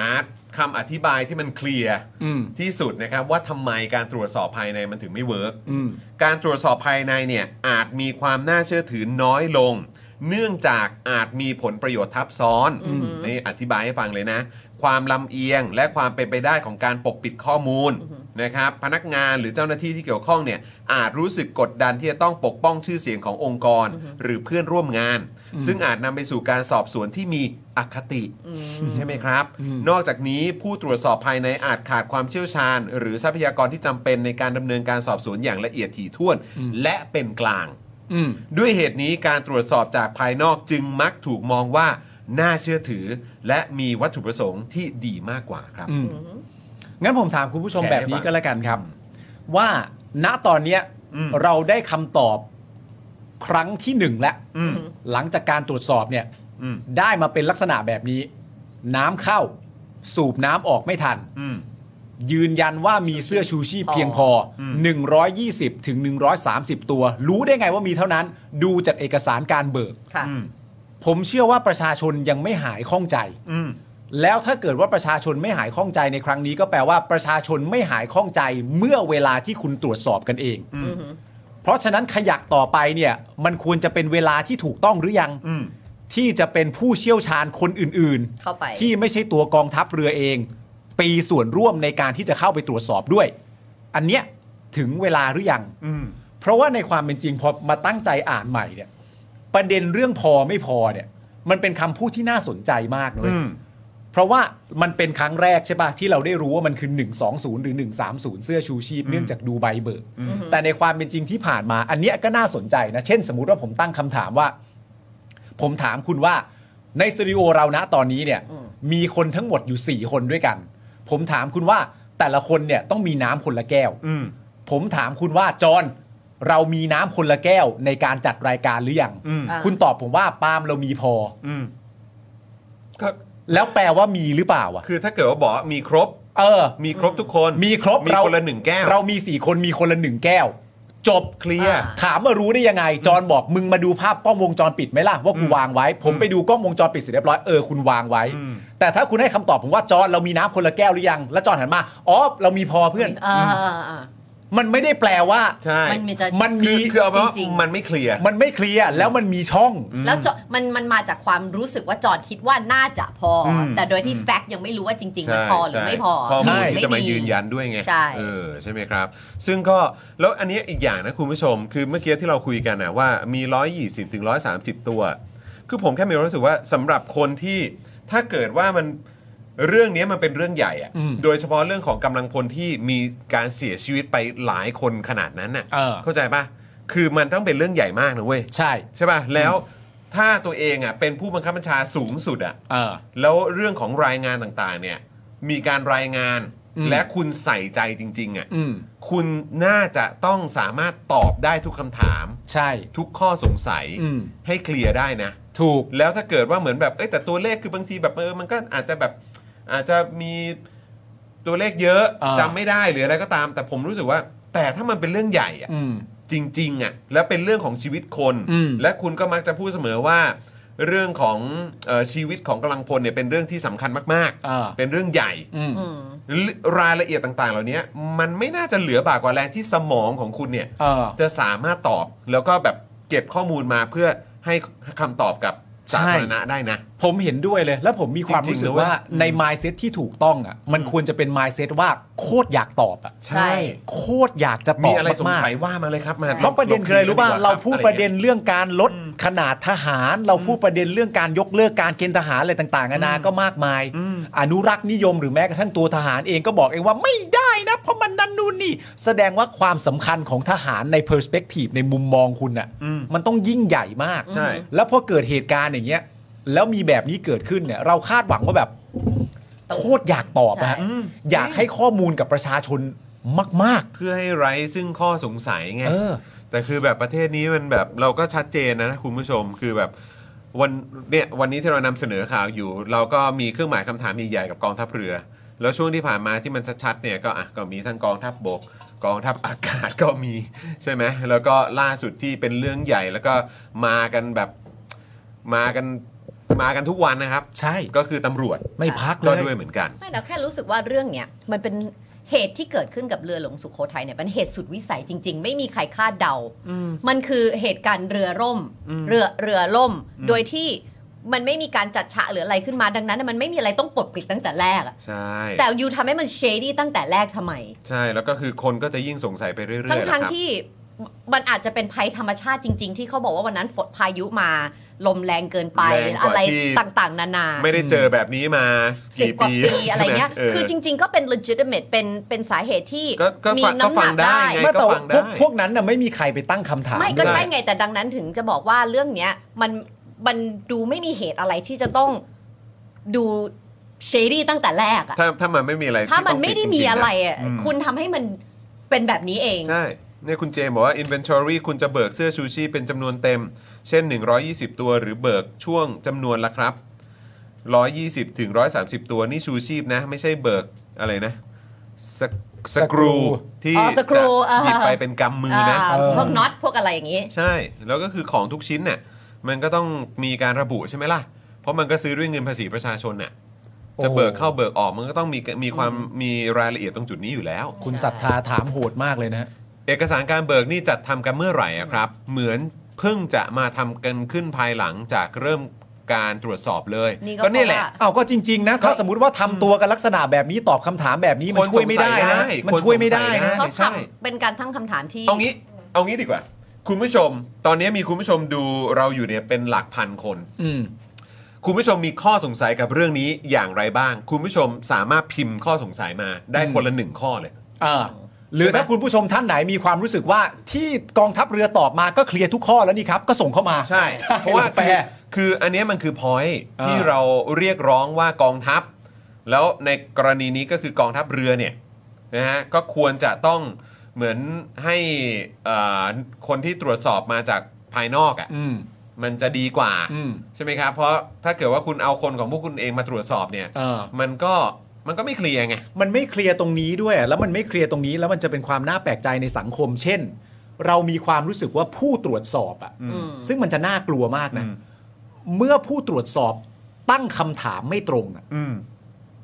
Speaker 1: คำอธิบายที่มันเคลียร์
Speaker 2: อืม
Speaker 1: ที่สุดนะครับ ว่าทำไมการตรวจสอบภายในมันถึงไม่เวิร์ก
Speaker 2: อืม
Speaker 1: การตรวจสอบภายในเนี่ยอาจมีความน่าเชื่อถือน้อยลง เนื่องจากอาจมีผลประโยชน์ทับซ้อน
Speaker 4: อือหือ
Speaker 1: นี่อธิบายให้ฟังเลยนะ ความลำเอียงและความเป็นไปได้ของการปกปิดข้อมูลนะครับพนักงานหรือเจ้าหน้าที่ที่เกี่ยวข้องเนี่ยอาจรู้สึกกดดันที่จะต้องปกป้องชื่อเสียงขององค์กร หรือเพื่อนร่วมงาน ซึ่งอาจนำไปสู่การสอบสวนที่มีอคติ ใช่ไหมครับ นอกจากนี้ผู้ตรวจสอบภายในอาจขาดความเชี่ยวชาญ หรือทรัพยากรที่จำเป็นในการดำเนินการสอบสวนอย่างละเอียดถี่ถ้วน และเป็นกลาง
Speaker 2: อืม
Speaker 1: ด้วยเหตุนี้การตรวจสอบจากภายนอกจึงมักถูกมองว่า น่าเชื่อถือ และมีวัตถุประสงค์ที่ดีมากกว่าครับ
Speaker 2: อืม งั้นผมถามคุณผู้ชม
Speaker 1: แชร์
Speaker 2: แบบนี้
Speaker 1: ให้ฟัง
Speaker 2: ก็แล้วกันครับ ว่าณตอนเนี้ย
Speaker 1: อืม
Speaker 2: เราได้คำตอบครั้งที่หนึ่งแล้ว
Speaker 1: อืม
Speaker 2: หลังจากการตรวจสอบเนี่ย
Speaker 1: อืม
Speaker 2: ได้มาเป็นลักษณะแบบนี้ น้ำเข้า สูบน้ำออกไม่ทัน
Speaker 1: อืม
Speaker 2: ยืนยันว่ามีเสื้อชูชีพเพียงพออ
Speaker 1: ม
Speaker 2: 120ถึง130 ตัว รู้ได้ไงว่ามีเท่านั้น ดูจากเอกสารการเบิก
Speaker 4: ค่ะ
Speaker 1: อืม
Speaker 2: ผมเชื่อว่าประชาชนยังไม่หายข้องใจ
Speaker 1: อืม
Speaker 2: แล้วถ้าเกิดว่าประชาชนไม่หายข้องใจในครั้งนี้ก็แปลว่าประชาชนไม่หายข้องใจเมื่อเวลาที่คุณตรวจสอบกันเอง
Speaker 1: อืม
Speaker 2: เพราะฉะนั้นขยักต่อไปเนี่ยมันควรจะเป็นเวลาที่ถูกต้องหรือยัง
Speaker 1: อืม
Speaker 2: ที่จะเป็นผู้เชี่ยวชาญคนอื่นๆ
Speaker 4: เข้าไป
Speaker 2: ที่ไม่ใช่ตัวกองทัพเรือเอง ปีส่วนร่วมในการที่จะเข้าไปตรวจสอบด้วย อันเนี้ยถึงเวลาหรือยัง
Speaker 1: อืม
Speaker 2: เพราะว่าในความเป็นจริงพอมาตั้งใจอ่านใหม่เนี่ย ประเด็นเรื่องพอไม่พอเนี่ย มันเป็นคำพูดที่น่าสนใจมากเลย
Speaker 1: อืม
Speaker 2: เพราะว่ามันเป็นครั้งแรกใช่ปะที่เราได้รู้ว่ามันคือ 120 หรือ 130 เสื้อชูชีพเนื่องจากดูใบเบิก แต่ในความเป็นจริงที่ผ่านมา อันเนี้ยก็น่าสนใจนะ เช่น สมมุติว่าผมตั้งคำถามว่า ผมถามคุณว่าในสตูดิโอเรานะตอนนี้เนี่ย
Speaker 4: อืม
Speaker 2: มีคนทั้งหมดอยู่ 4 คนด้วยกัน ผมถามคุณว่าแต่ละคนเนี่ยต้องมีน้ำคนละแก้ว
Speaker 1: อืม
Speaker 2: ผมถามคุณว่าจอห์นเรามีน้ำคนละแก้วในการจัดรายการหรือยัง
Speaker 1: อืม
Speaker 2: คุณตอบผมว่าปาล์มเรามีพอ
Speaker 1: อืมก็
Speaker 2: แล้วแปลว่ามีหรือเปล่าอ่ะ
Speaker 1: คือถ้าเกิดว่าบอกว่ามีครบ
Speaker 2: เออ
Speaker 1: มีครบทุกคน
Speaker 2: มีครบ
Speaker 1: มี
Speaker 2: เรา
Speaker 1: คนละหนึ่งแก้ว
Speaker 2: เรามีสี่คนมีคนละหนึ่งแก้ว จบ
Speaker 1: เคลียร์
Speaker 2: ถามมารู้ได้ยังไง จอนบอกมึงมาดูภาพกล้องวงจรปิดไหมล่ะว่ากูวางไว้ ผมไปดูกล้องวงจรปิดเสร็จเรียบร้อยเออคุณวางไว้
Speaker 1: อืม
Speaker 2: แต่ถ้าคุณให้คำตอบผมว่าจอนเรามีน้ำคนละแก้วหรือยัง แล้วจอนหันมาอ๋อเรามีพอเพื่อน
Speaker 4: อ่าอ่าอ่า
Speaker 2: มันไม่ได้แปลว่า
Speaker 1: ใช่
Speaker 4: มันมีจะ
Speaker 2: มันมี
Speaker 1: คือคือเอาเป็นว่า
Speaker 4: จริง
Speaker 1: มันไม่เคลียร์
Speaker 2: มันไม่เคลียร์แล้วมันมีช่อง
Speaker 4: ๆแล้วจอมันมันมาจากความรู้สึกว่าจอดคิดว่าน่าจะพออ
Speaker 1: ม
Speaker 4: แต่โดยที่แฟกต์ยังไม่รู้ว่าจริงๆ มัน
Speaker 1: ใช่
Speaker 4: พอหรือ
Speaker 1: ใช่
Speaker 4: ไม่พอ
Speaker 1: ข้อมูล
Speaker 4: ไ
Speaker 1: ที่จะมายืนยันด้วยไง
Speaker 4: ใช่
Speaker 1: เออใช่ไหมครับ ซึ่งก็แล้วอันเนี้ยอีกอย่างนะคุณผู้ชม คือเมื่อกี้ที่เราคุยกันนะว่ามี 120ถึง130 ตัว คือผมแค่มีความรู้สึกว่าสำหรับคนที่ถ้าเกิดว่ามันเรื่องเนี้ยมันเป็นเรื่องใหญ่อะ
Speaker 2: อืม
Speaker 1: โดยเฉพาะเรื่องของกำลังพลที่มีการเสียชีวิตไปหลายคนขนาดนั้นน่ะ
Speaker 2: เออ
Speaker 1: เข้าใจปะคือมันต้องเป็นเรื่องใหญ่มากนะเว้ย
Speaker 2: ใช่
Speaker 1: ใช่ปะแล้วถ้าตัวเองอ่ะเป็นผู้บังคับบัญชาสูงสุดอ่ะ
Speaker 2: เออ
Speaker 1: แล้วเรื่องของรายงานต่างๆ เนี่ย มีการรายงาน
Speaker 2: อืม
Speaker 1: และคุณใส่ใจจริง ๆ อ่ะ
Speaker 2: อืม
Speaker 1: คุณน่าจะต้องสามารถตอบได้ทุกคำถาม
Speaker 2: ใช่
Speaker 1: ทุกข้อสงสัย
Speaker 2: อืม
Speaker 1: ให้เคลียร์ได้นะ
Speaker 2: ถูก
Speaker 1: แล้วถ้าเกิดว่าเหมือนแบบ เอ้ยแต่ตัวเลขคือบางทีแบบเออมันก็อาจจะแบบอาจจะมีตัวเลขเยอะ
Speaker 2: อ่า
Speaker 1: จำไม่ได้หรืออะไรก็ตาม แต่ผมรู้สึกว่า แต่ถ้ามันเป็นเรื่องใหญ่อะ
Speaker 2: อืม
Speaker 1: จริงๆอ่ะแล้วเป็นเรื่องของชีวิตคน
Speaker 2: อืม
Speaker 1: และคุณก็มักจะพูดเสมอว่า เรื่องของเออชีวิตของกำลังพลเนี่ยเป็นเรื่องที่สำคัญมาก
Speaker 2: อ่า
Speaker 1: เป็นเรื่องใหญ่
Speaker 2: อืม
Speaker 4: อืม
Speaker 1: ลิรายละเอียดต่างๆ เหล่านี้มันไม่น่าจะเหลือบากกว่าแรงที่สมองของคุณเนี่ย
Speaker 2: เออ
Speaker 1: จะสามารถตอบแล้วก็แบบเก็บข้อมูลมาเพื่อให้คำตอบกับสาธารณะได้นะ
Speaker 2: ผมเห็นด้วยเลย แล้วผมมีความรู้สึ
Speaker 1: จ
Speaker 2: ก
Speaker 1: ริงๆนะเว้ย
Speaker 2: ว่าใน mindset ที่ถูกต้องอ่ะ มันควรจะเป็น mindset ว่าโคตรอยากตอบอ่ะ
Speaker 4: ใช่
Speaker 2: โคตรอยากจะต
Speaker 1: มี
Speaker 2: อบ
Speaker 1: อะไรสง
Speaker 2: มาก
Speaker 1: สัยว่ามาเลยครับมา
Speaker 4: ใช่
Speaker 2: ๆเพราะประเด็นคืออะไรรู้ป่ะ
Speaker 1: ลง
Speaker 2: เรา
Speaker 1: ค
Speaker 2: พู
Speaker 1: ลิ
Speaker 2: ด
Speaker 1: กั
Speaker 2: ประเด็
Speaker 1: น
Speaker 2: นเรื่องการลดขนาดทหาร เราพูดประเด็นเรื่องการยกเลิกการเกณฑ์ทหารอะไรต่างๆนานาก็มากมาย อนุรักษ์นิยมหรือแม้กระทั่งตัวทหารเองก็บอกเองว่าไม่ได้นะ เพราะมันนั่นนู่นนี่ แสดงว่าความสำคัญของทหารในเพอร์สเปกทีฟในมุมมองคุณอ่ะมันต้องยิ่งใหญ่มาก
Speaker 1: ใช่
Speaker 2: แล้วพอเกิดเหตุการณ์อย่างเงี้ย แล้วมีแบบนี้เกิดขึ้นเนี่ย เราคาดหวังว่าแบบ โคตรอยากตอบอะฮะ
Speaker 4: ใช่
Speaker 2: อยากให้ข้อมูลกับประชาชนมาก
Speaker 1: เพื่อให้ไร้ซึ่งข้อสงสัยไง
Speaker 2: ๆ เออ
Speaker 1: แต่คือแบบประเทศนี้มันแบบเราก็ชัดเจนนะนะคุณผู้ชมคือแบบวันเนี่ยวันนี้ที่เรานำเสนอข่าวอยู่ เราก็มีเครื่องหมายคำถามใหญ่ๆกับกองทัพเรือ แล้วช่วงที่ผ่านมาที่มันชัดๆเนี่ยก็อ่ะก็มีทั้งกองทัพบบก กองทัพอากาศ ก็มีใช่ไหมแล้วก็ล่าสุดที่เป็นเรื่องใหญ่แล้วก็มากันแบบมากันมากันทุกวันนะครับ
Speaker 2: ใช่
Speaker 1: ก็คือตำรวจ
Speaker 2: ไม่พักเล
Speaker 1: ก็
Speaker 2: ย
Speaker 1: ด้วยเหมือนกัน
Speaker 4: ไม่เราแค่รู้สึกว่าเรื่องเนี้ยมันเป็น เหตุที่เกิดขึ้นกับเรือหลวงสุโขทัยเนี่ยเป็นเหตุสุดวิสัยจริง ๆ ไม่มีใครคาดเดา มันคือเหตุการณ์เรือร่ม เรือเรือล่ม โดยที่มันไม่มีการจัดฉากหรืออะไรขึ้นมาดังนั้นนะมันไม่มีอะไรต้องปลดปิดตั้งแต่แรกอะ
Speaker 5: ใช่
Speaker 4: แต่ยูทำให้มันเชดี้ตั้งแต่แรกทำไม
Speaker 5: ใช่แล้วก็คือคนก็จะยิ่งสงสัยไปเรื่อยๆ
Speaker 4: ทั้ง
Speaker 5: แหละ
Speaker 4: ทั้ง
Speaker 5: ครับ
Speaker 4: ที่มันอาจจะเป็นภัยธรรมชาติจริง ๆ ที่เขาบอกว่าวันนั้นฝนพายุมา ลมแรงเกินไป
Speaker 5: แรงกว่า
Speaker 4: อะไร
Speaker 5: ที่
Speaker 4: ต่างๆ นานา
Speaker 5: ไม่ได้เจอแบบนี้มา
Speaker 4: สิบ
Speaker 5: กี่
Speaker 4: กว่า
Speaker 5: ปี
Speaker 4: ปีอะไรเงี้ย
Speaker 5: ใช่หม
Speaker 4: คือจริง ๆ ก็เป็น legitimate เป็นเป็นสาเหตุที่
Speaker 5: ก็ก็
Speaker 4: มี
Speaker 5: ฟังก็
Speaker 4: น้ำห
Speaker 5: ฟั
Speaker 4: นั
Speaker 5: ง
Speaker 4: ก
Speaker 5: ได้
Speaker 4: ได้
Speaker 5: ไง
Speaker 2: ไม่
Speaker 5: ก็
Speaker 2: แต่
Speaker 5: ฟั
Speaker 2: ว่าง พว
Speaker 5: ได้
Speaker 2: กพวกนั้นน่ะไม่มีใครไปตั้งคำถาม
Speaker 4: ไม่ก็
Speaker 2: ด้วย
Speaker 4: ใช่ไงแต่ดังนั้นถึงจะบอกว่าเรื่องเนี้ยมันมันดูไม่มีเหตุอะไรที่จะต้องดูเชดี้ตั้งแต่แรกอะ
Speaker 5: ถ้าถ้ามันไม่มีอะไร
Speaker 4: ถ้า
Speaker 5: ที่
Speaker 4: มัน
Speaker 5: ต้อง
Speaker 4: ไม่
Speaker 5: ปิ
Speaker 4: ได้
Speaker 5: จ
Speaker 4: มี
Speaker 5: งๆน
Speaker 4: อะไรอะ
Speaker 5: อืม
Speaker 4: คุณทำให้มันเป็นแบบนี้เอง
Speaker 5: ใช่เนี่ยคุณเจมบอกว่า inventory คุณจะเบิกเสื้อชูชีพเป็นจำนวนเต็ม เช่น 120 ตัวหรือเบิกช่วงจำนวนละครับ 120ถึง130 ตัวนี่ชูชีพนะ ไม่ใช่เบิกอะไรนะสกสกรู
Speaker 2: สกรู
Speaker 5: ที่
Speaker 4: อ๋อสกรู
Speaker 5: จะ
Speaker 4: อ่า
Speaker 5: หยิบไปเป็นกำมือนะ
Speaker 4: อ่า
Speaker 2: เออ
Speaker 4: พวกน็อตพวกอะไรอย่างนี้
Speaker 5: ใช่ แล้วก็คือของทุกชิ้นเนี่ยมันก็ต้องมีการระบุใช่ไหมล่ะ เพราะมันก็ซื้อด้วยเงินภาษีประชาชนเนี่ยจะเบิกเข้าเบิกออกมันก็ต้องมีมีความมีรายละเอียดตรงจุดนี้อยู่แล้ว
Speaker 2: คุณศรัทธาถามโหดมากเลยนะฮะ
Speaker 5: เอกสารการเบิกนี่จัดทำกันเมื่อไหร่อะครับ เหมือนเพิ่งจะมาทำกันขึ้นภายหลังจากเริ่มการตรวจสอบเลย
Speaker 4: นี่ก็
Speaker 5: เนี่ยแหละ
Speaker 4: เพราะว่า
Speaker 2: เอาก็จริง ๆ นะ ถ้าสมมติว่าทำตัวกันลักษณะแบบนี้ตอบคำถามแบบนี้ มัน
Speaker 5: คน
Speaker 2: ช่วยไม่ได้
Speaker 5: สงสัยได้
Speaker 2: นะ มัน
Speaker 5: คน
Speaker 2: ช่วยไม่ได้
Speaker 5: สงสัยได้
Speaker 2: นะ
Speaker 4: เขา
Speaker 5: ใช่
Speaker 4: ทำเป็นการตั้งคำถามที่
Speaker 5: เอางี้เอางี้ดีกว่า คุณผู้ชม ตอนนี้มีคุณผู้ชมดูเราอยู่เนี่ยเป็นหลักพันคน
Speaker 2: อืม
Speaker 5: คุณผู้ชมมีข้อสงสัยกับเรื่องนี้อย่างไรบ้าง คุณผู้ชมสามารถพิมพ์ข้อสงสัยมาได้
Speaker 2: อืม
Speaker 5: คนละหนึ่งข้อเลย
Speaker 2: อ่าหรือถ้าคุณผู้ชมท่านไหนมีความรู้สึกว่าที่กองทัพเรือตอบมาก็เคลียร์ทุกข้อแล้วนี่ครับ ก็ส่งเข้ามา
Speaker 5: ใช่ เพราะว่า
Speaker 2: แฟ
Speaker 5: คือ
Speaker 2: ร์
Speaker 5: คืออันเนี้ยมันคือพอย
Speaker 2: อ่า
Speaker 5: ที่เราเรียกร้องว่ากองทัพ แล้วในกรณีนี้ก็คือกองทัพเรือเนี่ยนะฮะก็ควรจะต้องเหมือนให้เอ่อคนที่ตรวจสอบมาจากภายนอกอ่ะ
Speaker 2: อืม
Speaker 5: มันจะดีกว่า
Speaker 2: อืม
Speaker 5: ใช่ไหมครับ เพราะถ้าเกิดว่าคุณเอาคนของพวกคุณเองมาตรวจสอบเนี่ย
Speaker 2: เออ
Speaker 5: มันก็มันก็ไม่เคลียร์ไง
Speaker 2: มันไม่เคลียร์ตรงนี้ด้วย แล้วมันไม่เคลียร์ตรงนี้แล้วมันจะเป็นความน่าแปลกใจในสังคม เช่น เรามีความรู้สึกว่าผู้ตรวจสอบอะ
Speaker 4: อืม
Speaker 2: ซึ่งมันจะน่ากลัวมากนะ
Speaker 5: อืม
Speaker 2: เมื่อผู้ตรวจสอบตั้งคำถามไม่ตรงอะ
Speaker 5: อืม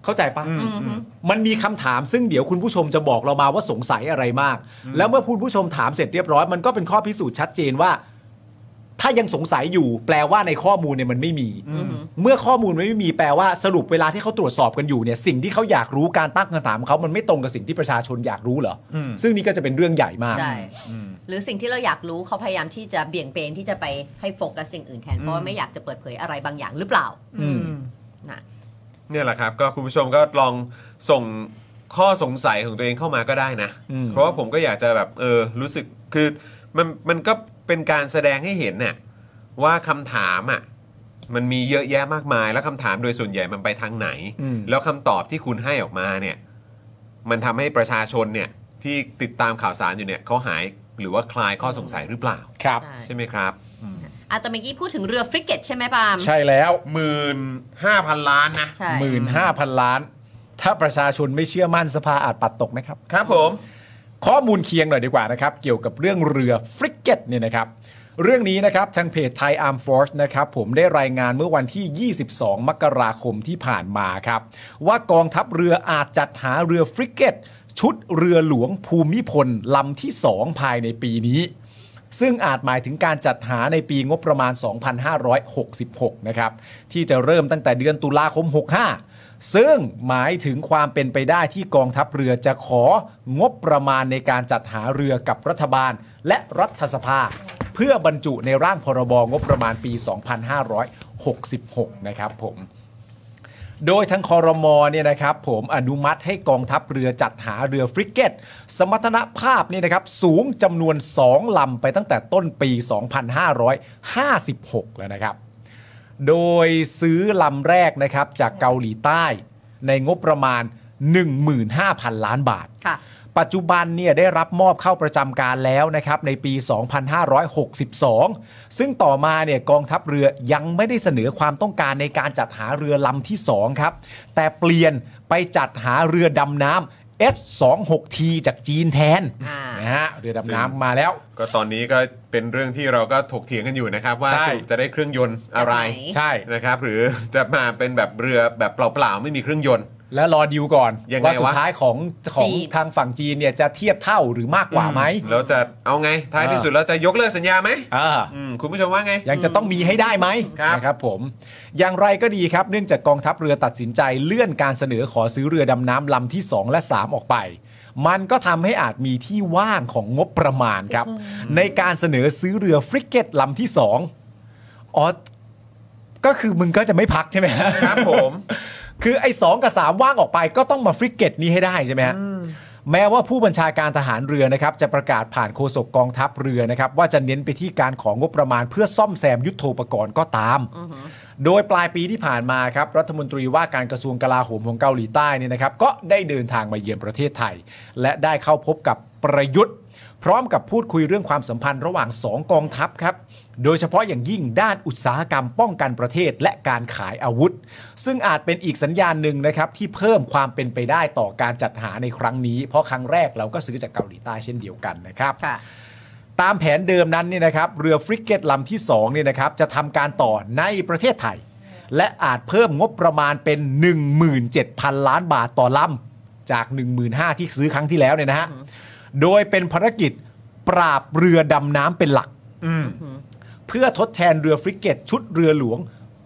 Speaker 2: เข้าใจปะ
Speaker 4: อืมฮึ
Speaker 2: มันมีคำถามซึ่งเดี๋ยวคุณผู้ชมจะบอกเรามาว่าสงสัยอะไรมาก แล้วเมื่อคุณผู้ชมถามเสร็จเรียบร้อยมันก็เป็นข้อพิสูจน์ชัดเจนว่า ถ้ายังสงสัยอยู่ แปลว่าในข้อมูลเนี่ยมันไม่มี
Speaker 4: อืม
Speaker 2: เมื่อข้อมูลมันไม่มีแปลว่าสรุปเวลาที่เขาตรวจสอบกันอยู่เนี่ยสิ่งที่เขาอยากรู้การตั้งคำถามของเขามันไม่ตรงกับสิ่งที่ประชาชนอยากรู้เหรออ
Speaker 5: ม
Speaker 2: ซึ่งนี่ก็จะเป็นเรื่องใหญ่มาก
Speaker 4: ใช่ หรือสิ่งที่เราอยากรู้เขาพยายามที่จะเบี่ยงเบนที่จะไปให้โฟกัสสิ่งอื่นแทน เพราะว่าไม่อยากจะเปิดเผยอะไรบางอย่างหรือเปล่า
Speaker 2: อืม
Speaker 4: นะ
Speaker 5: เนี่ยแหละครับก็คุณผู้ชมก็ลองส่งข้อสงสัยของตัวเองเข้ามาก็ได้นะ
Speaker 2: อืม
Speaker 5: เพราะว่าผมก็อยากจะแบบเออรู้สึกคือมันมันก็เป็นการแสดงให้เห็นน่ะว่าคำถามอ่ะมันมีเยอะแยะมากมาย แล้วคำถามโดยส่วนใหญ่มันไปทางไหน
Speaker 2: อืม
Speaker 5: แล้วคำตอบที่คุณให้ออกมาเนี่ยมันทำให้ประชาชนเนี่ยที่ติดตามข่าวสารอยู่เนี่ยเขาหายหรือว่าคลายข้อสงสัยหรือเปล่า
Speaker 2: ครับ
Speaker 5: ใช่ไหมครับ
Speaker 4: อาตะเมื่อกี้พูดถึงเรือฟริเกตใช่ไหมปาล์ม
Speaker 2: ใช่แล้ว
Speaker 5: หมื่นห้าพันล้านนะ
Speaker 4: ใช่
Speaker 2: หมื่นห้าพันล้าน ถ้าประชาชนไม่เชื่อมั่นสภาอาจปัดตกนะครับ
Speaker 5: ครับผม
Speaker 2: ข้อมูลเคียงหน่อยดีกว่านะครับ เกี่ยวกับเรื่องเรือฟริกเกตเนี่ยนะครับ เรื่องนี้นะครับ ทางเพจ Thai Arm Force นะครับ ผมได้รายงานเมื่อวันที่ 22 มกราคมที่ผ่านมาครับ ว่ากองทัพเรืออาจจัดหาเรือฟริกเกต ชุดเรือหลวงภูมิพลลำที่ 2 ภายในปีนี้ ซึ่งอาจหมายถึงการจัดหาในปีงบประมาณ 2,566 นะครับ ที่จะเริ่มตั้งแต่เดือนตุลาคม 65 ซึ่งหมายถึงความเป็นไปได้ที่กองทัพเรือจะของบประมาณในการจัดหาเรือกับรัฐบาลและรัฐสภา เพื่อบรรจุในร่างพรบงบประมาณปี 2,566 นะครับผม โดยทางคอรมอเนี่ยนะครับผมอนุมัติให้กองทัพเรือจัดหาเรือฟริกเกต สมรรถนภาพเนี่ยนะครับสูงจำนวน 2 ลำไปตั้งแต่ต้นปี 2556 แล้วนะครับ โดยซื้อลำแรกนะครับจากเกาหลีใต้ในงบประมาณ 15,000 ล้านบาท
Speaker 4: ค่ะ
Speaker 2: ปัจจุบันเนี่ยได้รับมอบเข้าประจำการแล้วนะครับในปี 2562 ซึ่งต่อมาเนี่ยกองทัพเรือยังไม่ได้เสนอความต้องการในการจัดหาเรือลำที่ 2 ครับ แต่เปลี่ยนไปจัดหาเรือดำน้ำ S26T จากจีนแทน
Speaker 4: อ่าน
Speaker 2: นะฮะเรือดำน้ำมาแล้ว
Speaker 5: ก็ตอนนี้ก็เป็นเรื่องที่เราก็ถกเถียงกันอยู่นะครับ ว่า
Speaker 2: ใช่
Speaker 5: สรุปจะได้เครื่องยนต์อะไร
Speaker 4: แบบไหน
Speaker 2: ใช่
Speaker 5: นะครับ หรือจะมาเป็นแบบเรือแบบเปล่าๆ ไม่มีเครื่องยนต์
Speaker 2: แล้วรอดิวก่อน
Speaker 1: ยังไง
Speaker 2: ว่าสุด
Speaker 1: วะ
Speaker 2: ท้ายของของ
Speaker 4: จีน
Speaker 2: ทางฝั่งจีนเนี่ยจะเทียบเท่าหรือมากกว่าไหม
Speaker 1: แล้วจะเอาไงท้ายที่สุดเราจะยกเลิกสัญญาไหม
Speaker 2: อ่า
Speaker 1: อืมคุณผู้ชมว่าไง
Speaker 2: ยังจะต้องมีให้ได้ไหม
Speaker 1: ครับ
Speaker 2: นะครับผม อย่างไรก็ดีครับ เนื่องจากกองทัพเรือตัดสินใจเลื่อนการเสนอขอซื้อเรือดำน้ำลำที่ 2 และ 3 ออกไป มันก็ทำให้อาจมีที่ว่างของงบประมาณครับ ในการเสนอซื้อเรือฟริกเกตลำที่ 2อ๋อ ก็คือมึงก็จะไม่พักใช่ไหมฮะ
Speaker 1: ครับผม
Speaker 2: คือไอ้สองกับสามว่างออกไปก็ต้องมาฟริกเก็ตนี้ให้ได้ใช่ไหมฮะแม้ว่าผู้บัญชาการทหารเรือนะครับจะประกาศผ่านโฆษกกองทัพเรือนะครับว่าจะเน้นไปที่การของงบประมาณเพื่อซ่อมแซมยุทโธปกรณ์ก็ตาม โดยปลายปีที่ผ่านมาครับรัฐมนตรีว่าการกระทรวงกลาโหมของเกาหลีใต้เนี่ยนะครับก็ได้เดินทางมาเยือนประเทศไทย และได้เข้าพบกับประยุทธ์ พร้อมกับพูดคุยเรื่องความสัมพันธ์ระหว่างสองกองทัพครับ โดยเฉพาะอย่างยิ่งด้านอุตสาหกรรมป้องกันประเทศและการขายอาวุธ ซึ่งอาจเป็นอีกสัญญาณหนึ่งนะครับ ที่เพิ่มความเป็นไปได้ต่อการจัดหาในครั้งนี้ เพราะครั้งแรกเราก็ซื้อจากเกาหลีใต้เช่นเดียวกันนะครับ
Speaker 4: ค่ะ
Speaker 2: ตามแผนเดิมนั้นเนี่ยนะครับเรือฟริกเกตลำที่2เนี่ยนะครับจะทำการต่อในประเทศไทย และอาจเพิ่มงบประมาณเป็น 17,000 ล้านบาทต่อลำจาก 15,000ที่ซื้อครั้งที่แล้วเนี่ยนะฮะโดยเป็นภารกิจปราบเรือดำน้ำเป็นหลัก เพื่อทดแทนเรือฟริกเกตชุดเรือหลวง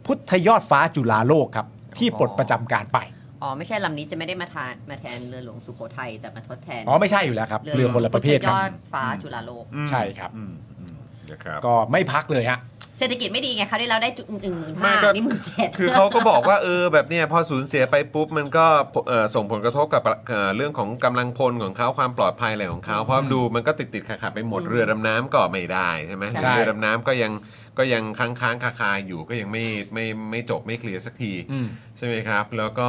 Speaker 2: พุทธยอดฟ้าจุฬาโลกครับ ที่ปลดประจำการไป
Speaker 4: อ๋อ ไม่ใช่ลำนี้จะไม่ได้มาทานมาแทนเรือหลวงสุโขทัยแต่มาทดแทน
Speaker 2: อ๋อไม่ใช่อยู่แล้วครับ เรือคนละประเภท
Speaker 4: พุธย
Speaker 2: กัน
Speaker 4: อดฟ้าจุฬาโลก
Speaker 2: ใช่ครับ
Speaker 1: อืมอืมนะครับ
Speaker 2: ก็ไม่พักเลยฮะ
Speaker 4: เศรษฐกิจไม่ดีไงเขาวที่เราได้จุดหนึ่งหมื่น
Speaker 1: ไม่
Speaker 4: ห้า
Speaker 1: ก็
Speaker 4: นี่หมื่นเจ็ด
Speaker 1: คือเขาก็บอกว่าเออแบบเนี้ยพอสูญเสียไปปุ๊บมันก็เอ่อส่งผลกระทบกับเอ่อเรื่องของกำลังพลของเขาความปลอดภัยอะไรของเขาเพราะดูมันก็ติดติดๆขัดๆไปหมด
Speaker 4: อืม
Speaker 1: เรือดำน้ำก็ไม่ได้ใช่ไหม
Speaker 2: ใช่
Speaker 1: เรือดำน้ำก็ยังก็ยังค้างค้างๆคาคาๆอยู่ก็ยังไม่ไม่ไม่จบไม่เคลียร์สักที
Speaker 2: อืม
Speaker 1: ใช่ไหมครับ แล้วก็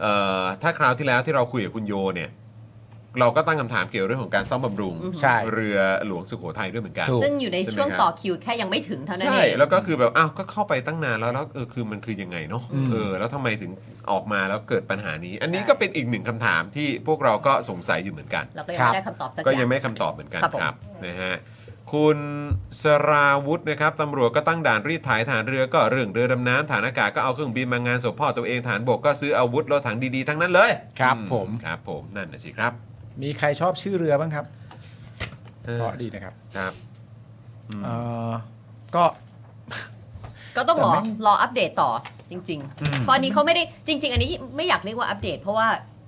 Speaker 1: เอ่อถ้าคราวที่แล้วที่เราคุยกับคุณโยเนี่ย เราก็ตั้งคำถามเกี่ยวเรื่องของการซ่อมบำรุง
Speaker 4: อือฮึ
Speaker 2: ใช่
Speaker 1: เรือหลวงสุโขทัยด้วยเหมือนกัน
Speaker 2: ถูก
Speaker 4: ซึ่งอยู่ใน
Speaker 1: ใช่ไหม
Speaker 4: ช่วง
Speaker 1: ครับ
Speaker 4: ต่อคิวแค่ยังไม่ถึงเท่านั้น
Speaker 1: ใช่
Speaker 4: เอง
Speaker 1: แล้วก็คือแบบอ้าวก็เข้าไปตั้งนานแล้วแล้วเออคือมันคือยังไงเนาะ
Speaker 2: อืม
Speaker 1: เออแล้วทำไมถึงออกมาแล้วเกิดปัญหานี้ อันนี้ก็เป็นอีกหนึ่งคำถามที่พวกเราก็สงสัยอยู่เหมือนกัน
Speaker 4: เราก็ยั
Speaker 2: ค
Speaker 4: ง
Speaker 2: รับ
Speaker 4: ไม่ได้คำตอบสักอ
Speaker 1: ก็
Speaker 4: ย่าง
Speaker 1: ยังไม่คำตอบเหมือนกัน
Speaker 4: ครับผม
Speaker 1: ครับนะฮะคุณสราวุธนะครับตำรวจก็ตั้งด่านรีดไถ่ายฐานเรือก็เรื่องเรือดำน้ำฐานอากาศก็เอาเครื่องบินมางานศพพ่อตัวเองฐานบกก็ซื้ออาวุธรถถังดีๆทั้งนั้นเลย
Speaker 2: ครับ
Speaker 1: อื
Speaker 2: ผม
Speaker 1: ครับผมนั่นนะสิครับ
Speaker 2: มีใครชอบชื่อเรือบ้างครับ
Speaker 1: เออ
Speaker 2: เพราะดีนะครับ
Speaker 1: ครับอืม
Speaker 2: เอ่อก็
Speaker 4: ก็ต้องรอ
Speaker 2: แต่ไม่
Speaker 4: รออัปเดตต่อจริงๆเพราะอันนี้เขาไม่ได้จริง ๆ อันนี้ไม่อยากเรียกว่าอัปเดต เพราะว่า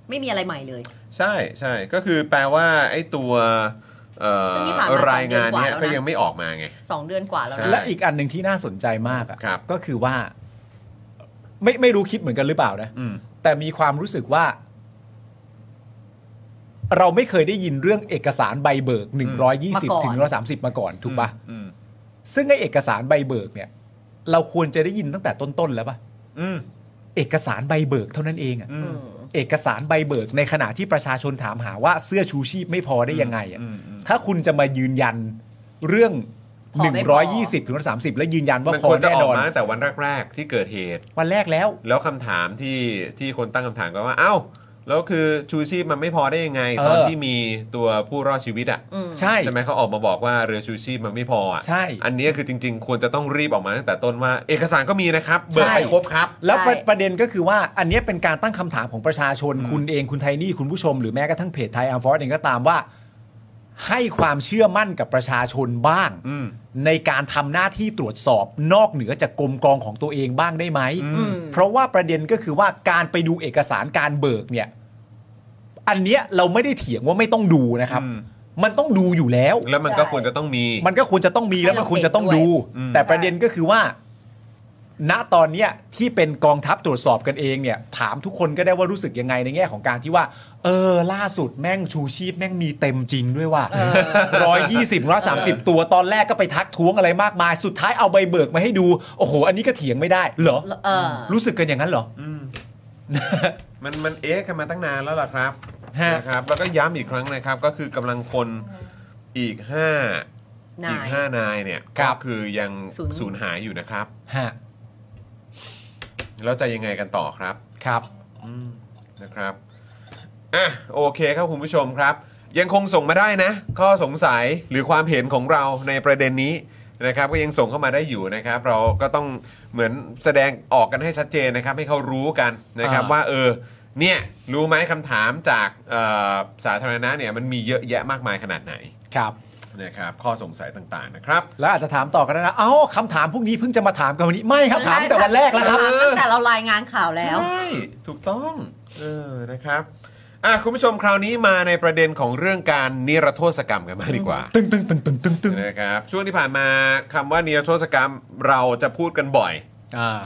Speaker 4: ไม่มีอะไรใหม่เลย
Speaker 1: ใช่ใช่ก็คือแปลว่าไอ้ตัวเอ่อ
Speaker 4: ซึ่งนี่ผ่านมาสองเดือน
Speaker 1: า
Speaker 4: กว่าร
Speaker 1: ยงานเนี้ย
Speaker 4: แล้วนะ
Speaker 1: ก็ยังไม่ออกมาไง
Speaker 4: สองเดือนกว่าแล้ว
Speaker 1: ใช่
Speaker 4: นะ
Speaker 2: และอีกอันหนึ่งที่น่าสนใจมาก
Speaker 1: ครั
Speaker 2: อะ่ะ
Speaker 1: บ
Speaker 2: ก็คือว่า ไม่ไม่รู้คิดเหมือนกันหรือเปล่านะ
Speaker 1: อืม
Speaker 2: แต่มีความรู้สึกว่า เราไม่เคยได้ยินเรื่องเอกสารใบเบิก
Speaker 1: อืม
Speaker 2: 120ถึง130 มาก่อนถูกปะ
Speaker 1: อืม
Speaker 2: ซึ่งไอเอกสารใบเบิกเนี่ย เราควรจะได้ยินตั้งแต่ต้นๆแล้วปะ
Speaker 1: อืม
Speaker 2: เอกสารใบเบิกเท่านั้นเองอะ
Speaker 1: อื
Speaker 4: อื
Speaker 1: ม
Speaker 4: ม
Speaker 2: เอกสารใบเบิกในขณะที่ประชาชนถามหาว่าเสื้อชูชีพไม่พอได้ยังไงอะ
Speaker 1: อืมอืม
Speaker 2: ถ้าคุณจะมายืนยันเรื่อง
Speaker 4: ขอไม่พอ
Speaker 2: 120ถึง30 และยืนยันว่า
Speaker 1: มัน
Speaker 2: พอ
Speaker 1: ควรจะ
Speaker 2: แน่
Speaker 1: ออน ก
Speaker 2: อน
Speaker 1: มาตั้งแต่วันแรกๆที่เกิดเหตุ
Speaker 2: วันแรกแล้ว
Speaker 1: แล้วคำถามที่ที่คนตั้งคำถามก็ว่า เอ้า แล้วคือชูชีพมันไม่พอได้ยังไง
Speaker 2: เออ
Speaker 1: ตอนที่มีตัวผู้รอดชีวิตอ่ะ
Speaker 4: อืม
Speaker 2: ใช่
Speaker 1: ใช่ไหมเขาออกมาบอกว่าเรือชูชีพมันไม่พออ่ะ
Speaker 2: ใช่
Speaker 1: อันเนี้ยคือจริง ๆ ควรจะต้องรีบออกมาตั้งแต่ต้นว่า เอกสารก็มีนะครับ เบิก
Speaker 2: ใช่
Speaker 1: ไปครบครับ
Speaker 2: แล้วประ
Speaker 4: ใช่
Speaker 2: ประเด็นก็คือว่าอันเนี้ยเป็นการตั้งคำถามของประชาชน
Speaker 1: อืม
Speaker 2: คุณเองคุณไทนี่ คุณผู้ชมหรือแม้กระทั่งเพจไทยอัมฟอร์เองก็ตามว่า ให้ความเชื่อมั่นกับประชาชนบ้าง
Speaker 1: อืม
Speaker 2: ในการทำหน้าที่ตรวจสอบนอกเหนือจากกรมกองของตัวเองบ้างได้ไหม
Speaker 4: อืม
Speaker 2: เพราะว่าประเด็นก็คือว่าการไปดูเอกสารการเบิกเนี่ย อันเนี้ยเราไม่ได้เถียงว่าไม่ต้องดูนะครับ
Speaker 1: อืม
Speaker 2: มันต้องดูอยู่แล้ว
Speaker 1: แล้วมันก็ควรจะต้องมี
Speaker 2: มันก็ควรจะต้องมีแล้วมันควรจะต้องดู
Speaker 1: อืม
Speaker 2: แต่ประเด็นก็คือว่า ณตอนเนี้ยที่เป็นกองทัพตรวจสอบกันเองเนี่ย ถามทุกคนก็ได้ว่ารู้สึกยังไงในแง่ของการที่ว่า เออ ล่าสุดแม่งชูชีพแม่งมีเต็มจริงด้วยว่า
Speaker 4: เออ
Speaker 2: ร้อยยี่สิบร้อยสามสิบตัวตอนแรกก็ไปทักท้วงอะไรมากมาย สุดท้ายเอาใบเบิกมาให้ดู โอ้โห อันนี้ก็เถียงไม่ได้เหรอ
Speaker 4: เออ
Speaker 2: รู้สึกกันอย่างนั้นเหรอ
Speaker 1: อืมมันมันเอ๊ะกันมาตั้งนานแล้วล่ะครับ
Speaker 2: ฮะ
Speaker 1: นะครับ แล้วก็ย้ำอีกครั้งนะครับ ก็คือกำลังคนอีกห้า
Speaker 4: นา
Speaker 1: อีก
Speaker 4: ย
Speaker 1: 5นายเนี่ย
Speaker 2: ครั
Speaker 1: ก็
Speaker 2: บ
Speaker 1: คือยัง
Speaker 4: ศูนย์
Speaker 1: สูญหายอยู่นะครับ
Speaker 2: ฮะ
Speaker 1: แล้วจะยังไงกันต่อครับ
Speaker 2: ครับ
Speaker 1: นะครับอ่ะโอเคครับคุณผู้ชมครับ ยังคงส่งมาได้นะ ข้อสงสัยหรือความเห็นของเราในประเด็นนี้นะครับ ก็ยังส่งเข้ามาได้อยู่นะครับ เราก็ต้องเหมือนแสดงออกกันให้ชัดเจนนะครับ ให้เขารู้กันนะครับ
Speaker 2: อ่า
Speaker 1: ว่าเออ เนี่ยรู้ไหมคำถามจากเอ่อสาธารณะเนี่ยมันมีเยอะแยะมากมายขนาดไหน
Speaker 2: ครับ
Speaker 1: นะครับข้อสงสัยต่างๆนะครับ
Speaker 2: แล้วอาจจะถามต่อกันนะเอ้าคำถามพวกนี้เพิ่งจะมาถามกันวันนี้ไม่ครับถามตั้งแต่วันแรกแล้วครับ
Speaker 4: ถามตั้งแต่เรารายงานข่าวแล้ว
Speaker 1: ใช่ ถูกต้องเออนะครับอ่ะคุณผู้ชมคราวนี้มาในประเด็นของเรื่องการนิรโทษกรรมกันมากดีกว่า
Speaker 2: ตึงตึงตึงตึงตึงตึง
Speaker 1: นะครับช่วงที่ผ่านมาคำว่านิรโทษกรรมเราจะพูดกันบ่อย
Speaker 2: อ่า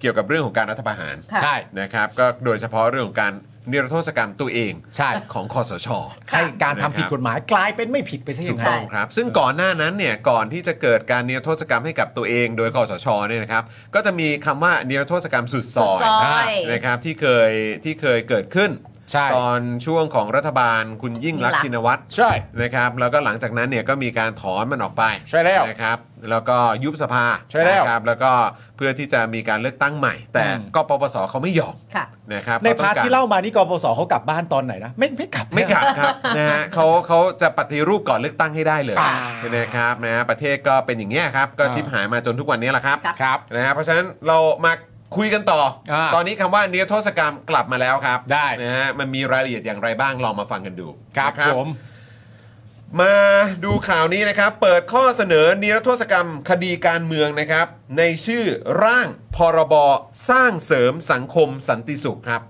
Speaker 1: เกี่ยวกับเรื่องของการรัฐประหาร
Speaker 4: ค่ะ
Speaker 2: ใช่
Speaker 1: นะครับก็โดยเฉพาะเรื่องของการนิรโทษกรรมตัวเอง
Speaker 2: ใช่
Speaker 1: ของคอสช
Speaker 2: ให้การทำผิด
Speaker 1: นะครับ
Speaker 2: กฎหมายกลายเป็นไม่ผิดไปซะอ
Speaker 1: ถู
Speaker 2: ย่าง
Speaker 1: ก
Speaker 2: นั้
Speaker 1: ต้อน งครับ ซึ่งก่อนหน้านั้นเนี่ยก่อนที่จะเกิดการนิรโทษกรรมให้กับตัวเองโดยคอสชเนี่ยนะครับก็จะมีคำว่านิรโทษกรรมสุดซอย
Speaker 4: สุดซอย
Speaker 1: นะครับที่เคยที่เคยเกิดขึ้น
Speaker 2: ใช่
Speaker 1: ตอนช่วงของรัฐบาลคุณยิ่งรักษณ์
Speaker 4: ยิ่
Speaker 1: ชิ
Speaker 4: ง
Speaker 1: น
Speaker 4: รักษณ์
Speaker 1: วัตร
Speaker 2: ใช่
Speaker 1: นะครับแล้วก็หลังจากนั้นเนี่ยก็มีการถอนมันออกไป
Speaker 2: ใช่แล้ว
Speaker 1: นะครับแล้วก็ยุบสภา
Speaker 2: ใช่แล้ว
Speaker 1: นะครับแล้วก็เพื่อที่จะมีการเลือกตั้งใหม่ แต่
Speaker 2: อืม
Speaker 1: กปปสเขาไม่ยอม
Speaker 4: ค่ะ
Speaker 1: นะครับ
Speaker 2: ใน
Speaker 1: ขต้
Speaker 2: พา
Speaker 1: อง
Speaker 2: ร์ท
Speaker 1: ก
Speaker 2: ที่เล่ามานี่กปสเขากลับบ้านตอนไหนนะไม่ไม่กลับ
Speaker 1: ไม่กลับครับ นะฮะเขาเขาจะปฏิรูปก่อนเลือกตั้งให้ได้เลย
Speaker 2: อ่า
Speaker 1: นะครับนะฮะประเทศก็เป็นอย่างนี้ยครับก็
Speaker 2: อ่า
Speaker 1: ชิบหายมาจนทุกวันนี้แหละครับ
Speaker 2: ครับ
Speaker 1: นะฮะเพราะฉะนั้นเรามาคุยกันต่อ
Speaker 2: อ่า
Speaker 1: ตอนนี้คำว่านิรโทษกรรมกลับมาแล้วครับ
Speaker 2: ได้
Speaker 1: นะฮะมันมีรายละเอียดอย่างไรบ้างลองมาฟังกันดู
Speaker 2: ครับ
Speaker 1: นะ
Speaker 2: ผม
Speaker 1: มาดูข่าวนี้นะครับ เปิดข้อเสนอนิรโทษกรรมคดีการเมืองนะครับ ในชื่อร่างพรบสร้างเสริมสังคมสันติสุขครับ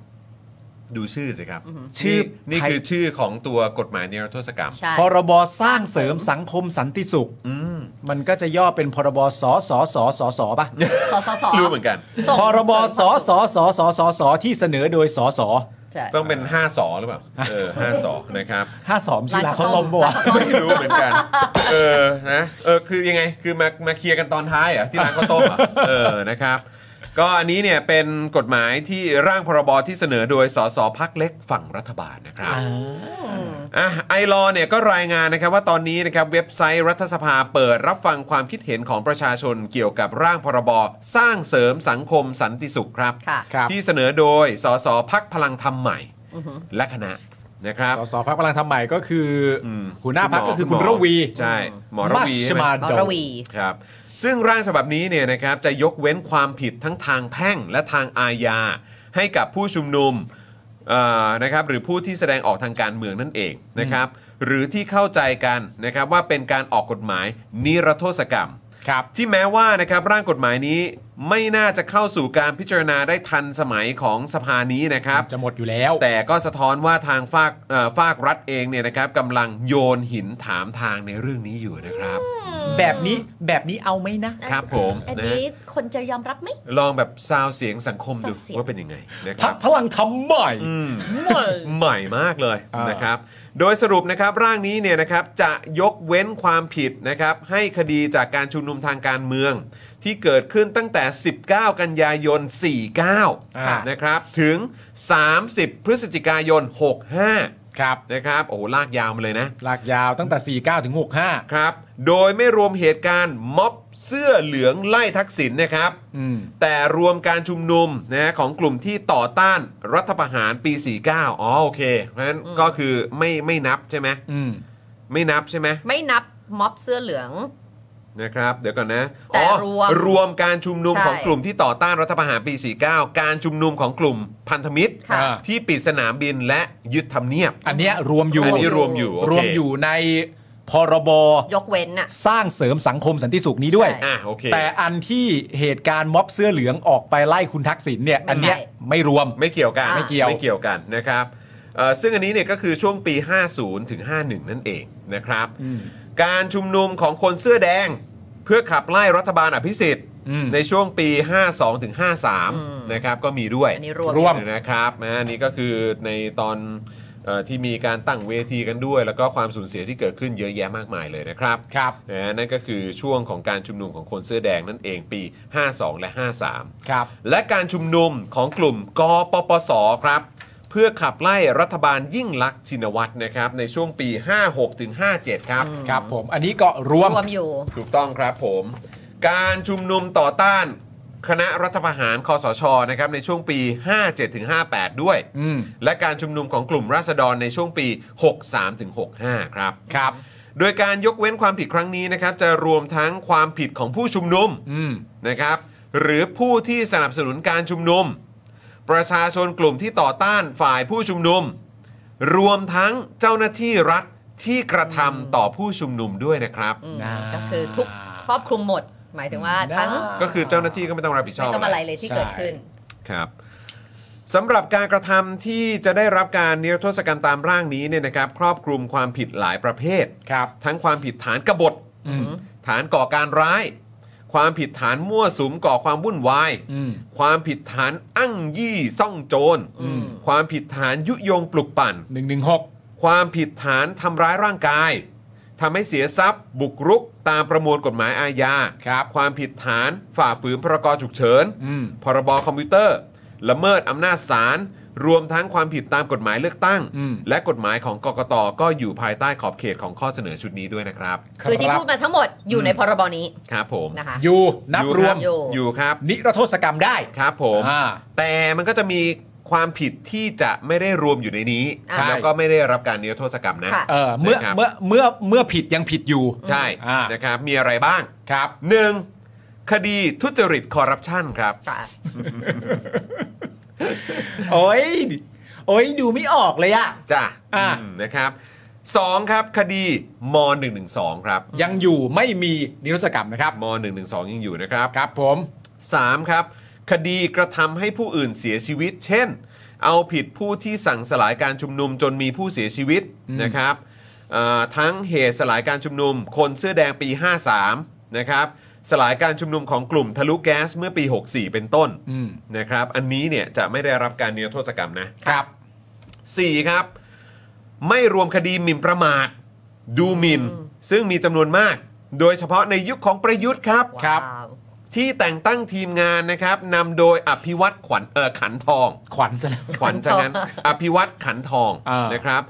Speaker 1: ดูชื่อสิครับ
Speaker 2: ชื่อ
Speaker 1: นี่นี่คือชื่อของตัวกฎหมายนิรโทษกรรม
Speaker 4: ใช่
Speaker 2: พรบสร้างเสริมสังคมสันติสุข
Speaker 1: อืม
Speaker 2: มันก็จะย่อเป็นพรบสสสสสป่ะ
Speaker 4: สสส
Speaker 1: รู้เหมือนกัน
Speaker 4: ส่ง
Speaker 2: พรบส
Speaker 4: ส่ง
Speaker 2: สสสสสที่เสนอโดยสส
Speaker 4: ใช่
Speaker 1: ต้องเป็น5สอหรือเปล่าเออห้าสอนะครับ
Speaker 2: ห้าสอมชื่อร้านเขาวต้มบัวะ
Speaker 1: ไม่รู้เหมื อนกัน เออ นะ เออ คือยังไง คือมา มาเคลียร์กันตอนท้ายเหรอ่ะที่ร้านข้าวต้ม เหรอ่ะ เออ นะครับ ก็อันนี้เนี่ยเป็นกฎหมายที่ร่างพรบที่เสนอโดยสสพักเล็กฝั่งรัฐบาลนะครับ อ่ะไอรอเนี่ยก็รายงานนะครับว่าตอนนี้นะครับเว็บไซต์รัฐสภาเปิดรับฟังความคิดเห็นของประชาชนเกี่ยวกับร่างพรบสร้างเสริมสังคมสันติสุขครับ
Speaker 4: ค่ะ
Speaker 2: ครับ
Speaker 1: ที่เสนอโดยสสพักพลังธรรมใหม่และคณะนะครับ
Speaker 2: สสพักพลังทำใหม่ก็คืออ
Speaker 1: ม
Speaker 2: หัวหน้าพักก็คือคุณ
Speaker 1: หม
Speaker 2: ระวี
Speaker 1: ใช่หมอระ
Speaker 2: มั
Speaker 1: วี
Speaker 2: ช
Speaker 1: ใช่ไหม
Speaker 2: มา
Speaker 4: หมอ
Speaker 2: ด
Speaker 4: ระ
Speaker 2: ก
Speaker 4: วี
Speaker 1: ครับซึ่งร่างฉบับนี้เนี่ยนะครับจะยกเว้นความผิดทั้งทางแพ่งและทางอาญา ให้กับผู้ชุมนุมเอ่อนะครับหรือผู้ที่แสดงออกทางการเมืองนั่นเองนะครับหรือที่เข้าใจกันนะครับว่าเป็นการออกกฎหมายนิรโทษกรรม
Speaker 2: ครับ
Speaker 1: ที่แม้ว่านะครับร่างกฎหมายนี้ไม่น่าจะเข้าสู่การพิจารณาได้ทันสมัยของสภานี้นะครับ
Speaker 2: จะหมดอยู่แล้ว
Speaker 1: แต่ก็สะท้อนว่าทางฝากเอ่อฝากรัฐเองเนี่ยนะครับกำลังโยนหินถามทางในเรื่องนี้อยู่นะครับ
Speaker 2: แบบนี้แบบนี้เอาไหมนะ
Speaker 1: ครับผม
Speaker 4: อัน
Speaker 1: นะ
Speaker 4: นี้คนจะยอมรับไหม
Speaker 1: ลองแบบซาวเสียงสังคมดู
Speaker 4: ซาวเสียง
Speaker 1: ว่าเป็นยังไงนะค
Speaker 2: พั
Speaker 1: รั
Speaker 2: ก
Speaker 1: บ
Speaker 2: พลังทำใหม่
Speaker 1: อืมใหม่มากเลย
Speaker 2: อ่าน
Speaker 1: นะครับ โดยสรุปนะครับร่างนี้เนี่ยนะครับจะยกเว้นความผิดนะครับให้คดีจากการชุมนุมทางการเมือง ที่เกิดขึ้นตั้งแต่ 19 กันยายน 49 นะครับ ถึง 30 พฤศจิกายน 65
Speaker 2: ครับ
Speaker 1: นะครับโอ้โหลากยาวมาเลยนะ
Speaker 2: ลากยาวตั้งแต่ 49 ถึง 65
Speaker 1: ครับ โดยไม่รวมเหตุการณ์ม็อบเสื้อเหลืองไล่ทักษิณนะครับ
Speaker 2: อืม
Speaker 1: แต่รวมการชุมนุมนะของกลุ่มที่ต่อต้านรัฐประหารปี 49 อ๋อโอเค เพราะฉะนั้นก็คือไม่ไม่นับใช่ไหม
Speaker 2: อืม
Speaker 1: ไม่นับใช่ไหม
Speaker 4: ไม่นับม็อบเสื้อเหลือง
Speaker 1: นะครับ เดี๋ยวก่อนนะ
Speaker 4: แต่
Speaker 1: อ๋อ
Speaker 4: รวม
Speaker 1: รวมการชุมนุม
Speaker 4: ใช่
Speaker 1: ของกลุ่มที่ต่อต้านรัฐประหารปี 49 การชุมนุมของกลุ่มพันธมิตร
Speaker 2: ค่ะ
Speaker 1: ที่ปิดสนามบินและยึดทำเนียบ
Speaker 2: อันเนี้ยรวมอยู่
Speaker 1: อันนี้รวมอยู่โเค
Speaker 2: รวมอยู่ในพรบ
Speaker 4: ยกเว้นน่ะ
Speaker 2: สร้างเสริมสังคมสันติสุขนี้ด้วย
Speaker 4: ใช่
Speaker 1: อ่ะโอเค
Speaker 2: แต่อันที่เหตุการณ์ม็อบเสื้อเหลืองออกไปไล่คุณทักษิณเนี่ย
Speaker 4: ไม่
Speaker 2: อันเนี้ย
Speaker 4: ใช่
Speaker 2: ไม่รวม
Speaker 1: ไม่เกี่ยวกัน
Speaker 4: อ่า
Speaker 2: ไม่เกี่ยว
Speaker 1: ไม่เกี่ยวกันนะครับเอ่อซึ่งอันนี้เนี่ยก็คือช่วงปี 50 ถึง 51 นั่นเองนะครับ
Speaker 2: อืม
Speaker 1: การชุมนุมของคนเสื้อแดง เพื่อขับไล่รัฐบาลอภิสิทธิ์
Speaker 2: อืม
Speaker 1: ในช่วงปี 52 ถึง 53 นะครับก็มีด้วย
Speaker 4: อันนี้รวม
Speaker 2: รวม
Speaker 1: นะครับนะอันนี้ก็คือในตอนเอ่อที่มีการตั้งเวทีกันด้วย แล้วก็ความสูญเสียที่เกิดขึ้นเยอะแยะมากมายเลยนะครับ
Speaker 2: ครับ
Speaker 1: นะฮะนั่นก็คือช่วงของการชุมนุมของคนเสื้อแดงนั่นเองปี 52 และ 53
Speaker 2: ครับ
Speaker 1: และการชุมนุมของกลุ่มกปปสครับ เพื่อขับไล่รัฐบาลยิ่งลักษณ์ชินวัตรนะครับ ในช่วงปี 56-57ถึง57 ครับ
Speaker 2: ครับผม อันนี้ก็รวม
Speaker 4: รวมอยู่
Speaker 1: ถูกต้องครับผม การชุมนุมต่อต้านคณะรัฐประหารคอสชนะครับในช่วงปี 57-58ถึง58 ด้วย
Speaker 2: อืม
Speaker 1: และการชุมนุมของกลุ่มราษฎรในช่วงปี 63-65ถึง65 ครับ
Speaker 2: ครับ
Speaker 1: โดยการยกเว้นความผิดครั้งนี้นะครับจะรวมทั้งความผิดของผู้ชุมนุม
Speaker 2: อืม
Speaker 1: นะครับหรือผู้ที่สนับสนุนการชุมนุม ประชาชนกลุ่มที่ต่อต้านฝ่ายผู้ชุมนุม รวมทั้งเจ้าหน้าที่รัฐที่กระทำต่อผู้ชุมนุมด้วยนะครับ
Speaker 4: อืม
Speaker 2: ได้
Speaker 4: ก็คือทุกครอบคลุมหมด หมายถึงว่าทั้ง
Speaker 1: ก็คือเจ้าหน้าที่ก็ไม่ต้องรับผิดช
Speaker 4: ไม่
Speaker 1: อบ
Speaker 4: ต้องอะไร
Speaker 1: อะไร
Speaker 4: เลยที่เกิดขึ้น
Speaker 1: ครับสำหรับการกระทำที่จะได้รับการนิรโทษกรรมตามร่างนี้เนี่ยนะครับ ครอบคลุมความผิดหลายประเภท
Speaker 2: ครับ
Speaker 1: ทั้งความผิดฐานกบฏ
Speaker 2: อืม
Speaker 1: ฐานก่อการร้าย ความผิดฐานมั่วสุมก่อความวุ่นวาย
Speaker 2: อืม
Speaker 1: ความผิดฐานอ้างยี่ซ่องโจร
Speaker 2: อืม
Speaker 1: ความผิดฐานยุยงปลุกปั่น
Speaker 2: หนึ่งหนึ่งหก
Speaker 1: ความผิดฐานทำร้ายร่างกายทำให้เสียทรัพย์ บุกรุก ตามประมวลกฎหมายอาญา
Speaker 2: ครับ
Speaker 1: ความผิดฐานฝ่าฝืนพรกฉุกเฉิน
Speaker 2: อืม
Speaker 1: พรบคอมพิวเตอร์ ละเมิดอำนาจศาล รวมทั้งความผิดตามกฎหมายเลือกตั้ง
Speaker 2: อืม
Speaker 1: และกฎหมายของกกตก็อยู่ภายใต้ขอบเขตของข้อเสนอชุดนี้ด้วยนะครับ
Speaker 4: คือที่
Speaker 2: รับ
Speaker 4: พูดมาทั้งหมดอยู่ในพรบนี้
Speaker 1: ครับผม
Speaker 4: นะคะ
Speaker 2: อยู่นับรวม
Speaker 1: อยู่คบอยู่ครับ
Speaker 2: นิรโทษกรรมได้
Speaker 1: ครับผม
Speaker 2: อ่า
Speaker 1: แต่มันก็จะมีความผิดที่จะไม่ได้รวมอยู่ในนี้
Speaker 2: ใช่
Speaker 1: แล้วก็ไม่ได้รับการนิรโทษกรรมนะ
Speaker 4: ค่ะ
Speaker 2: เออเมื่อ
Speaker 1: นะครับ
Speaker 2: เมื่อเมื่อเมื่อผิดยังผิดอยู่
Speaker 1: ใช่
Speaker 2: อ่าน
Speaker 1: นะครับ มีอะไรบ้าง
Speaker 2: ครับ
Speaker 1: 1. คดีทุจริตคอร์รัปชันครับ
Speaker 4: ค่ะ
Speaker 2: โอ้ยโอ้ยดูไม่ออกเลยอะ
Speaker 1: จ้ะ
Speaker 2: อ่า
Speaker 1: อืมนะครับ 2. ครับคดีม .112 ครับ
Speaker 2: ยังอยู่ไม่มีนิรโทษกรรมนะครับ
Speaker 1: ม .112 ยังอยู่นะครับ
Speaker 2: ครับผม
Speaker 1: 3. ครับ คดีกระทำให้ผู้อื่นเสียชีวิต เช่น เอาผิดผู้ที่สั่งสลายการชุมนุมจนมีผู้เสียชีวิต
Speaker 2: อืม
Speaker 1: นะครับเอ่อทั้งเหตุสลายการชุมนุม คนเสื้อแดงปี 53 นะครับสลายการชุมนุมของกลุ่มทะลุแก๊สเมื่อปี 64 เป็นต้น
Speaker 2: อืม
Speaker 1: นะครับอันนี้เนี่ยจะไม่ได้รับการนิรโทษกรรมนะ
Speaker 2: ครับ
Speaker 1: 4 ครับ ไม่รวมคดีหมิ่นประมาท ดูหมิ่น ซึ่งมีจำนวนมาก โดยเฉพาะในยุคของประยุทธ์ครับ
Speaker 2: ครับ
Speaker 4: ว้าว
Speaker 1: ที่แต่งตั้งทีมงานนะครับนำโดยอภิวัตขวัญเออขันทอง
Speaker 2: ขวัญซะแล้ว
Speaker 1: ขวัญจากนั้น อภิวัตขันทอง
Speaker 2: อ่าน
Speaker 1: นะครับ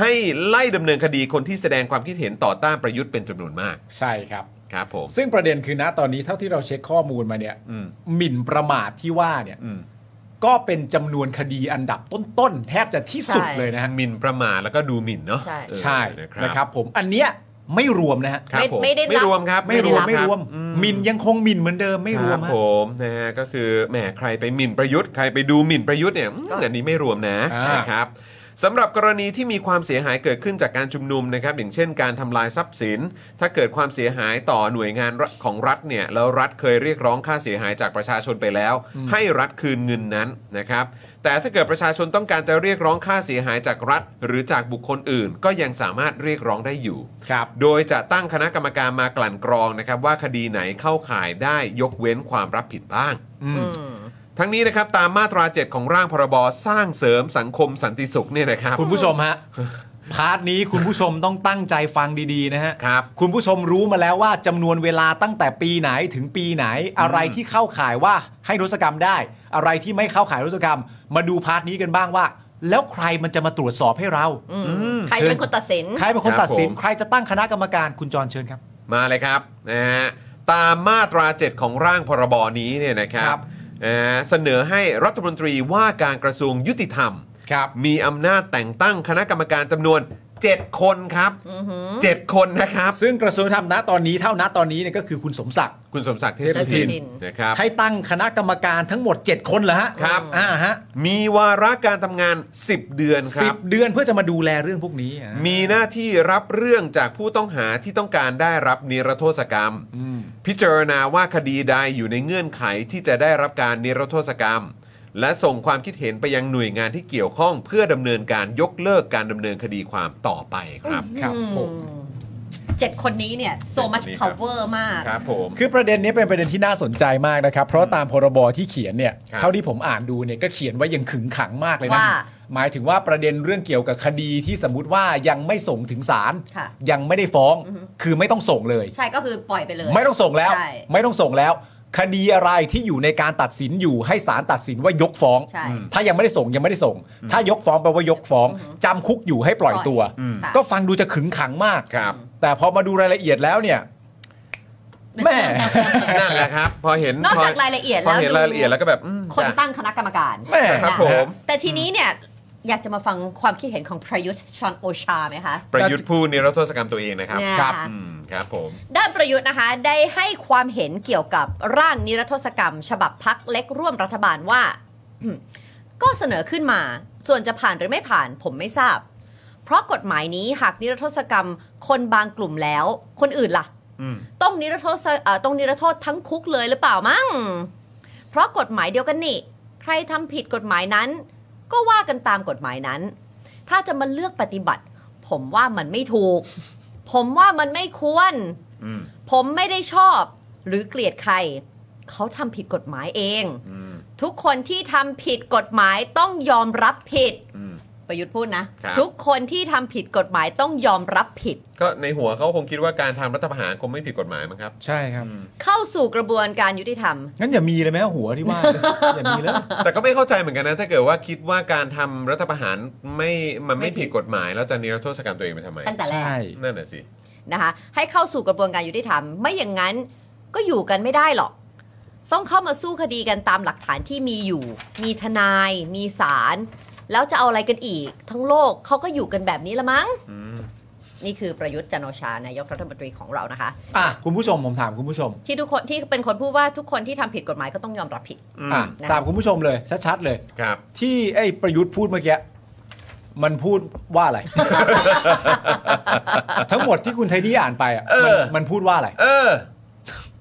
Speaker 1: ให้ไล่ดำเนินคดีคนที่แสดงความคิดเห็นต่อต้านประยุทธ์เป็นจำนวนมาก
Speaker 2: ใช่ครับ
Speaker 1: ครับผม
Speaker 2: ซึ่งประเด็นคือนะตอนนี้เท่าที่เราเช็คข้อมูลมาเนี่ย
Speaker 1: อืม
Speaker 2: หมิ่นประมาทที่ว่าเนี่ย
Speaker 1: อืม
Speaker 2: ก็เป็นจำนวนคดีอันดับต้นๆ แทบจะที่สุดเลยนะฮะ
Speaker 1: หมิ่นประมาทแล้วก็ดูหมิ่นเนาะ
Speaker 4: ใช่
Speaker 1: เออ
Speaker 2: ใช่
Speaker 1: นะครับ
Speaker 2: นะครับ ผมอันเนี้ยไม่รวมนะฮะ
Speaker 1: ครับผม
Speaker 4: ไม่ได้รับ
Speaker 1: ไม่รวมครับ
Speaker 2: ไม่รวม
Speaker 1: คบ
Speaker 2: ไม่รวม
Speaker 1: อื
Speaker 2: หมิ่นยังคงหมิ่นเหมือนเดิมไม่รวม
Speaker 1: ค
Speaker 2: ฮะ
Speaker 1: บผมนะฮะก็คือแหมใครไปหมิ่นประยุทธ์ใครไปดูหมิ่นประยุทธ์เนี่ยอืมอันนี้ไม่รวมนะ
Speaker 2: อ่า
Speaker 1: ใช่ครับสำหรับกรณีที่มีความเสียหายเกิดขึ้นจากการชุมนุมนะครับอย่างเช่นการทำลายทรัพย์สิน ถ้าเกิดความเสียหายต่อหน่วยงานของรัฐเนี่ยแล้วรัฐเคยเรียกร้องค่าเสียหายจากประชาชนไปแล้ว ให้รัฐคืนเงินนั้นนะครับแต่ถ้าเกิดประชาชนต้องการจะเรียกร้องค่าเสียหายจากรัฐ หรือจากบุคคลอื่น ก็ยังสามารถเรียกร้องได้อยู่
Speaker 2: ครับ
Speaker 1: โดยจะตั้งคณะกรรมการมากลั่นกรองนะครับว่าคดีไหนเข้าข่ายได้ยกเว้นความรับผิดบ้าง
Speaker 2: อืม
Speaker 4: อืม
Speaker 1: ทั้งนี้นะครับตามมาตรา 7 ของร่างพรบสร้างเสริมสังคมสันติสุขเนี่ยนะครับ
Speaker 2: คุณผู้ชมฮะ พาร์ทนี้คุณผู้ชมต้องตั้งใจฟังดีๆนะฮะ
Speaker 1: ครับ
Speaker 2: คุณผู้ชมรู้มาแล้วว่าจำนวนเวลาตั้งแต่ปีไหนถึงปีไหน อะไรที่เข้าข่ายว่าให้รสกรรมได้ อะไรที่ไม่เข้าข่ายรสกรรม มาดูพาร์ทนี้กันบ้างว่า แล้วใครมันจะมาตรวจสอบให้เรา
Speaker 4: อืมใครจะเป็นคนตัดสิน
Speaker 2: ใครเป็นคนตัดสิ
Speaker 1: ค
Speaker 2: น
Speaker 1: รับผม
Speaker 2: ใครจะตั้งคณะกรรมการคุณจรเชิญครับ
Speaker 1: มาเลยครับนะฮะตามมาตรา 7 ของร่างพรบนี้เนี่ยนะครั
Speaker 2: ครับ บ
Speaker 1: นะฮะเสนอให้รัฐมนตรีว่าการกระทรวงยุติธรรม
Speaker 2: ครับ
Speaker 1: มีอำนาจแต่งตั้งคณะกรรมการจำนวน 7 คนครับ 7 คนนะครับ
Speaker 2: ซึ่งกระทรวงยุติธรรมณตอนนี้เท่าณตอนนี้เนี่ยก็คือคุณสมศักดิ์
Speaker 1: คุณสมศักดิ์เทพสุ
Speaker 4: เทพสุ
Speaker 1: ทิน
Speaker 4: ทิน
Speaker 1: นะครับ
Speaker 2: ให้ตั้งคณะกรรมการทั้งหมด 7 คนเหรอฮะ
Speaker 1: ครับ
Speaker 2: อ่าฮะ
Speaker 1: มีวาระการทำงาน 10 เดือนค
Speaker 2: สิ
Speaker 1: รั
Speaker 2: บบ เดือนเพื่อจะมาดูแลเรื่องพวกนี้อ่ะ
Speaker 1: มีหน้าที่รับเรื่องจากผู้ต้องหาที่ต้องการได้รับนิรโทษกรรม
Speaker 2: อืม
Speaker 1: พิจารณาว่าคดีใดอยู่ในเงื่อนไขที่จะได้รับการนิรโทษกรรม และส่งความคิดเห็นไปยังหน่วยงานที่เกี่ยวข้อง เพื่อดำเนินการยกเลิกการดำเนินคดีความต่อไปครับ
Speaker 2: ครับผม
Speaker 4: อืมเจ็ดคนนี้เนี่ย so much
Speaker 1: เจ็ดคนนี้ครับ
Speaker 4: power มาก
Speaker 1: ครับผม
Speaker 2: คือประเด็นนี้เป็นประเด็นที่น่าสนใจมากนะครับ เพราะตามพรบที่เขียนเนี่ย
Speaker 1: ครับ
Speaker 2: เท่าที่ผมอ่านดูเนี่ยก็เขียนไว่ายังขึงขังมากเลยนะ
Speaker 4: ว่า
Speaker 2: หมายถึงว่าประเด็นเรื่องเกี่ยวกับคดีที่สมมติว่ายังไม่ส่งถึงศาล
Speaker 4: ค่ะ
Speaker 2: ยังไม่ได้ฟ้อง คือไม่ต้องส่งเลย
Speaker 4: ใช่ก็คือปล่อยไปเลย
Speaker 2: ไม่ต้องส่งแล้ว
Speaker 4: ใช่
Speaker 2: ไม่ต้องส่งแล้ว คดีอะไรที่อยู่ในการตัดสินอยู่ให้ศาลตัดสินว่ายกฟ้อง
Speaker 4: ใช่
Speaker 2: ถ้ายังไม่ได้ส่งยังไม่ได้ส่ง ถ้ายกฟ้องแปลว่ายกฟ้องจำคุกอยู่ให้ปล่อยตัว
Speaker 4: ค่ะ
Speaker 2: ก็ฟังดูจะขึงขังมาก
Speaker 1: ครับ
Speaker 2: แต่พอมาดูรายละเอียดแล้วเนี่ยแม่
Speaker 1: นั่นแหละครับ พอเห็น
Speaker 4: นอก
Speaker 1: พ
Speaker 4: จากรายละเอียด
Speaker 1: พอ
Speaker 4: แล้ว
Speaker 1: เห็นรายละเอียดแล้วก็แบบอืม
Speaker 4: คน
Speaker 1: จ้ะ
Speaker 4: ตั้งคณะกรรมการ
Speaker 2: แม่
Speaker 1: ครับ
Speaker 4: นะ
Speaker 1: ผม
Speaker 4: แต่ทีนี้เนี่ย อยากจะมาฟังความคิดเห็นของประยุทธ์ชอนโอชาไหมคะ
Speaker 1: ประยุทธ์ผู้นิรโทษกรรมตัวเองนะครับ
Speaker 4: เนี่ย
Speaker 2: ครับ
Speaker 4: นะะ
Speaker 1: อืมครับผม
Speaker 4: ด้านประยุทธ์นะคะ ได้ให้ความเห็นเกี่ยวกับร่างนิรโทษกรรม ฉบับพักเล็กร่วมรัฐบาลว่า ก็เสนอขึ้นมา ส่วนจะผ่านหรือไม่ผ่านผมไม่ทราบ เพราะกฎหมายนี้หากนิรโทษกรรมคนบางกลุ่มแล้ว คนอื่นล่ะ ต้องนิรโทษเอ่อต้องนิรโทษทั้งคุกเลยหรือเปล่ามั้ง เพราะกฎหมายเดียวกันนี่ ใครทำผิดกฎหมายนั้น ก็ว่ากันตามกฎหมายนั้น ถ้าจะมาเลือกปฏิบัติ ผมว่ามันไม่ถูก ผมว่ามันไม่ควร ผมไม่ได้ชอบหรือเกลียดใคร เขาทำผิดกฎหมายเอง ทุกคนที่ทำผิดกฎหมายต้องยอมรับผิด ประยุทธ์พูดนะ
Speaker 1: ครับ
Speaker 4: ทุกคนที่ทำผิดกฎหมายต้องยอมรับผิด
Speaker 1: ก็ในหัวเขาคงคิดว่าการทำรัฐประหารคงไม่ผิดกฎหมายมั้งครับ
Speaker 2: ใช่ครับ
Speaker 4: เข้าสู่กระบวนการยุติธรรม
Speaker 2: งั้นอย่ามีเลยไหมหัวที่ว่า อย่ามีเลย
Speaker 1: แต่ก็ไม่เข้าใจเหมือนกันนะ ถ้าเกิดว่าคิดว่าการทำรัฐประหารไม่มันไม่ผิดกฎหมาย แล้วจะนิรโทษกรรมตัวเองไปทำไม
Speaker 4: ตั้งแต่แรก
Speaker 2: ใช่
Speaker 1: นั่นน่ะสิ
Speaker 4: นะคะให้เข้าสู่กระบวนการยุติธรรม ไม่อย่างนั้นก็อยู่กันไม่ได้หรอก ต้องเข้ามาสู้คดีกันตามหลักฐานที่มีอยู่ มีทนาย มีศาลแล้วจะเอาอะไรกันอีก ทั้งโลกเขาก็อยู่กันแบบนี้ละมั้ง นี่คือประยุทธ์จันทร์โอชานายกรัฐมนตรีของเรานะคะ
Speaker 2: อ่ะคุณผู้ชมผมถามคุณผู้ชม
Speaker 4: ที่ทุกคนที่เป็นคนพูดว่าทุกคนที่ทำผิดกฎหมายก็ต้องยอมรับผิด
Speaker 2: อ่ะ
Speaker 4: นะ
Speaker 2: ถามคุณผู้ชมเลย ชัดๆเลย
Speaker 1: ครับ
Speaker 2: ที่ไอ้ประยุทธ์พูดเมื่อกี้มันพูดว่าอะไร ทั้งหมดที่คุณไทนี่อ่านไปอ่ะ
Speaker 1: เออ
Speaker 2: มันมันพูดว่าอะไร
Speaker 1: เออ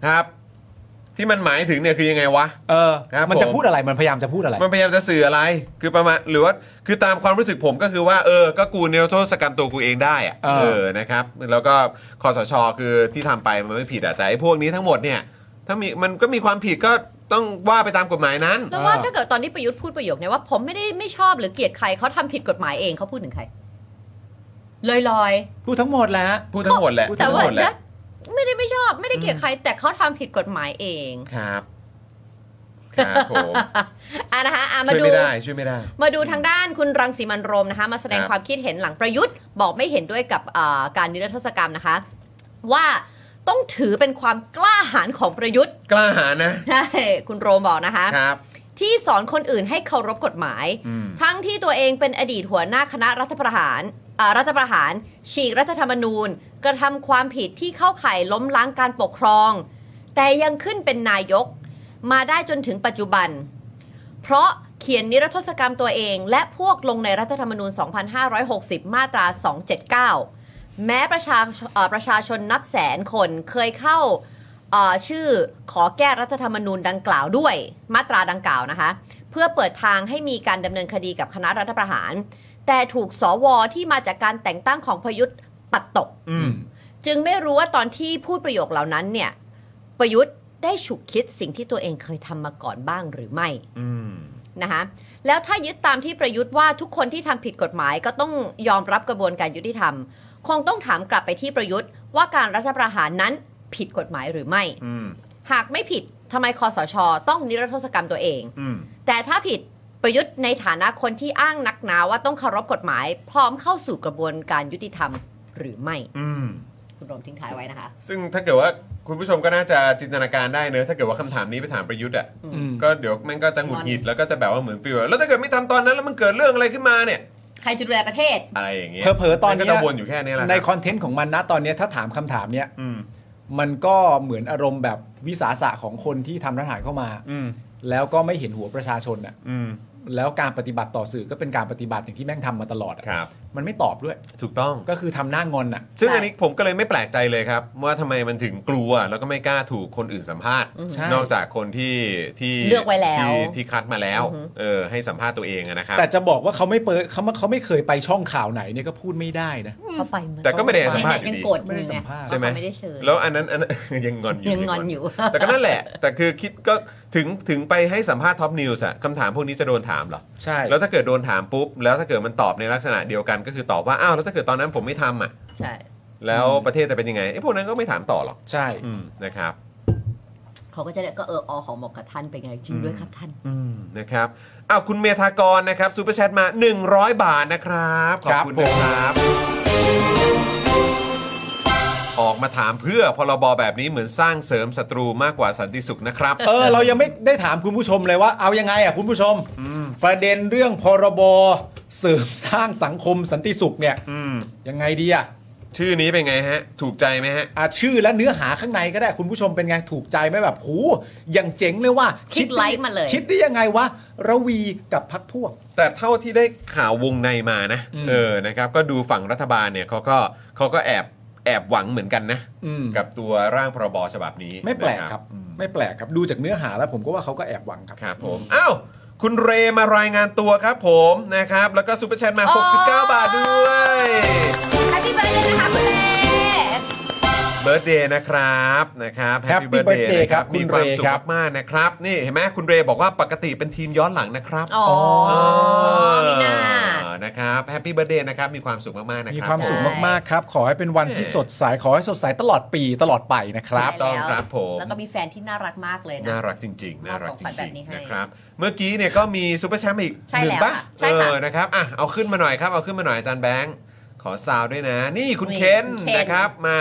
Speaker 1: ครับ ที่มันหมายถึงเนี่ยคือยังไงวะ
Speaker 2: เออ
Speaker 1: ครับ
Speaker 2: มันจะ
Speaker 1: ผม
Speaker 2: พูดอะไรมันพยายามจะพูดอะไร
Speaker 1: มันพยายามจะสื่ออะไร คือประมาณหรือว่าคือตามความรู้สึกผมก็คือว่าเออ ก็กูนิรโทษกรรมตัวกูเองได้อะ
Speaker 2: เออ
Speaker 1: เออนะครับ แล้วก็คอสชคือที่ทำไปมันไม่ผิดอะแต่ไอ้พวกนี้ทั้งหมดเนี่ย ถ้ามีมันก็มีความผิดก็ต้องว่าไปตามกฎหมายนั้น
Speaker 4: แล้วว่า
Speaker 2: อ่า
Speaker 4: ถ้าเกิดตอนที่ประยุทธ์พูดประโยคเนี่ยว่าผมไม่ได้ไม่ชอบหรือเกลียดใครเขาทำผิดกฎหมายเองเขาพูดถึงใครลอยลอยๆ
Speaker 2: พูดทั้งหมดแหล้ว
Speaker 1: พูดทั้งหมดแหละ
Speaker 2: พูด
Speaker 4: แต่
Speaker 2: ง
Speaker 1: พู
Speaker 4: ว่า
Speaker 1: ดทั้งหมดแหละ
Speaker 4: นะไม่ได้ไม่ชอบไม่ได้เกลียดใคร แต่เขาทำผิดกฎหมายเอง
Speaker 1: ครับ ครับผม
Speaker 4: อ่ะนะคะอ่ะมา
Speaker 1: ช่วย
Speaker 4: ดู
Speaker 1: ไม่ได้ช่วยไม่ได้
Speaker 4: มาดูทางด้านคุณรังสีมันโรมนะคะ มาแสดง
Speaker 1: ครับ
Speaker 4: ความคิดเห็นหลังประยุทธ์ บอกไม่เห็นด้วยกับอ่าการนิรโทษกรรมนะคะ ว่าต้องถือเป็นความกล้าหาญของประยุทธ์
Speaker 1: กล้าหาญนะ
Speaker 4: ใช่คุณโรมบอกนะคะ
Speaker 1: ครับ
Speaker 4: ที่สอนคนอื่นให้เคารพกฎหมาย ทั้งที่ตัวเองเป็นอดีตหัวหน้าคณะรัฐประหารอ่ารัฐประหาร ฉีกรัฐธรรมนูญ กระทำความผิดที่เข้าข่ายล้มล้างการปกครอง แต่ยังขึ้นเป็นนายก มาได้จนถึงปัจจุบัน เพราะเขียนนิรโทษกรรมตัวเอง และพวกลงในรัฐธรรมนูญ 2560 มาตรา 279 แม้ประชาเอ่อประชาชนนับแสนคนเคยเข้า เอ่อชื่อขอแก้รัฐธรรมนูญดังกล่าวด้วยมาตราดังกล่าวนะคะ เพื่อเปิดทางให้มีการดำเนินคดีกับคณะรัฐประหาร แต่ถูกสวที่มาจากการแต่งตั้งของประยุทธ์ปัดตก
Speaker 2: อืม
Speaker 4: จึงไม่รู้ว่าตอนที่พูดประโยคเหล่านั้นเนี่ย ประยุทธ์ได้ฉุกคิดสิ่งที่ตัวเองเคยทำมาก่อนบ้างหรือไม่นะคะแล้วถ้ายึดตามที่ประยุทธ์ว่าทุกคนที่ทำผิดกฎหมายก็ต้องยอมรับกระบวนการยุติธรรม คงต้องถามกลับไปที่ประยุทธ์ว่าการรัฐประหารนั้นผิดกฎหมายหรือไม่
Speaker 1: อืม
Speaker 4: หากไม่ผิดทำไมคอสช ต้องนิรโทษกรรมตัวเอง
Speaker 1: อืม
Speaker 4: แต่ถ้าผิดประยุทธ์ในฐานะคนที่อ้างนักหนาว่าต้องเคารพกฎหมาย พร้อมเข้าสู่กระบวนการยุติธรรมหรือไม่
Speaker 1: อืม
Speaker 4: คุณโรมทิ้งท้ายไว้นะคะ
Speaker 1: ซึ่งถ้าเกิดว่าคุณผู้ชมก็น่าจะจินตนาการได้เนอะถ้าเกิดว่าคำถามนี้ไปถามประยุทธ์อ่ะ
Speaker 2: อืม
Speaker 1: ก็เดี๋ยวแม่งก็จะหงุดหงิดแล้วก็จะแบบว่าเหมือนฟิวาแล้วถ้าเกิดไม่ทำตอนนั้นแล้วมันเกิดเรื่องอะไรขึ้นมาเนี่ย
Speaker 4: ใครจะดูแลประเทศ
Speaker 1: อะไรอย่างเงี้ย
Speaker 2: เผลอๆตอนเนี้
Speaker 1: มั
Speaker 2: ย
Speaker 1: ก็จะวนอยู่แค่เนี้ยแหละ
Speaker 2: ใน
Speaker 1: ค
Speaker 2: ครับ อนเทนต์ของมันนะตอนเนี้ยถ้าถามคำถามเนี้ย
Speaker 1: อืม
Speaker 2: มันก็เหมือนอารมณ์แบบวิสาสะของคนที่ทำรัฐประหารเข้ามา
Speaker 1: อืม
Speaker 2: แล้วก็ไม่เห็นหัวประชาชนอ่ะ
Speaker 1: อืม
Speaker 2: แล้วการปฏิบัติต่อสื่อก็เป็นการปฏิบัติอย่างที่แม่งทำมาตลอดอะ
Speaker 1: ครับ
Speaker 2: มันไม่ตอบด้วย
Speaker 1: ถูกต้อง
Speaker 2: ก็คือทำหน้างอนอ่ะ
Speaker 1: ซึ่งอันนี้ผมก็เลยไม่แปลกใจเลยครับ ว่าทำไมมันถึงกลัวแล้วก็ไม่กล้าถูกคนอื่นสัมภาษณ์
Speaker 2: ใช่
Speaker 1: นอกจากคนที่ที่
Speaker 4: เลือกไว้แล้ว
Speaker 1: ที่ที่คัดมาแล้ว
Speaker 4: อือหือ
Speaker 1: เออ ให้สัมภาษณ์ตัวเองอะนะครับ
Speaker 2: แต่จะบอกว่าเขาไม่เปิดเขาไม่เขาไม่เคยไปช่องข่าวไหนเนี่ยก็พูดไม่ได้นะ
Speaker 4: เขาไปห
Speaker 1: แต่ก็ไม่ได้สัมภาษณ์
Speaker 4: ไหนๆยัง
Speaker 1: อยู่ดี
Speaker 4: โกรธ
Speaker 2: ไม่ได้สัมภาษณ์
Speaker 1: ใช่ไหม
Speaker 4: เขไม่ได้เชิญ
Speaker 1: แล้วอันนั้นอันนั้น ยังงอนอยู่
Speaker 4: ยังงอนอยู่
Speaker 1: แต่ก็นั่นแหละ แต่คือคิดก็ถึงถึงไปให้สัมภาษณ์ท็อปนิวส์อะคำถามพวกนี้จะโดนถามเหรอ
Speaker 2: ใช่
Speaker 1: แล้วถ้าเกิดโดนถามปุ๊บ แล้วถ้าเกิดมันตอบในลักษณะเดียวกันก็คือตอบว่า อ้าว แล้วถ้าเกิดตอนนั้นผมไม่ทำอ่ะ
Speaker 4: ใช่
Speaker 1: แล้วประเทศจะเป็นยังไงไอ้พวกนั้นก็ไม่ถามต่อหรอก
Speaker 2: ใช่
Speaker 1: อืมนะครับ
Speaker 4: เขาก็จะได้ก็เอออของหมอกกับท่านไปไงจริงด้วยครับท่าน
Speaker 1: อืมนะครับ อ้าวคุณเมธากรนะครับซูเปอร์แชทมา 100 บาทนะครับ ขอบคุณ
Speaker 2: ครับผม
Speaker 1: นะครับ ออกมาถามเพื่อพรบแบบนี้เหมือนสร้างเสริมศัตรูมากกว่าสันติสุขนะครับ
Speaker 2: เออ เรายังไม่ได้ถามคุณผู้ชมเลยว่าเอายังไงอ่ะคุณผู้ชม ประเด็นเรื่องพรบเสริมสร้างสังคมสันติสุขเนี่ยยังไงดีอ่ะ
Speaker 1: ชื่อนี้เป็นไงฮะ ถูกใจไหมฮะ
Speaker 2: อ่ะชื่อและเนื้อหาข้างในก็ได้คุณผู้ชมเป็นไงถูกใจไหมแบบหูอย่างเจ๋งเลยว่า
Speaker 4: คลิกไลค์มาเลย
Speaker 2: คิดได้ยังไงวะระวีกับพักพวก
Speaker 1: แต่เท่าที่ได้ข่าววงในมานะ
Speaker 2: อืม
Speaker 1: เออนะครับ ก็ดูฝั่งรัฐบาลเนี่ยเขาก็เขาก็แอบแอบหวังเหมือนกันนะ
Speaker 2: อืม
Speaker 1: กับตัวร่างพรบฉบับนี้
Speaker 2: ไม่แปลก
Speaker 1: นะ
Speaker 2: ครับ ไม่แปลกครับดูจากเนื้อหาแล้วผมก็ว่าเขาก็แอบหวังครับ
Speaker 1: ครับผมอ้าวคุณเรมารายงานตัวครับผมนะครับ แล้วก็ซูเปอร์แชทมา
Speaker 4: โอ้
Speaker 1: 69 บาทด้วย
Speaker 4: Happy birthday นะคะคุณเล
Speaker 1: เบิร์ดเดย์นะครับนะครับ
Speaker 2: Happy birthday ครับ
Speaker 1: มีความ
Speaker 2: คุณเร
Speaker 1: สุข
Speaker 2: ครับ
Speaker 1: มากๆนะครับ นี่เห็นไหมคุณเรบอกว่าปกติเป็นทีมย้อนหลังนะครับ
Speaker 4: อ๋อ
Speaker 1: เออ
Speaker 4: มีหน้า
Speaker 1: นะครับแฮปปี้เบิร์ดเดย์นะครับ มีความสุขมาก ๆ นะครับ
Speaker 2: มีความสุข
Speaker 4: ใช่
Speaker 2: มากๆครับ ขอให้เป็นวันที่สดใสขอให้สดใสตลอดปีตลอดไปนะครับ
Speaker 4: ใช่แล้ว
Speaker 1: ต้องครับผม
Speaker 4: แล้วก็มีแฟนที่น่ารักมากเลยนะ
Speaker 1: น่ารักจริง ๆ น่ารักจ
Speaker 4: ของขวัญแบ
Speaker 1: ริง
Speaker 4: บนี้ให้
Speaker 1: ๆนะครับ เมื่อกี้เนี่ยก็มีซูเปอร์แชมป์อีก
Speaker 4: ใช่
Speaker 1: หนึ่ง
Speaker 4: แล้ว
Speaker 1: ป่ะ
Speaker 4: ค่ะใช่
Speaker 1: เอ
Speaker 4: ค่ะ
Speaker 1: อนะครับอ่ะเอาขึ้นมาหน่อยครับเอาขึ้นมาหน่อยอาจารย์แบงค์ขอซาวด้วยนะ นี่คุณ
Speaker 4: นี่
Speaker 1: เคน
Speaker 4: คุณเคน
Speaker 1: นะครับมา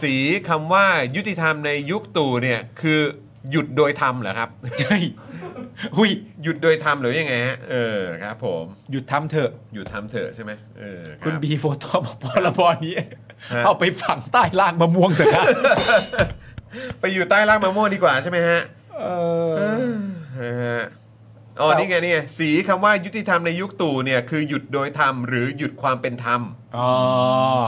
Speaker 1: สีคำว่ายุติธรรมในยุคตู่เนี่ย คือหยุดโดยธรรมเหรอครับ
Speaker 2: ใช่หุย
Speaker 1: หยุดโดยธรรมหรือยังไงฮะเออครับ ผม
Speaker 2: หยุดทำเถอะ
Speaker 1: หยุดทำเถอะใช่ไหมเออรับ
Speaker 2: คุณบีโฟโต้ บอกพรบนี้ เอาไปฝังใต้รากมะม่วงเถอะครับ
Speaker 1: ไปอยู่ใต้รากมะม่วงดีกว่าใช่ไหมฮะ
Speaker 2: เออ
Speaker 1: นะฮะอ๋อ
Speaker 2: แต่
Speaker 1: นี่ไงนี่ไงสีคำว่ายุติธรรมในยุคตู่เนี่ยคือหยุดโดยธรรมหรือหยุดความเป็นธรรม
Speaker 2: อ๋อ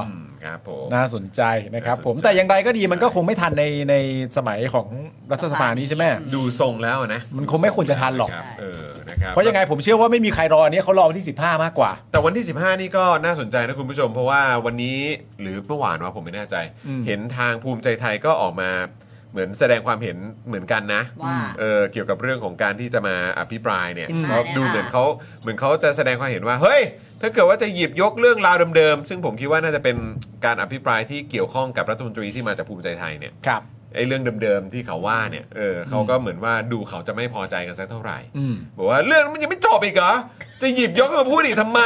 Speaker 1: อืมครับผม
Speaker 2: น่าสนใจนะครับ
Speaker 1: น่าสนใจ
Speaker 2: ผมแต่อย่างไรก็ดีมันก็คงไม่ทันในในสมัยของรัฐสภานี้ใช่ไหม
Speaker 1: ดูทรงแล้วนะ
Speaker 2: มันคงไม่ควรจะทันหรอก
Speaker 1: คบเออนะครับ
Speaker 2: เพราะยังไงผมเชื่อว่าไม่มีใครรออันนี้เขารอวันที่ 15 มากกว่า
Speaker 1: แต่วันที่ 15 นี่ก็น่าสนใจนะคุณผู้ชม เพราะว่าวันนี้หรือเมื่อวานวะผมไม่แน่ใจ
Speaker 2: อืม
Speaker 1: เห็นทางภูมิใจไทยก็ออกมาเหมือนแสดงความเห็นเหมือนกันนะ
Speaker 4: ว่า
Speaker 1: เออเกี่ยวกับเรื่องของการที่จะมาอภิปรายเนี่ย
Speaker 4: สิบห้า
Speaker 1: เขา
Speaker 4: เนี่ย
Speaker 1: ดูเหมือน
Speaker 4: อ่ะ
Speaker 1: เขาเหมือนเขาจะแสดงความเห็นว่า เฮ้ย ถ้าเกิดว่าจะหยิบยกเรื่องราวเดิมๆ ซึ่งผมคิดว่าน่าจะเป็นการอภิปรายที่เกี่ยวข้องกับรัฐมนตรีที่มาจากภูมิใจไทยเนี่ย
Speaker 2: ครับ
Speaker 1: ไอ้เรื่องเดิมๆ ที่เขาว่าเนี่ยเออเขาก็เหมือนว่าดูเขาจะไม่พอใจกันสักเท่าไหร่
Speaker 2: อืม
Speaker 1: บอกว่าเรื่องมันยังไม่จบอีกเหรอจะหยิบยกมาพูดอีกทำไม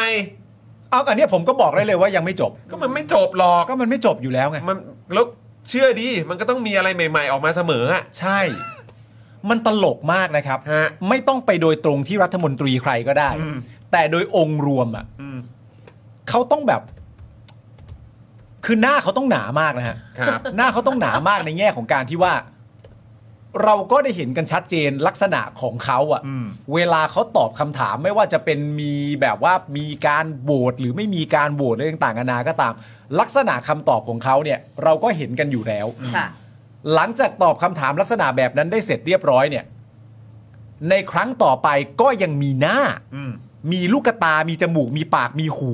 Speaker 2: เอาอันเนี้ยผมก็บอกได้เลยว่ายังไม่จบ
Speaker 1: ก็มันไม่จบหรอก
Speaker 2: ก็มันไม่จบอยู่แล้วไง
Speaker 1: มันแล้วเชื่อดีมันก็ต้องมีอะไรใหม่ ๆ ออกมาเสมออะ
Speaker 2: ใช่ มันตลกมากนะครับ
Speaker 1: ฮะ
Speaker 2: ไม่ต้องไปโดยตรงที่รัฐมนตรีใครก็ได้ แต่โดยองค์รวมอ่ะเขาต้องแบบ คือหน้าเขาต้องหนามากนะฮะ
Speaker 1: ครับ
Speaker 2: หน้าเขาต้องหนามากในแง่ของการที่ว่า เราก็ได้เห็นกันชัดเจนลักษณะของเขาอะ
Speaker 1: อืม
Speaker 2: เวลาเขาตอบคำถามไม่ว่าจะเป็นมีแบบว่ามีการโหวตหรือไม่มีการโหวตอะไรต่างๆนานาก็ตาม ลักษณะคำตอบของเขาเนี่ย เราก็เห็นกันอยู่แล้ว
Speaker 4: ค่ะ
Speaker 2: หลังจากตอบคำถามลักษณะแบบนั้นได้เสร็จเรียบร้อยเนี่ย ในครั้งต่อไปก็ยังมีหน้า
Speaker 1: อืม
Speaker 2: มีลูกกระตา มีจมูก มีปาก มีหู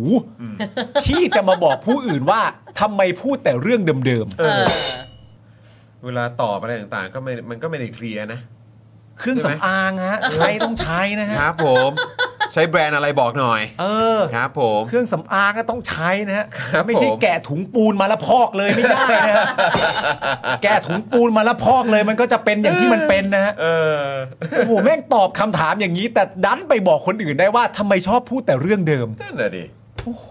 Speaker 2: ที่จะมาบอกผู้อื่นว่าทำไมพูดแต่เรื่องเดิมๆ
Speaker 4: เออ
Speaker 1: เวลาตอบอะไรต่างๆ ก็ไม่มันก็ไม่ได้เคลียร์นะ
Speaker 2: เครื่องสำอางฮะใช้ต้องใช้นะ
Speaker 1: ค
Speaker 2: ฮะ
Speaker 1: รับผมใช้แบรนด์อะไรบอกหน่อย
Speaker 2: เออ
Speaker 1: ครับผม
Speaker 2: เครื่องสำอางก็ต้องใช้นะฮะ
Speaker 1: ครับ
Speaker 2: ไม่ใช่
Speaker 1: ผม
Speaker 2: แกะถุงปูนมาแล้วพอกเลยไม่ได้นะฮะแกะถุงปูนมาแล้วพอกเลยมันก็จะเป็นอย่างที่มันเป็นนะฮะ
Speaker 1: เออ
Speaker 2: โอ้โหแม่งตอบคำถามอย่างนี้ แต่ดันไปบอกคนอื่นได้ว่าทำไมชอบพูดแต่เรื่องเดิม
Speaker 1: นั่นน่ะดิ
Speaker 2: โอ้โห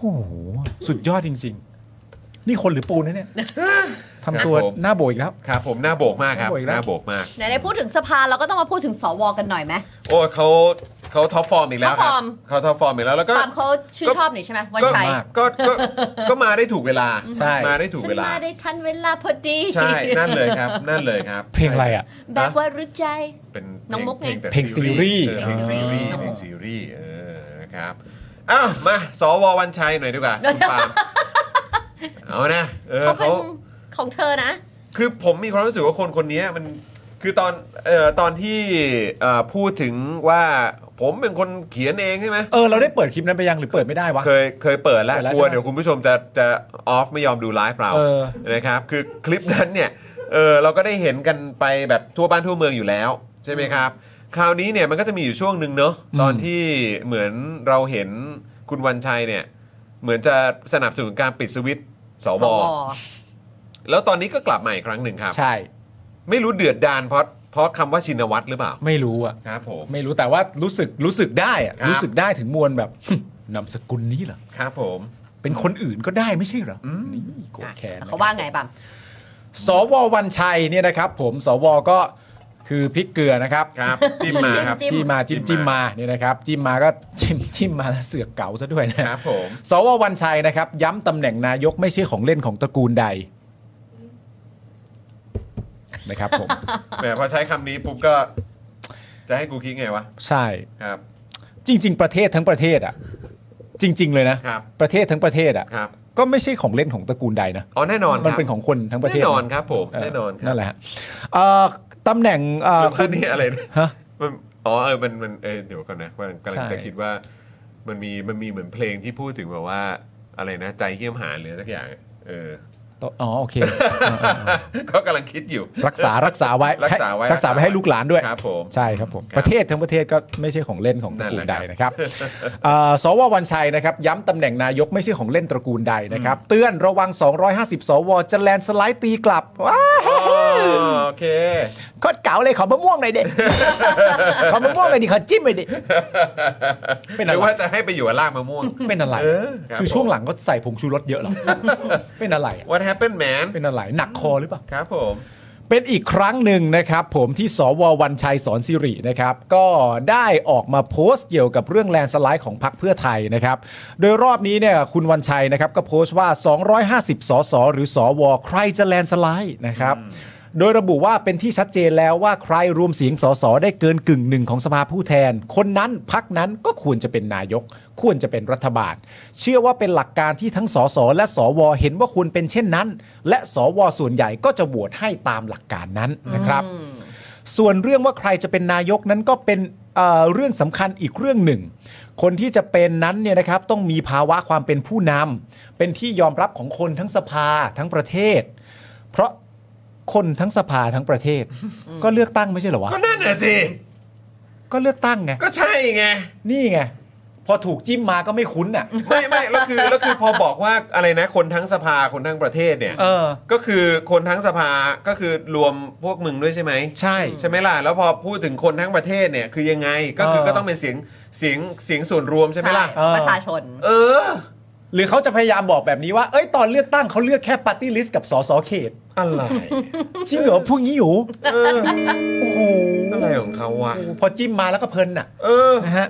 Speaker 2: สุดยอดจริง ๆ นี่คนหรือปูนนะเนี่ยทำตัวหน้าโบอีกแล้ว
Speaker 1: ครับผมหน้าโบกมากครับ
Speaker 2: หน้าโบกอีก
Speaker 1: หน้าโบก
Speaker 2: แล้ว
Speaker 1: มาก
Speaker 4: ไหนได้พูดถึงสภาเราก็ต้องมาพูดถึงสวกันหน่อยไหม
Speaker 1: โอ้เขาเขาท็อปฟอร์มอีกแล้วค
Speaker 4: ท็
Speaker 1: รั
Speaker 4: อปฟอบ ร์ม
Speaker 1: เขาท็อปฟอร์มอีกแล้วแล้วก็
Speaker 4: ตามเขาชื่นชอบนี่ใช่ไหมวัน
Speaker 1: ก็
Speaker 4: ชัย
Speaker 1: ก็ก็ก็มาได้ถูกเวลา
Speaker 2: ใช่
Speaker 1: มาได้ถูก
Speaker 4: ฉั
Speaker 1: เวลา
Speaker 4: มาได้ทันเวลาพอดี
Speaker 1: ใช่นั่นเลยครับ นั่นเลยครับ
Speaker 2: เพลงอะไรอ่ะ
Speaker 4: แบบว่ารู้ใจ
Speaker 1: เป็น
Speaker 4: น้องมุกไง
Speaker 1: แต่
Speaker 2: เพลงซีรีส์
Speaker 1: เออเพลงซีรีส์เพลงซีรีส์เออนะครับอ้าวมาสววันชัยหน่อยดีกว่าคุณปาล์มเอานะเออ
Speaker 4: เขาเป็
Speaker 1: เขา
Speaker 4: นของเธอนะ
Speaker 1: คือผมมีความรู้สึกว่าคนคนนี้มันคือตอนเอ่อตอนที่เอ่อพูดถึงว่าผมเป็นคนเขียนเองใช่ไหม
Speaker 2: เออเราได้เปิดคลิปนั้นไปยังหรือเปิดไม่ได้วะ
Speaker 1: เคยเคยเปิดแล้ว
Speaker 2: เปิดแล้ว
Speaker 1: กลัว
Speaker 2: ใช่ไหม
Speaker 1: เดี๋ยวคุณผู้ชมจะจะออฟไม่ยอมดูไลฟ์เรา
Speaker 2: เออ
Speaker 1: นะครับคือคลิปนั้นเนี่ยเออเราก็ได้เห็นกันไปแบบทั่วบ้านทั่วเมืองอยู่แล้ว ใช่ไหมครับ คราวนี้เนี่ยมันก็จะมีอยู่ช่วงหนึ่งเนอะตอนที่เหมือนเราเห็นคุณวันชัยเนี่ยเหมือนจะสนับสนุนการปิดสวิตช์ส
Speaker 4: ส
Speaker 1: ว
Speaker 4: ว
Speaker 1: แล้วตอนนี้ก็กลับมาอีกครั้งหนึ่งครับ
Speaker 2: ใช่
Speaker 1: ไม่รู้เดือดดานเพราะเพราะคำว่าชินวัตรหรือเปล่า
Speaker 2: ไม่รู้อ่ะ
Speaker 1: ครับผม
Speaker 2: ไม่รู้แต่ว่ารู้สึกรู้สึกได้อะ
Speaker 1: ครับ
Speaker 2: รู้สึกได้ถึงมวลแบบ นามสกุลนี้เหรอ
Speaker 1: ครับผม
Speaker 2: เป็นคนอื่นก็ได้ไม่ใช่เหรออนี่โกรธแค้น
Speaker 4: เขาว่าไงบ้าง
Speaker 2: สววันชัยเนี่ยนะครับ ผมสวก็ คือพริกเกลือนะครับ
Speaker 1: ครับ จิ้มมาครับ
Speaker 4: จิ้ม
Speaker 2: ที่มาจิ้มจิ้ม
Speaker 1: จิ้มมา
Speaker 2: มาเนี่ยนะครับจิ้มมาก็ จิ้มจิ้มมาแล้วเสือกเก๋าซะด้วยนะ
Speaker 1: ครับผม
Speaker 2: สววันชัยนะครับ ย้ำตำแหน่งนายกไม่ใช่ของเล่นของตระกูลใดนะครับ ผม
Speaker 1: แหมพอใช้คำนี้ปุ๊บก็จะให้กูคิดไงวะ
Speaker 2: ใช่
Speaker 1: ครับ
Speaker 2: จริง ๆ ประเทศทั้งประเทศอ่ะ จริง ๆ เลยนะครับ ประเทศทั้งประเทศอ่ะ
Speaker 1: ครับ
Speaker 2: ก็ไม่ใช่ของเล่นของตระกูลใดนะ
Speaker 1: อ๋อแน่นอนครับ
Speaker 2: มันเป็นของคนทั้งประเทศ
Speaker 1: แน่นอนครับผม
Speaker 2: เออ
Speaker 1: แน่นอนครั
Speaker 2: นั่นแหละฮะเอ่อตำแหน่งเอ่อ
Speaker 1: แล้วนี่อะไรนะ
Speaker 2: ฮะ
Speaker 1: มันอ๋อเออมันมันเออเดี๋ยวก่อนนะมันกำลัง
Speaker 2: ใช่
Speaker 1: จะคิดว่า มันมีมันมีเหมือนเพลงที่พูดถึงแบบว่าอะไรนะ ใจเหี้ยมหาญหรือสักอย่างอะเออ
Speaker 2: อ๋อโอเค
Speaker 1: ก็กำลังคิดอยู่
Speaker 2: รักษารักษาไว้
Speaker 1: รักษาไว้
Speaker 2: ให้รักษาไว้ให้ลูกหลานด้วย
Speaker 1: ครับผม
Speaker 2: ใช่ครับผม
Speaker 1: ครับ
Speaker 2: ประเทศทั้งประเทศก็ไม่ใช่ของเล่นของตระกูลใด
Speaker 1: นั่นแหละ
Speaker 2: นะ
Speaker 1: ค
Speaker 2: ค
Speaker 1: รั
Speaker 2: รับ บ เอ่อสววันชัยนะครับย้ำตำแหน่งนายกไม่ใช่ของเล่นตระกูลใดนะครับ เตือนระวัง 250 สวจะแลนด์สไลด์ตีกลับว้า
Speaker 1: อ๋อโอเค
Speaker 2: โคตรเก๋าเลยขอมะม่วงหน่อยดิ ขอมะม่วงหน่อยดิขอจิ้มหน่อยดิ เป็น
Speaker 1: ห
Speaker 2: อะไร
Speaker 1: รือว่าจะให้ไปอยู่กับลากมะม่วง
Speaker 2: เป็นอะไร
Speaker 1: เออครับ
Speaker 2: คือช่วงหลังก็ใส่ผงชูรสเยอะเหรอ เป็นอะไรอะ
Speaker 1: What happened man
Speaker 2: เป็นอะไรหนักคอหรือเปล่า
Speaker 1: ครับผม
Speaker 2: เป็นอีกครั้งหนึ่งนะครับผมที่สววันชัยสอนสิรินะครับก็ได้ออกมาโพสต์เกี่ยวกับเรื่องแลนด์สไลด์ของพรรคเพื่อไทยนะครับโดยรอบนี้เนี่ยคุณวันชัยนะครับก็โพสต์ว่า 250 สสหรือสวใครจะแลนด์สไลด์นะครับโดยระบุว่าเป็นที่ชัดเจนแล้วว่าใครรวมเสียงสสได้เกินกึ่งหนึ่งของสภาผู้แทน คนนั้นพักนั้นก็ควรจะเป็นนายก ควรจะเป็นรัฐบาล เชื่อว่าเป็นหลักการที่ทั้งสสและสวเห็นว่าควรเป็นเช่นนั้น และสวส่วนใหญ่ก็จะโหวตให้ตามหลักการนั้นนะครับ ส่วนเรื่องว่าใครจะเป็นนายกนั้นก็เป็นเอ่อเรื่องสำคัญอีกเรื่องหนึ่ง คนที่จะเป็นนั้นเนี่ยนะครับต้องมีภาวะความเป็นผู้นำเป็นที่ยอมรับของคนทั้งสภาทั้งประเทศ เพราะคนทั้งสภาทั้งประเทศ ก็เลือกตั้งไม่ใช่เหรอวะ
Speaker 1: ก็นั่นน่ะสิ
Speaker 2: ก็เลือกตั้งไง
Speaker 1: ก็ใช่ไง
Speaker 2: นี่ไงพอถูกจิ้มมาก็ไม่คุ้นอ่ะ
Speaker 1: ไม่ไม่แล้วคือแล้วคือพอบอกว่าอะไรนะ คนทั้งสภาคนทั้งประเทศเนี่ย
Speaker 2: เออ
Speaker 1: ก็คือคนทั้งสภาก็คือรวมพวกมึงด้วยใช่ไหม
Speaker 2: ใช่
Speaker 1: ใช่ไหมล่ะแล้วพอพูดถึงคนทั้งประเทศเนี่ยคือยังไงก็คือ
Speaker 2: เออ
Speaker 1: ก็ต้องเป็นเสียงเสียงเสียงส่วนรวมใช่ไหมล่ะ
Speaker 2: เออ
Speaker 4: ประชาชน
Speaker 1: เออ
Speaker 2: หรือเขาจะพยายามบอกแบบนี้ว่า เอ้ยตอนเลือกตั้งเขาเลือกแค่ปาร์ตี้ลิสต์กับสสเขต
Speaker 1: อะไร
Speaker 2: จริงเหรอพวกนี้อยู่โอ้โห
Speaker 1: อะไรของเขาวะ
Speaker 2: พอจิ้มมาแล้วก็เพลินน่ะ
Speaker 1: เออ
Speaker 2: นะฮะ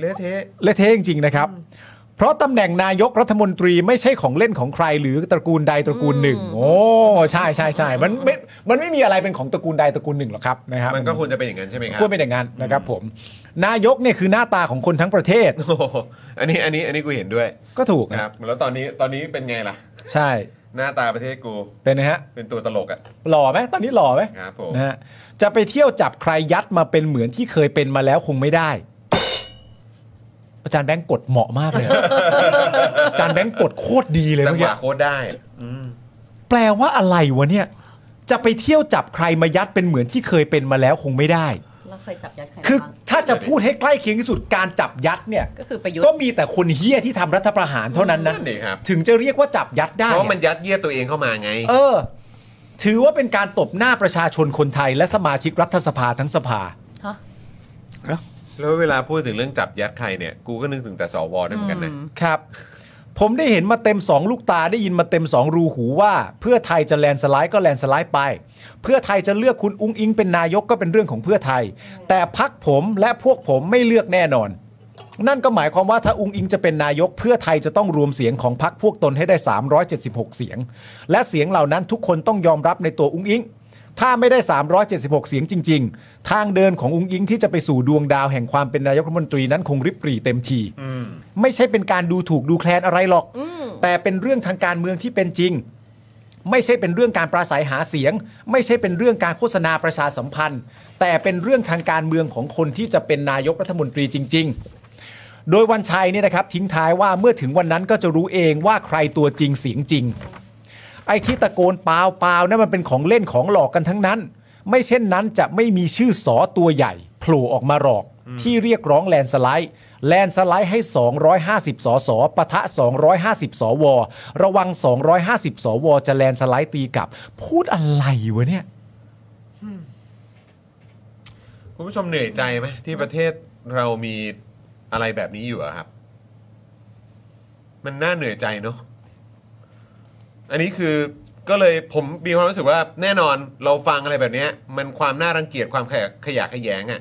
Speaker 1: เละเทะ
Speaker 2: เละเทะจริงๆนะครับ เพราะตำแหน่งนายกรัฐมนตรีไม่ใช่ของเล่นของใครหรือตระกูลใดตระกูลหนึ่ง โอ้ใช่ใช่ใช่มันไม่มันไม่มีอะไรเป็นของตระกูลใดตระกูลหนึ่งหรอกครับนะครับ
Speaker 1: มันก็ควรจะเป็นอย่างนั้นใช่ไหมครับ
Speaker 2: ควรเป็นอย่างนั้นนะครับผม นายกเนี่ยคือหน้าตาของคนทั้งประเทศ
Speaker 1: โอ้โหอันนี้อันนี้อันนี้กูเห็นด้วย
Speaker 2: ก็ถูก
Speaker 1: ครั
Speaker 2: นะ
Speaker 1: บแล้วตอนนี้ตอนนี้เป็นไงล่ะ
Speaker 2: ใช่
Speaker 1: หน้าตาประเทศกู
Speaker 2: เป็นนะฮะ
Speaker 1: เป็นตัวตลกอ่ะ
Speaker 2: หล่อไหมตอนนี้หล่อไหม
Speaker 1: ครับผม
Speaker 2: นะฮะจะไปเที่ยวจับใครยัดมาเป็นเหมือนที่เคยเป็นมาแล้วคงไม่ได้ อาจารย์แบงก์กดเหมาะมาก เลยอะ อาจารย์แบงก์กดโคตรดีเลย
Speaker 1: จัง
Speaker 2: เมื่
Speaker 1: ห
Speaker 2: อกี้
Speaker 1: วะโคตรได้
Speaker 2: แปลว่าอะไรวะเนี่ย จะไปเที่ยวจับใครมายัดเป็นเหมือนที่เคยเป็นมาแล้วคงไม่ได้
Speaker 4: เราเคยจับยัดใคร
Speaker 2: คือ
Speaker 4: บ้าง
Speaker 2: ถ้าจะพูดให้ใกล้เคียงที่สุดการจับยัดเนี่ย
Speaker 4: ก็คือประยุทธ์
Speaker 2: ก็มีแต่คนเฮี้ยที่ทำรัฐประหารเท่านั้นนะ
Speaker 1: นั่นเองครับ
Speaker 2: ถึงจะเรียกว่าจับยัดได้
Speaker 1: เพราะ
Speaker 2: อะ
Speaker 1: มันยัดเยียดตัวเองเข้ามาไง
Speaker 2: เออ ถือว่าเป็นการตบหน้าประชาชนคนไทย และสมาชิกรัฐสภาทั้งสภา
Speaker 1: แล้วเวลาพูดถึงเรื่องจับยัดใครเนี่ย กูก็นึกถึงแต่สวด้วยเหมือนกันนะครับ
Speaker 2: ผมได้เห็นมาเต็ม 2 ลูกตาได้ยินมาเต็ม 2 รูหูว่า เพื่อไทยจะแลนด์สไลด์ก็แลนด์สไลด์ไป เพื่อไทยจะเลือกคุณอุ้งอิงเป็นนายกก็เป็นเรื่องของเพื่อไทย แต่พักผมและพวกผมไม่เลือกแน่นอน นั่นก็หมายความว่าถ้าอุงอิงจะเป็นนายก เพื่อไทยจะต้องรวมเสียงของพักพวกตนให้ได้ 376 เสียง และเสียงเหล่านั้นทุกคนต้องยอมรับในตัวอุงอิง ถ้าไม่ได้ 376 เสียงจริง ๆ ทางเดินของอุงอิงที่จะไปสู่ดวงดาวแห่งความเป็นนายกรัฐมนตรีนั้นคงริบหรี่เต็มที ไม่ใช่เป็นการดูถูกดูแคลนอะไรหรอก แต่เป็นเรื่องทางการเมืองที่เป็นจริง ไม่ใช่เป็นเรื่องการปราศัยหาเสียง ไม่ใช่เป็นเรื่องการโฆษณาประชาสัมพันธ์ แต่เป็นเรื่องทางการเมืองของคนที่จะเป็นนายกรัฐมนตรีจริง ๆ โดยวันชัยเนี่ยนะครับทิ้งท้ายว่าเมื่อถึงวันนั้นก็จะรู้เองว่าใครตัวจริงเสียงจริง ไอ้ที่ตะโกนเปล่าเปล่านั่นมันเป็นของเล่นของหลอกกันทั้งนั้น ไม่เช่นนั้นจะไม่มีชื่อสอตัวใหญ่โผล่ออกมาหลอก ที่เรียกร้องแลนด์สไลด์ แลนด์สไลด์ให้ 250 สสปะทะ 250 สว ระวัง 250 สว จะแลนด์สไลด์ตีกลับ พูดอะไรวะเนี่ย
Speaker 1: คุณผู้ชมเหนื่อยใจไหมที่ประเทศเรามีอะไรแบบนี้อยู่อะครับ มันน่าเหนื่อยใจเนอะอันนี้คือ ก็เลยผมมีความรู้สึกว่าแน่นอนเราฟังอะไรแบบเนี้ยมันความน่ารังเกียจความขยะขยะแขยงอ่ะ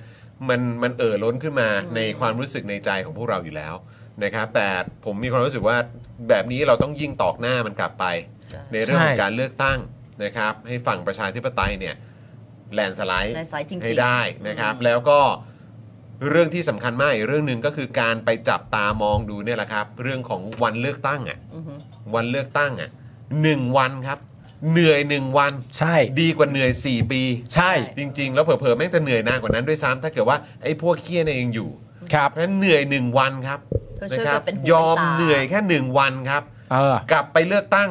Speaker 1: มันมันเอ่อล้นขึ้นมาในความรู้สึกในใจของพวกเราอยู่แล้วนะครับแต่ผมมีความรู้สึกว่าแบบนี้เราต้องยิ่งตอกหน้ามันกลับไป ในเรื่องของการเลือกตั้งนะครับ ให้ฝั่งประชาธิปไตยเนี่ยแลนสไลด์
Speaker 4: ในสายจริงๆ
Speaker 1: ให้ได้นะครับแล้วก็เรื่องที่สำคัญมากอีกเรื่องหนึ่งก็คือการไปจับตามองดูเนี่ยแหละครับ เรื่องของวันเลือกตั้งอ่ะ
Speaker 4: อือฮึ
Speaker 1: วันเลือกตั้งอ่ะหนึ่งวันครับ เหนื่อยหนึ่งวัน
Speaker 2: ใช่
Speaker 1: ดีกว่าเหนื่อย 4 ปี
Speaker 2: ใช่
Speaker 1: จริง ๆ แล้วเผลอๆแม่งจะเหนื่อยนานกว่านั้นด้วยซ้ำถ้าเกิดว่าไอ้พวกเคี้ยนเนี่ยยังอยู่
Speaker 2: ครับ
Speaker 1: เพราะฉะนั้นเหนื่อยหนึ่งวันครับ
Speaker 4: ก็ช่วย
Speaker 1: ครั
Speaker 4: กันเป็นหู
Speaker 1: ยอม
Speaker 4: เป็นตา
Speaker 1: เหนื่อยแค่หนึ่งวันครับ
Speaker 2: เออ
Speaker 1: กลับไปเลือกตั้ง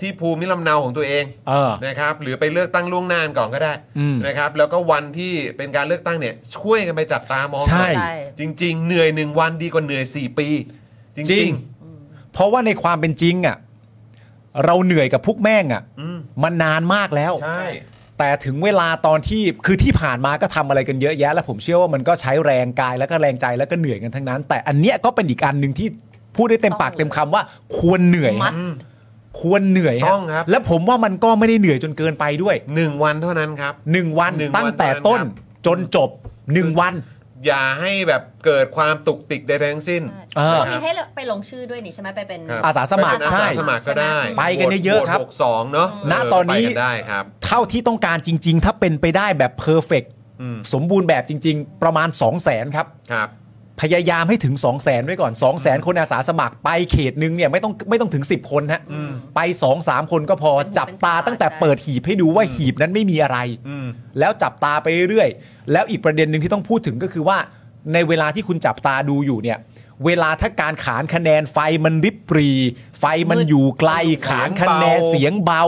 Speaker 1: ที่ภูมิลำเนาของตัวเอง
Speaker 2: เออ
Speaker 1: นะครับหรือไปเลือกตั้งล่วงหน้าก่อนก็ได้
Speaker 2: อืม
Speaker 1: นะครับแล้วก็วันที่เป็นการเลือกตั้งเนี่ยช่วยกันไปจับตามองหน่อย
Speaker 2: ใช่
Speaker 4: ใช่
Speaker 1: จริง ๆ เหนื่อยหนึ่งวันดีกว่าเหนื่อย 4 ปี จ
Speaker 2: จริ
Speaker 1: ริ
Speaker 2: ง
Speaker 1: ง
Speaker 2: เพราะว่าในความเป็นจริงอ่ะเราเหนื่อยกับพวกแม่งอ่ะ
Speaker 1: อืม
Speaker 2: มันนานมากแล้ว
Speaker 1: ๆ ใช่
Speaker 2: แต่ถึงเวลาตอนที่คือที่ผ่านมาก็ทำอะไรกันเยอะแยะ แล้วผมเชื่อว่ามันก็ใช้แรงกายแล้วก็แรงใจแล้วก็เหนื่อยกันทั้งนั้น แต่อันเนี้ยก็เป็นอีกอันหนึ่งที่พูดได้เต็มปากเต็มคำว่า ควรเหนื่อยฮะ
Speaker 4: must
Speaker 2: ควรเหนื่อยฮะ
Speaker 1: ต้องครับ
Speaker 2: และผมว่ามันก็ไม่ได้เหนื่อยจนเกินไปด้วย
Speaker 1: หนึ่งวันเท่านั้นครับ
Speaker 2: หนึ่งวัน
Speaker 1: หนึ่งวัน
Speaker 2: ตั้งแต่
Speaker 1: เท่านั้น
Speaker 2: ต้น
Speaker 1: ครับ
Speaker 2: จนจบหนึ่งวัน
Speaker 1: อย่าให้แบบเกิดความตุกติกใดๆทั้งสิ้น
Speaker 2: เออ
Speaker 4: มีให้เราไปลงชื่อด้วยนี่ใช่ไหมไปเป็น
Speaker 1: ครับ
Speaker 2: อาสาสมัคร
Speaker 1: เป็นอา
Speaker 2: ใช่
Speaker 1: สาสมัครก็ได้
Speaker 2: ไปกันเยอะๆครับ
Speaker 1: หกสองเนาะ
Speaker 2: ณ
Speaker 1: เ
Speaker 2: ตอนนี้
Speaker 1: ไปกัได้ครับ
Speaker 2: เท่าที่ต้องการจริง ๆ ถ้าเป็นไปได้แบบเพอร์เฟก
Speaker 1: อืม
Speaker 2: สมบูรณ์แบบจริง ๆ ประมาณ 2 0 0 0 0 0 ครับ
Speaker 1: ครับ
Speaker 2: พยายามให้ถึง 2 0 0แสนไว้ก่อน 2 0 0แสนคนอาสาสมัครไปเขตหนึงเนี่ยไม่ต้องไม่ต้องถึง 10 คนฮะ
Speaker 1: อืม
Speaker 2: ไป 2 3 คนก็พอ
Speaker 4: เป็นหู
Speaker 2: จับตา
Speaker 4: เป็นตา
Speaker 2: ตั้งแต่
Speaker 4: ได้
Speaker 2: เปิดหีบให้ดูว่าหีบนั้นไม่มีอะไร
Speaker 1: อืม
Speaker 2: แล้วจับตาไปเรื่อยๆ แล้วอีกประเด็นหนึ่งที่ต้องพูดถึงก็คือว่า ในเวลาที่คุณจับตาดูอยู่เนี่ย เวลาถ้าการขานคะแนนไฟมันริบปรี ไฟมันอยู่ไกลขานคะแนน
Speaker 1: เบา
Speaker 2: เสียงเบา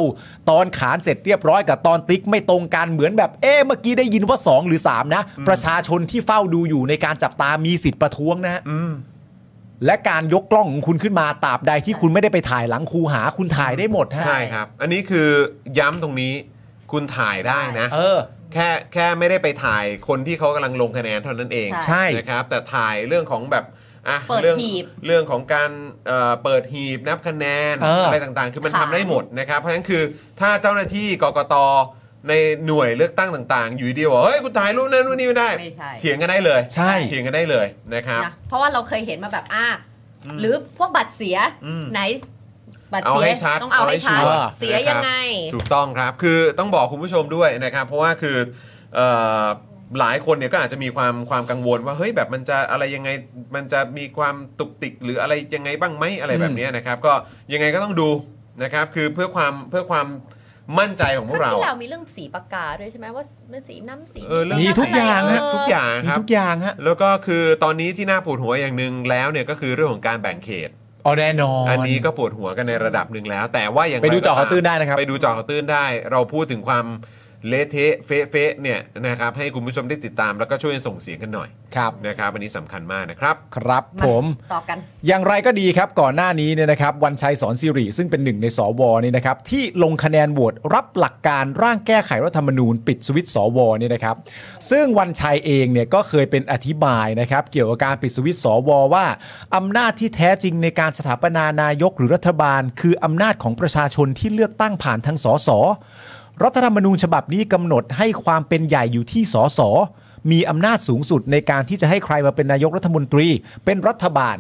Speaker 2: ตอนขานเสร็จเรียบร้อยกับตอนติ๊กไม่ตรงกันเหมือนแบบเอ๊ะเมื่อกี้ได้ยินว่า 2 หรือ 3 นะ ประชาชนที่เฝ้าดูอยู่ในการจับตามีสิทธิ์ประท้วงนะฮะ
Speaker 1: อืม
Speaker 2: และการยกกล้องของคุณขึ้นมาตราบใดที่คุณไม่ได้ไปถ่ายหลังคูหาคุณถ่ายได้หมดฮะ
Speaker 1: ใช่ครับ อันนี้คือย้ำตรงนี้คุณถ่ายได้นะ
Speaker 2: เออ
Speaker 1: แค่แค่ไม่ได้ไปถ่ายคนที่เขากำลังลงคะแนนเท่านั้นเอง
Speaker 2: ใช่
Speaker 1: นะครับ แต่ถ่ายเรื่องของแบบอ่ะ
Speaker 4: เปิด
Speaker 1: เรื่อง
Speaker 4: หีบ
Speaker 1: เรื่องของการเอ่อเปิดหีบนับคะแนน
Speaker 2: เอออ
Speaker 1: ไรต่างๆ คือมันทำ
Speaker 4: ขาย
Speaker 1: ได้หมดนะครับ เพราะฉะนั้นคือถ้าเจ้าหน้าที่กกตในหน่วยเลือกตั้งต่างๆ อยู่ดีๆว่าเฮ้ยกูถ่ายรูปนั่นรูปนี่ไม่ได้
Speaker 4: ไม่ใช่
Speaker 1: เถียงกันได้เลย
Speaker 2: ใช่
Speaker 1: เถียงกันได้เลยนะครับ
Speaker 4: นะเพราะว่าเราเคยเห็นมาแบบอ่าหรือพวกบัตรเสีย
Speaker 1: อืม
Speaker 4: ไหน บัตร
Speaker 1: เอา
Speaker 4: เสี
Speaker 1: ให้
Speaker 4: ย
Speaker 1: ชัด
Speaker 4: ต้องเอาให้ชัด
Speaker 1: เอาให้ชัวร์
Speaker 4: เสี
Speaker 1: นะค
Speaker 4: ย
Speaker 1: รับ
Speaker 4: ยังไง
Speaker 1: ถูกต้องครับ คือต้องบอกคุณผู้ชมด้วยนะครับ เพราะว่าคือเอ่อหลายคนเนี่ยก็อาจจะมีความความกังวลว่าเฮ้ยแบบมันจะอะไรยังไงมันจะมีความตุกติกหรืออะไรยังไงบ้างไหมอะไรแบบเนี้ยนะครับ ก็ยังไงก็ต้องดูนะครับ คือเพื่อความเพื่อความมั่นใจของพวกเรา
Speaker 4: ที่
Speaker 1: อะ
Speaker 4: เราวมีเรื่องสีปากกาด้วยใช่ไหมว่ามันสีน้ำสี
Speaker 1: เออเรื่อง
Speaker 2: มีทุกอย่างฮะ
Speaker 4: เ
Speaker 1: ทุกอย่าง
Speaker 2: มี
Speaker 1: ครับ
Speaker 2: ทุกอย่างฮะ
Speaker 1: แล้วก็คือตอนนี้ที่น่าปวดหัวอย่างหนึ่งแล้วเนี่ยก็คือเรื่องของการแบ่งเขต
Speaker 2: อ๋อแน่นอน
Speaker 1: อันนี้ก็ปวดหัวกันในระดับหนึ่งแล้ว แต่ว่าอย่างร
Speaker 2: ไปดู
Speaker 1: ก็ตม
Speaker 2: เจาะข่าวตื้นได้นะครับ
Speaker 1: ไปดูเจอข่าวตื้นได้ เราพูดถึงความเละเทะเฟะเฟะเนี่ยนะครับให้คุณผู้ชมได้ติดตามแล้วก็ช่วยส่งเสียงกันหน่อย
Speaker 2: ครับ
Speaker 1: นะครับอันนี้สำคัญมากนะครับ
Speaker 2: ครับ
Speaker 4: า
Speaker 2: ผม
Speaker 4: ต่อกัน
Speaker 2: อย่างไรก็ดีครับก่อนหน้านี้เนี่ยนะครับวันชัยสอนสิริซึ่งเป็นหนึ่งในสวเนี่ยนะครับที่ลงคะแนนโหวตรับหลักการร่างแก้ไขรัฐธรรมนูญปิดสวิตช์สวเนี่ยนะครับซึ่งวันชัยเองเนี่ยก็เคยเป็นอธิบายนะครับเกี่ยวกับการปิดสวิตช์สวว่าอำนาจที่แท้จริงในการสถาปนานายกหรือรัฐบาล คืออำนาจของประชาชนที่เลือกตั้งผ่านทางสส รัฐธรรมนูญฉบับนี้กำหนดให้ความเป็นใหญ่อยู่ที่สส มีอำนาจสูงสุดในการที่จะให้ใครมาเป็นนายกรัฐมนตรี เป็นรัฐบาล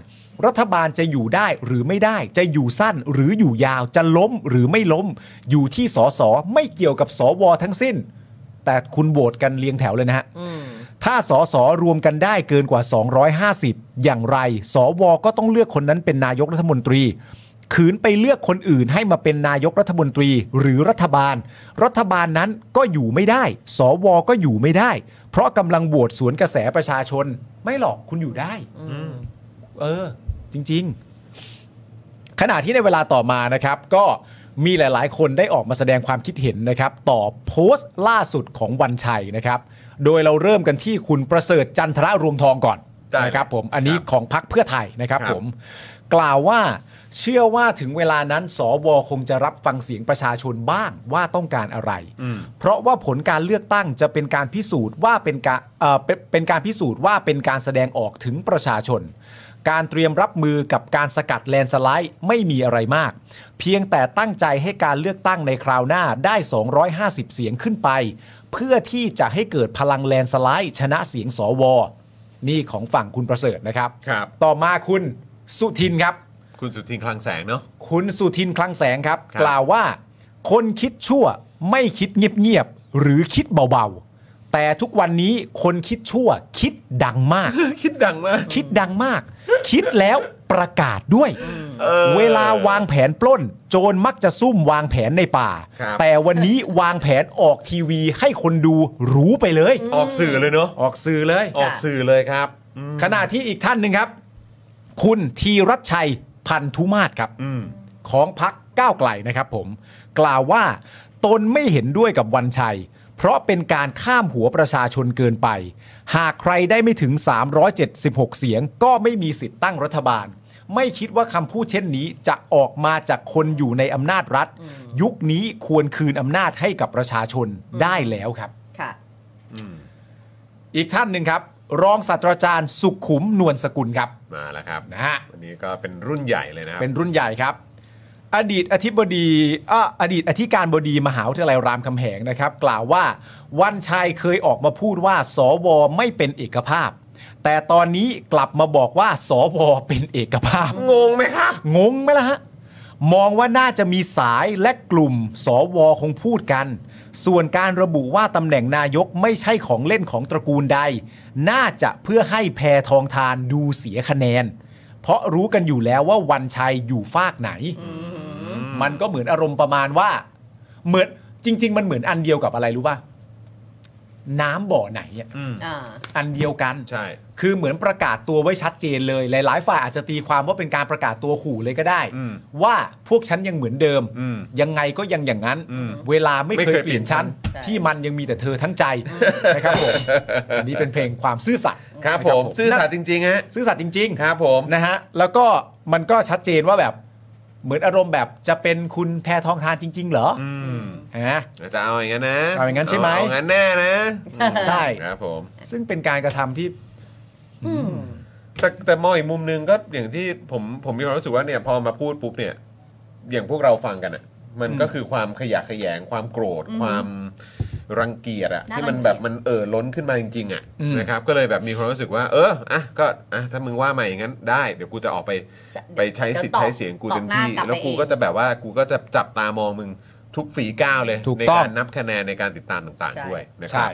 Speaker 2: รัฐบาลจะอยู่ได้หรือไม่ได้ จะอยู่สั้นหรืออยู่ยาว จะล้มหรือไม่ล้ม อยู่ที่สส ไม่เกี่ยวกับสวทั้งสิ้น แต่คุณโหวตกันเรียงแถวเลยนะฮะ ถ้าสสรวมกันได้เกินกว่า 250 อย่างไร สวก็ต้องเลือกคนนั้นเป็นนายกรัฐมนตรี ขืนไปเลือกคนอื่นให้มาเป็นนายกรัฐมนตรีหรือรัฐบาล รัฐบาลนั้นก็อยู่ไม่ได้ สวก็อยู่ไม่ได้ เพราะกำลังโหวตสวนกระแสประชาชน ไม่หรอกคุณอยู่ได้ เออ จริง ๆ ขณะที่ในเวลาต่อมานะครับ ก็มีหลาย ๆ คนได้ออกมาแสดงความคิดเห็นนะครับ ต่อโพสต์ล่าสุดของวันชัยนะครับ โดยเราเริ่มกันที่คุณประเสริฐจันทระรวมทองก่อน
Speaker 1: ได้
Speaker 2: นะครับ ผมอันนี้
Speaker 1: ครับ
Speaker 2: ของพักเพื่อไทยนะครับ
Speaker 1: ครับ
Speaker 2: ผม กล่าวว่าเชื่อว่าถึงเวลานั้น สวคงจะรับฟังเสียงประชาชนบ้างว่าต้องการอะไร เพราะว่าผลการเลือกตั้งจะเป็นการพิสูจน์ว่าเป็นการเอ่อเป็นเป็นการพิสูจน์ว่าเป็นการแสดงออกถึงประชาชน การเตรียมรับมือกับการสกัดแลนสไลด์ไม่มีอะไรมาก เพียงแต่ตั้งใจให้การเลือกตั้งในคราวหน้าได้ 250 เสียงขึ้นไป เพื่อที่จะให้เกิดพลังแลนสไลด์ชนะเสียงสว นี่ของฝั่งคุณประเสริฐนะครับ
Speaker 1: ครับ
Speaker 2: ต่อมาคุณสุทินครับ
Speaker 1: คุณสุทินคลังแสงเนาะ
Speaker 2: คุณสุทินคลังแสงครับ
Speaker 1: ครับ
Speaker 2: กล่าวว่า คนคิดชั่วไม่คิดเงียบๆหรือคิดเบาๆ แต่ทุกวันนี้คนคิดชั่วคิดดังมาก
Speaker 1: คิดดังมาก
Speaker 2: คิดดังมาก คิดแล้วประกาศด้วย เวลาวางแผนปล้น โจรมักจะซุ่มวางแผนในป่า
Speaker 1: ครับ
Speaker 2: แต่วันนี้วางแผนออกทีวีให้คนดูรู้ไปเลย
Speaker 1: ออกสื่อเลยเนาะ
Speaker 2: ออกสื่อเลย
Speaker 1: ออกสื่อเลยครับ
Speaker 2: ขณะที่อีกท่านหนึ่งครับ คุณธีรัชชัยพันธุมาศครับ
Speaker 1: อืม
Speaker 2: ของพักก้าวไกลนะครับผม กล่าวว่า ตนไม่เห็นด้วยกับวันชัย เพราะเป็นการข้ามหัวประชาชนเกินไป หากใครได้ไม่ถึง 376 เสียง ก็ไม่มีสิทธิ์ตั้งรัฐบาล ไม่คิดว่าคำพูดเช่นนี้จะออกมาจากคนอยู่ในอำนาจรัฐ ยุคนี้ควรคืนอำนาจให้กับประชาชนได้แล้วครับ
Speaker 4: ค่ะ
Speaker 2: อีกท่านหนึ่งครับ รองศาสตราจารย์สุขุมนวลสกุลครับ
Speaker 1: มาแล้วครับ
Speaker 2: นะฮะ
Speaker 1: วันนี้ก็เป็นรุ่นใหญ่เลยนะครับ
Speaker 2: เป็นรุ่นใหญ่ครับ อดีตอธิบดีอ่ะอดีตอธิการบดีมหาวิทยาลัยรามคำแหงนะครับ กล่าวว่าวันชัยเคยออกมาพูดว่า สวไม่เป็นเอกภาพ แต่ตอนนี้กลับมาบอกว่า สวเป็นเอกภาพ
Speaker 1: งงไหมครับ
Speaker 2: งงไหมล่ะฮะ มองว่าน่าจะมีสายและกลุ่ม สวคงพูดกัน ส่วนการระบุว่าตำแหน่งนายกไม่ใช่ของเล่นของตระกูลใด น่าจะเพื่อให้แพทองทานดูเสียคะแนน เพราะรู้กันอยู่แล้วว่าวันชัยอยู่ฝากไหน มันก็เหมือนอารมณ์ประมาณว่า เหมือนจริง ๆ มันเหมือนอันเดียวกับอะไรรู้ป่ะน้ำบ่อไหนอะ
Speaker 1: อืม
Speaker 4: อ่า
Speaker 2: อันเดียวกัน
Speaker 1: ใช่
Speaker 2: คือเหมือนประกาศตัวไว้ชัดเจนเลย หลาย ๆ ฝ่ายอาจจะตีความว่าเป็นการประกาศตัวขู่เลยก็ได้
Speaker 1: อืม
Speaker 2: ว่าพวกฉันยังเหมือนเดิม
Speaker 1: อืม
Speaker 2: ยังไงก็ยังอย่างนั้น
Speaker 1: อืม
Speaker 2: เวลาไม่
Speaker 1: ไม่
Speaker 2: เค
Speaker 1: เค
Speaker 2: ย
Speaker 1: ย
Speaker 2: เปลี่ยน
Speaker 1: เปลี่ยนฉั
Speaker 2: ฉั
Speaker 1: น
Speaker 2: นที่มันยังมีแต่เธอทั้งใจนะครับ ผมอันนี้เป็นเพลงความซื่อสัตย์
Speaker 1: ครับผม ซื่อสัตย์จริงๆฮะ
Speaker 2: ซื่อสัตย์จริง ๆ
Speaker 1: ครับผม
Speaker 2: นะฮะแล้วก็มันก็ชัดเจนว่าแบบเหมือนอารมณ์แบบจะเป็นคุณแพทองทานจริง ๆ เหรอ
Speaker 1: อืม
Speaker 2: ฮะ
Speaker 1: จะเอาอย่างนั้นนะ
Speaker 2: เอาอย่างนั้นใช่ไหม
Speaker 1: เอางั้นแน่นะอืม
Speaker 2: ใช่
Speaker 1: ครับผม
Speaker 2: ซึ่งเป็นการกระทำที่
Speaker 1: แต่แต่มองอีกมุมหนึงก็อย่างที่ผมผมมีความรู้สึกว่าเนี่ยพอมาพูดปุ๊บเนี่ย อย่างพวกเราฟังกันอ่ะ มันก็คือความขยะแขยงความโกรธ ความรังเกียจอะ
Speaker 4: น่า
Speaker 1: ที่มัน
Speaker 4: รังเกียจ
Speaker 1: แบบมันเอ่อล้นขึ้นมาจริงๆอะ
Speaker 2: อืม
Speaker 1: นะครับ ก็เลยแบบมีความรู้สึกว่า เอออ่ะก็อ่ะถ้ามึงว่ามาอย่างนั้นได้ เดี๋ยวกูจะออกไป ไปใช้สิทธิ์ใช้เสียงกูเต็มที่
Speaker 4: ตอบหน้ากลับ
Speaker 1: แล้วกู
Speaker 4: ไปเอง
Speaker 1: ก็จะแบบว่ากูก็จะจับตามองมึงทุกฝีก้าวเลย
Speaker 2: ถูก
Speaker 1: ใน
Speaker 2: ต้อง
Speaker 1: การนับคะแนนในการติดตามต่างๆ ด้วยนะครั
Speaker 2: ใช่
Speaker 1: บ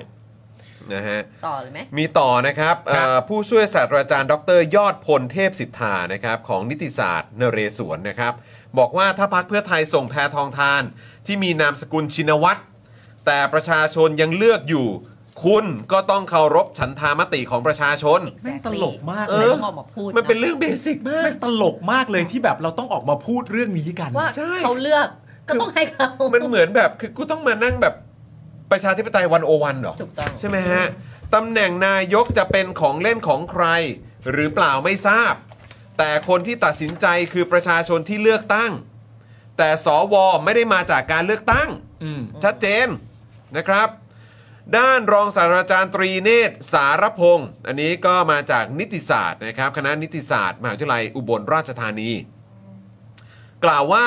Speaker 1: นะฮะ
Speaker 4: ต่อเลยไหม
Speaker 1: มีต่อนะครับ
Speaker 2: ครับ
Speaker 1: เอ่อผู้ช่วยศาสตราจารย์ ดร ยอดพลเทพสิทธานะครับของนิติศาสตร์นเรศวรนะครับ บอกว่าถ้าพักเพื่อไทยส่งแพทองทาน ที่มีนามสกุลชินวัตรแต่ประชาชนยังเลือกอยู่ คุณก็ต้องเคารพฉันทามติของประชาชน
Speaker 4: Exactly
Speaker 2: แม่งตลกมาก
Speaker 4: เอ
Speaker 2: เลย
Speaker 4: อมาพูดะ
Speaker 1: มันเป็นเรื่องเบสิกมาก
Speaker 2: แม่งตลกมากเลยที่แบบเราต้องออกมาพูดเรื่องนี้กัน
Speaker 4: ว่า
Speaker 1: ใช่
Speaker 4: เขาเลือกก็ต้องให้เขา
Speaker 1: มันเหมือนแบบคือกูต้องมานั่งแบบประชาธิปไตยวันโอวันหรอ
Speaker 4: ถูกต้อง
Speaker 1: ใช่ไหมฮะตำแหน่งนายกจะเป็นของเล่นของใคร หรือเปล่าไม่ทราบ แต่คนที่ตัดสินใจคือประชาชนที่เลือกตั้ง แต่สวไม่ได้มาจากการเลือกตั้ง
Speaker 2: อืม
Speaker 1: ชัดเจนนะครับ ด้านรองศาสตราจารย์ตรีเนตรสารพงศ์อันนี้ก็มาจากนิติศาสตร์นะครับคณะนิติศาสตร์มหาวิทยาลัยอุบลราชธานี กล่าวว่า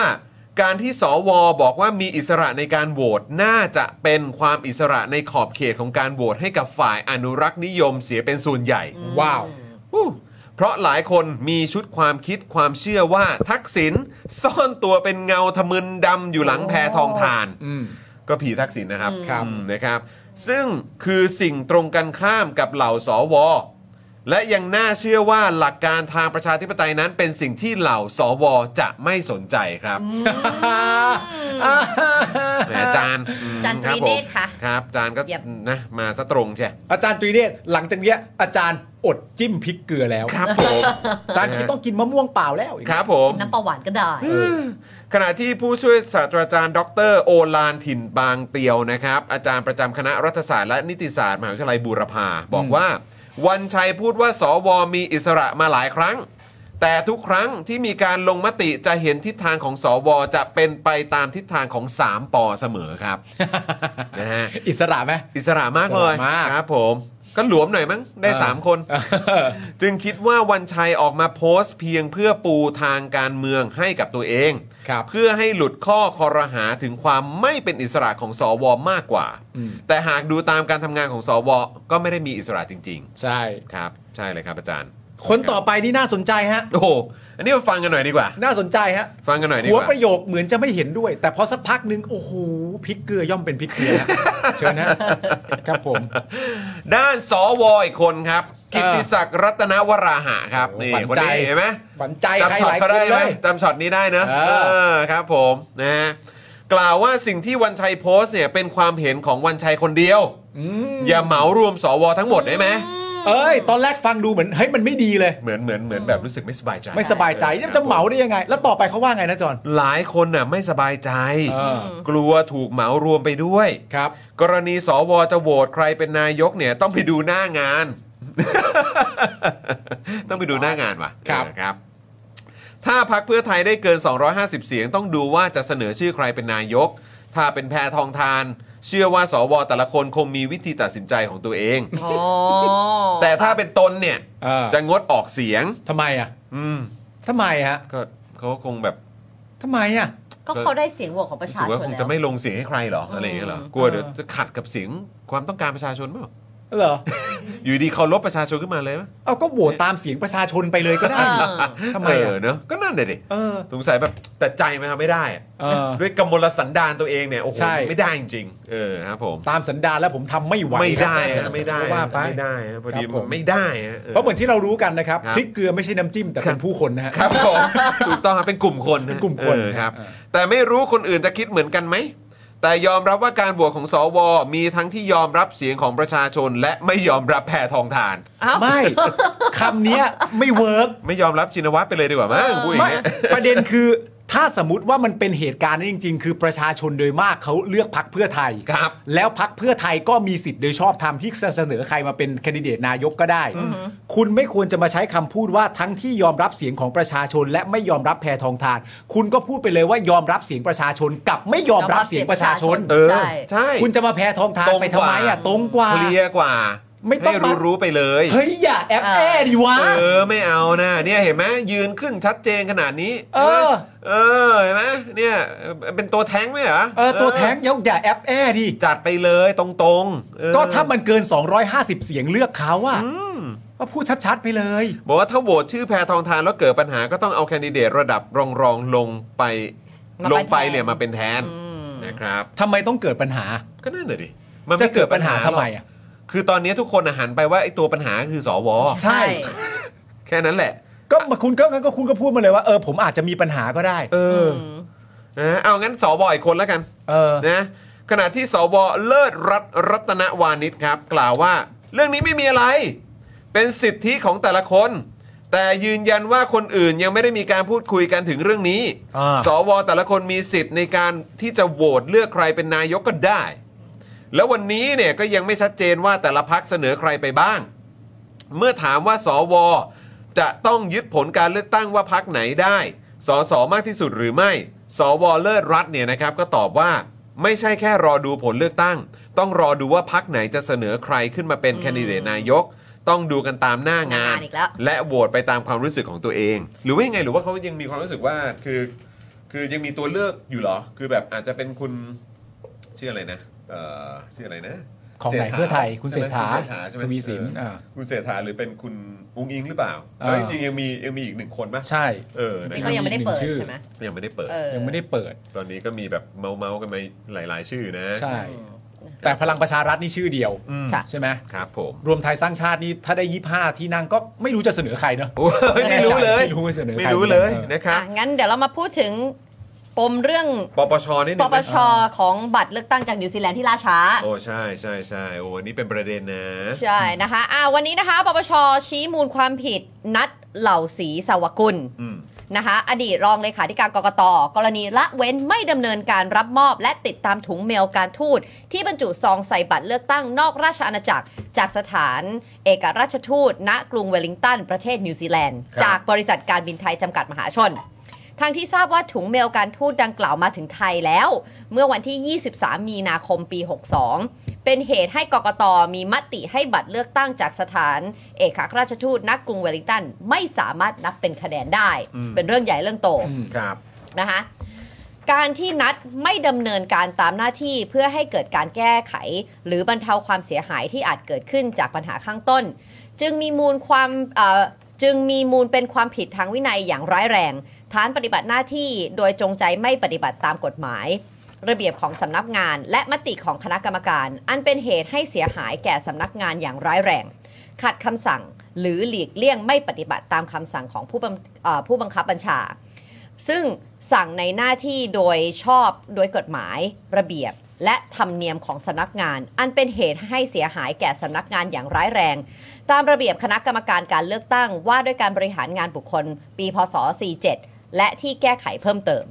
Speaker 1: การที่สวบอกว่ามีอิสระในการโหวตน่าจะเป็นความอิสระในขอบเขตของการโหวตให้กับฝ่ายอนุรักษ์นิยมเสียเป็นส่วนใหญ่
Speaker 2: ว้าว
Speaker 1: อู้เพราะหลายคนมีชุดความคิดความเชื่อว่าทักษิณซ่อนตัวเป็นเงาทะมึนดำอยู่หลังแพทองทาน
Speaker 2: อืม
Speaker 1: ก็ผีทักษิณนะครับ
Speaker 2: ครับ
Speaker 1: อืมนะครับ ซึ่งคือสิ่งตรงกันข้ามกับเหล่าสว และยังน่าเชื่อว่าหลักการทางประชาธิปไตยนั้นเป็นสิ่งที่เหล่าสว จะไม่สนใจครับแหมจานอืม
Speaker 4: จาน
Speaker 1: คบ
Speaker 4: ตรีเนตร
Speaker 1: ผม
Speaker 4: ค่ะ
Speaker 1: ครับ จานก็
Speaker 4: เยี่ยม
Speaker 1: นะมาซะตรงใช่
Speaker 2: อาจารย์ตรีเดชหลังจากเนี้ยอาจารย์อดจิ้มพริกเกลือแล้ว
Speaker 1: ครับผม
Speaker 2: อาจารย์ที่ต้องกินมะม่วงเปล่าแล้วอีก
Speaker 1: ครับผม
Speaker 4: น้ำประหวานก็ได้
Speaker 1: ขณะที่ผู้ช่วยศาสตราจารย์ ดร โอลานถิ่นบางเตียวนะครับ อาจารย์ประจำคณะรัฐศาสตร์และนิติศาสตร์มหาวิทยาลัยบูรพาบอกว่า วันชัยพูดว่าสวมีอิสระมาหลายครั้ง แต่ทุกครั้งที่มีการลงมติจะเห็นทิศทางของสวจะเป็นไปตามทิศทางของ 3ปอเสมอครับ นะฮะ
Speaker 2: อิสระไหม
Speaker 1: อิสระมากเลย
Speaker 2: อิสระมาก
Speaker 1: ครับผม ก็หลวมหน่อยมั้ง ได้ 3 คน จึงคิดว่าวันชัยออกมาโพสต์เพียงเพื่อปูทางการเมืองให้กับตัวเอง
Speaker 2: ครับ
Speaker 1: เพื่อให้หลุดข้อคอรหาถึงความไม่เป็นอิสระของสอวมากกว่า
Speaker 2: อืม
Speaker 1: แต่หากดูตามการทำงานของสวก็ไม่ได้มีอิสระจริง
Speaker 2: ใช่
Speaker 1: ๆ ครับ ใช่เลยครับอาจารย์
Speaker 2: คนต่อไปนี่น่าสนใจฮะ
Speaker 1: โอ้โหอันนี้มาฟังกันหน่อยดีกว่า
Speaker 2: น่าสนใจฮะ
Speaker 1: ฟังกันหน่อยดีก
Speaker 2: หัว
Speaker 1: ว่า
Speaker 2: ประโยคเหมือนจะไม่เห็นด้วย แต่พอสักพักหนึงโอ้โหพริกเกลือย่อมเป็นพริกเกลือ นะ เชิญนะครับผม
Speaker 1: ด้านสวอีกคนครับกิตติศักดิ์รัตนวราหะครับ
Speaker 2: โอ้
Speaker 1: นี่
Speaker 2: โหข
Speaker 1: ค
Speaker 2: วัญ
Speaker 1: น
Speaker 2: ใจ
Speaker 1: นี้เห็นไหม
Speaker 2: ขวัญใจ
Speaker 1: จำ
Speaker 2: ใคร
Speaker 1: ช็อต
Speaker 2: หลายค
Speaker 1: เขา
Speaker 2: น
Speaker 1: ได้ไห
Speaker 2: เล
Speaker 1: ม
Speaker 2: ย
Speaker 1: จำช็อตนี้ได้นะ
Speaker 2: เออ
Speaker 1: เออครับผมนะฮะกล่าวว่าสิ่งที่วันชัยโพสต์เนี่ยเป็นความเห็นของวันชัยคนเดียว อย่าเหมารวมสวทั้งหมดได้ไหม
Speaker 2: เอ้ย ตอนแรกฟังดูเหมือนเฮ้ยมันไม่ดีเลย
Speaker 1: เหมือนเหมือนเหมือนแบบรู้สึกไม่สบายใจ
Speaker 2: ไม่สบายใจ
Speaker 1: ออ
Speaker 2: จะเหมาได้ยังไง แล้วต่อไปเขาว่าไงนะจอน
Speaker 1: หลายคนน่ะไม่สบายใจ กลัวถูกเหมารวมไปด้วย
Speaker 2: ครับ
Speaker 1: กรณีสวจะโหวตใครเป็นนายกเนี่ยต้องไปดูหน้างาน ต้องไปดูหน้างานว่ะ
Speaker 2: ครับ
Speaker 1: เออครับ ถ้าพักเพื่อไทยได้เกิน 250 เสียง ต้องดูว่าจะเสนอชื่อใครเป็นนายก ถ้าเป็นแพทองทาน เชื่อว่าสวแต่ละคนคงมีวิธีตัดสินใจของตัวเอง
Speaker 4: อ๋อ
Speaker 1: แต่ถ้าเป็นตนเนี่ย
Speaker 2: เออ
Speaker 1: จะงดออกเสียง
Speaker 2: ทำไมอ่ะ
Speaker 1: อืม
Speaker 2: ทำไมฮะ
Speaker 1: ก็เขาคงแบบ
Speaker 2: ทำไมอ่ะ
Speaker 4: ก็เขาได้เสียงโหวตของประ
Speaker 1: รู้
Speaker 4: ชา
Speaker 1: สึก
Speaker 4: ช
Speaker 1: ว่าน คง
Speaker 4: แล้
Speaker 1: จะ
Speaker 4: ว
Speaker 1: ไม่ลงเสียงให้ใครเหรออะไรอย่างเงี้ยเหรอกลัวเดี๋ยวจะขัดกับเสียงความต้องการประชาชนเปล่า
Speaker 2: เหรอ
Speaker 1: อยู่ดีเคารพประชาชนขึ้นมาเลยไหม
Speaker 2: เอาก็โหวตตามเสียงประชาชนไปเลยก็ได้นี่
Speaker 4: เออ
Speaker 2: ทำไม
Speaker 1: เอ
Speaker 2: อ่ะ
Speaker 1: อเนอะก็นั่นเลยดิ
Speaker 2: เออ
Speaker 1: สงสัยแบบแต่ใจมันทำไม่ได้อะ
Speaker 2: เออ
Speaker 1: ด้วยกำมลสันดานตัวเองเนี่ยโอ้โห
Speaker 2: ใช่
Speaker 1: ไม่ได้จริงๆเออครับผม
Speaker 2: ตามสันดานแล้วผมทำไม่ไหว
Speaker 1: ไม่ได้
Speaker 2: ครั
Speaker 1: ฮะ
Speaker 2: บ
Speaker 1: ไม่ได้
Speaker 2: ว่าไป
Speaker 1: ไม่ได้ฮะพอดี
Speaker 2: ครับ
Speaker 1: มั
Speaker 2: ผ
Speaker 1: น
Speaker 2: ม
Speaker 1: ไม่ได้ฮะ
Speaker 2: เพราะเหมือนที่เรารู้กันนะครับ
Speaker 1: ครับ
Speaker 2: พริกเกลือไม่ใช่น้ำจิ้มแต่เป็นผู้คนนะฮะ
Speaker 1: ครับผม ถูกต้องครับเป็นกลุ่มคน
Speaker 2: เป็นกลุ่มคน
Speaker 1: เออครับ
Speaker 2: เออ
Speaker 1: แต่ไม่รู้คนอื่นจะคิดเหมือนกันไหม แต่ยอมรับว่าการบวกของสวมีทั้งที่ยอมรับเสียงของประชาชน และไม่ยอมรับแพทองทาน
Speaker 4: เอ้า
Speaker 2: ไม่คำเนี้ยไม่เวิร์ก
Speaker 1: ไม่ยอมรับชินวัตรไปเลยดีกว่ามั้งพูดอย่าง
Speaker 2: ไม่
Speaker 1: เงี้ย
Speaker 2: ประเด็นคือถ้าสมมติว่ามันเป็นเหตุการณ์นั้นจริง ๆ คือประชาชนโดยมากเขาเลือกพักเพื่อไทย
Speaker 1: ครับ
Speaker 2: แล้วพักเพื่อไทยก็มีสิทธิ์โดยชอบธรรมที่จะเสนอใครมาเป็นแคนดิเดตนายกก็ได้ คุณไม่ควรจะมาใช้คำพูดว่าทั้งที่ยอมรับเสียงของประชาชน และไม่ยอมรับแพทองทาน คุณก็พูดไปเลยว่ายอมรับเสียงประชาชนกับไม่ยอมรับเสียงประชาชน
Speaker 1: เออ
Speaker 4: ใช่
Speaker 1: ใช่
Speaker 2: คุณจะมาแพทองทานไปทำไมอ่ะตรงกว่า
Speaker 1: เคลียร์กว่า
Speaker 2: ไม่ต้อง
Speaker 1: ให้รู้
Speaker 2: มา
Speaker 1: รู้ไปเลย
Speaker 2: เฮ้ยอย่าแอบแอดิวะ
Speaker 1: เออไม่เอานะเนี่ยเห็นไหมยืนขึ้นชัดเจนขนาดนี้
Speaker 2: เออ
Speaker 1: เออเห็นไหมเนี่ยเป็นตัวแท้งไหมเหรอ
Speaker 2: เออตัวแท้งยกอย่าแอบแอดิ
Speaker 1: จัดไปเลยตรงๆเออ
Speaker 2: ก็ถ้ามันเกิน 250 เสียงเลือกเขาอะก็พูดชัดๆไปเลย
Speaker 1: บอกว่าถ้าโหวตชื่อแพทองทานแล้วเกิดปัญหาก็ต้องเอาแคนดิเดตระดับรองรองๆลงไป
Speaker 4: มา
Speaker 1: ล
Speaker 4: เป็น
Speaker 1: งไป
Speaker 4: แทน
Speaker 1: เนี่ยมาเป็นแทนนะครับ
Speaker 2: ทำไมต้องเกิดปัญหา
Speaker 1: ก็นั่นแหละดิมัน
Speaker 2: จะ
Speaker 1: ไม่
Speaker 2: เกิดปัญหาทำไม
Speaker 1: หรก
Speaker 2: อะ
Speaker 1: คือตอนนี้ทุกคนอะหันไปว่าไอ้ตัวปัญหาคือสว
Speaker 2: ใช่
Speaker 1: แค่นั้นแหละ
Speaker 2: ก็คุณก็งั้นก็คุณก็พูดมาเลยว่าเออผมอาจจะมีปัญหาก็ได้
Speaker 1: เออนะเอางั้นสวอีกคนแล้วกัน
Speaker 2: เออ
Speaker 1: นะขณะที่สวเลิศรัตน์รัตนวานิชครับ กล่าวว่า เรื่องนี้ไม่มีอะไร เป็นสิทธิของแต่ละคน แต่ยืนยันว่าคนอื่นยังไม่ได้มีการพูดคุยกันถึงเรื่องนี้
Speaker 2: อ่า
Speaker 1: สวแต่ละคนมีสิทธิ์ในการที่จะโหวตเลือกใครเป็นนายกก็ได้ แล้ววันนี้เนี่ยก็ยังไม่ชัดเจนว่าแต่ละพักเสนอใครไปบ้าง เมื่อถามว่าสว จะต้องยึดผลการเลือกตั้งว่าพักไหนได้ สสมากที่สุดหรือไม่ สวเลิศรัตน์เนี่ยนะครับก็ตอบว่าไม่ใช่แค่รอดูผลเลือกตั้ง ต้องรอดูว่าพักไหนจะเสนอใครขึ้นมาเป็นแคนดิเดตนายก ต้องดูกันตามหน้างาน
Speaker 4: หน้างานอีกแล้ว
Speaker 1: และโหวตไปตามความรู้สึกของตัวเอง หรือว่ายังไงหรือว่าเขายังมีความรู้สึกว่าคือ คือยังมีตัวเลือกอยู่เหรอ คือแบบอาจจะเป็นคุณชื่ออะไรนะเอ่อชื่ออะไรนะ
Speaker 2: ของไหนเพื่อไทยคุณ
Speaker 1: ใช่ไหม
Speaker 2: เศรษฐา
Speaker 1: คุณเศรษฐาใช่ไหม
Speaker 2: ทวีสิน
Speaker 1: เอออา คุณเศรษฐาหรือเป็นคุณอุ้งอิงหรือเปล่า
Speaker 2: เออ
Speaker 1: แล้วจริงๆยังมียังมีอีกหนึ่งคนไหม
Speaker 2: ใช่
Speaker 1: เออ
Speaker 4: จ
Speaker 1: นะ
Speaker 4: ริง
Speaker 1: ค
Speaker 4: ๆก็
Speaker 1: รับ
Speaker 4: ยังไม่ได้เปิดใช่ไหม
Speaker 1: ยังไม่ได้เปิด
Speaker 4: เออ
Speaker 2: ยังไม่ได้เปิด
Speaker 1: ตอนนี้ก็มีแบบเมาเมาๆกันมาหลาย ๆ ชื่อนะ
Speaker 2: ใช่
Speaker 4: อืม
Speaker 2: แต่พลังประชารัฐนี่ชื่อเดียว
Speaker 1: อืม
Speaker 4: ค่ะ
Speaker 2: ใช่ไหม
Speaker 1: ครับผม
Speaker 2: รวมไทยสร้างชาตินี่ถ้าได้ 25 ที่นั่งก็ไม่รู้จะเสนอใครเนอะ
Speaker 1: โอ้ยไม่รู้เลย
Speaker 2: ไม่รู้ว่าเสนอใคร
Speaker 1: ไม่รู้เลย
Speaker 2: ออ
Speaker 1: นะครับ
Speaker 4: อ่ะงั้นเดี๋ยวเรามาพูดถึงปมเรื่อง
Speaker 1: ปปชนิดห
Speaker 4: ป
Speaker 1: นึง
Speaker 4: ป
Speaker 1: นะ
Speaker 4: ชของบัตรเลือกตั้งจากนิวซีแลนด์ที่ล่าช้า
Speaker 1: โอ้ใช่ใช่ใช่โอ้อันนี่เป็นประเด็นนะ
Speaker 4: ใช่นะคะอ่าวันนี้นะคะ ปปช ชี้มูลความผิดนัดเหล่าศรีสวกุล
Speaker 1: อืม
Speaker 4: นะคะ อดีตรองเลขาธิการกกต กรณีละเว้นไม่ดำเนินการรับมอบ และติดตามถุงเมลการทูต ที่บรรจุซองใส่บัตรเลือกตั้งนอกราชอาณาจักร จากสถานเอกราชทูต ณ กรุงเวลลิงตัน ประเทศนิวซีแลนด์
Speaker 1: ครับ
Speaker 4: จากบริษัทการบินไทยจำกัดมหาชน ทางที่ทราบว่าถุงเมลการทูตดังกล่าวมาถึงไทยแล้ว เมื่อวันที่ 23 มีนาคมปี 62 เป็นเหตุให้กกตมีมติให้บัตรเลือกตั้งจากสถาน เอกอัครราชทูตนักกรุงเวลลิงตันไม่สามารถนับเป็นคะแนนได้ เป็นเรื่องใหญ่เรื่องโต
Speaker 1: ครับ
Speaker 4: นะคะการที่นัดไม่ดำเนินการตามหน้าที่เพื่อให้เกิดการแก้ไข หรือบรรเทาความเสียหายที่อาจเกิดขึ้นจากปัญหาข้างต้น จึงมีมูลความเอ่อจึงมีมูลเป็นความผิดทางวินัยอย่างร้ายแรง ฐานปฏิบัติหน้าที่โดยจงใจไม่ปฏิบัติตามกฎหมาย ระเบียบของสำนักงาน และมติของคณะกรรมการ อันเป็นเหตุให้เสียหายแก่สำนักงานอย่างร้ายแรง ขัดคำสั่ง หรือหลีกเลี่ยงไม่ปฏิบัติตามคำสั่งของผู้บังเอ่อผู้บังคับบัญชา ซึ่งสั่งในหน้าที่โดยชอบโดยกฎหมายระเบียบ และธรรมเนียมของสำนักงาน อันเป็นเหตุให้เสียหายแก่สำนักงานอย่างร้ายแรง ตามระเบียบคณะกรรมการการเลือกตั้งว่าด้วยการบริหารงานบุคคล ปีพศ 47 และที่แก้ไขเพิ่มเติม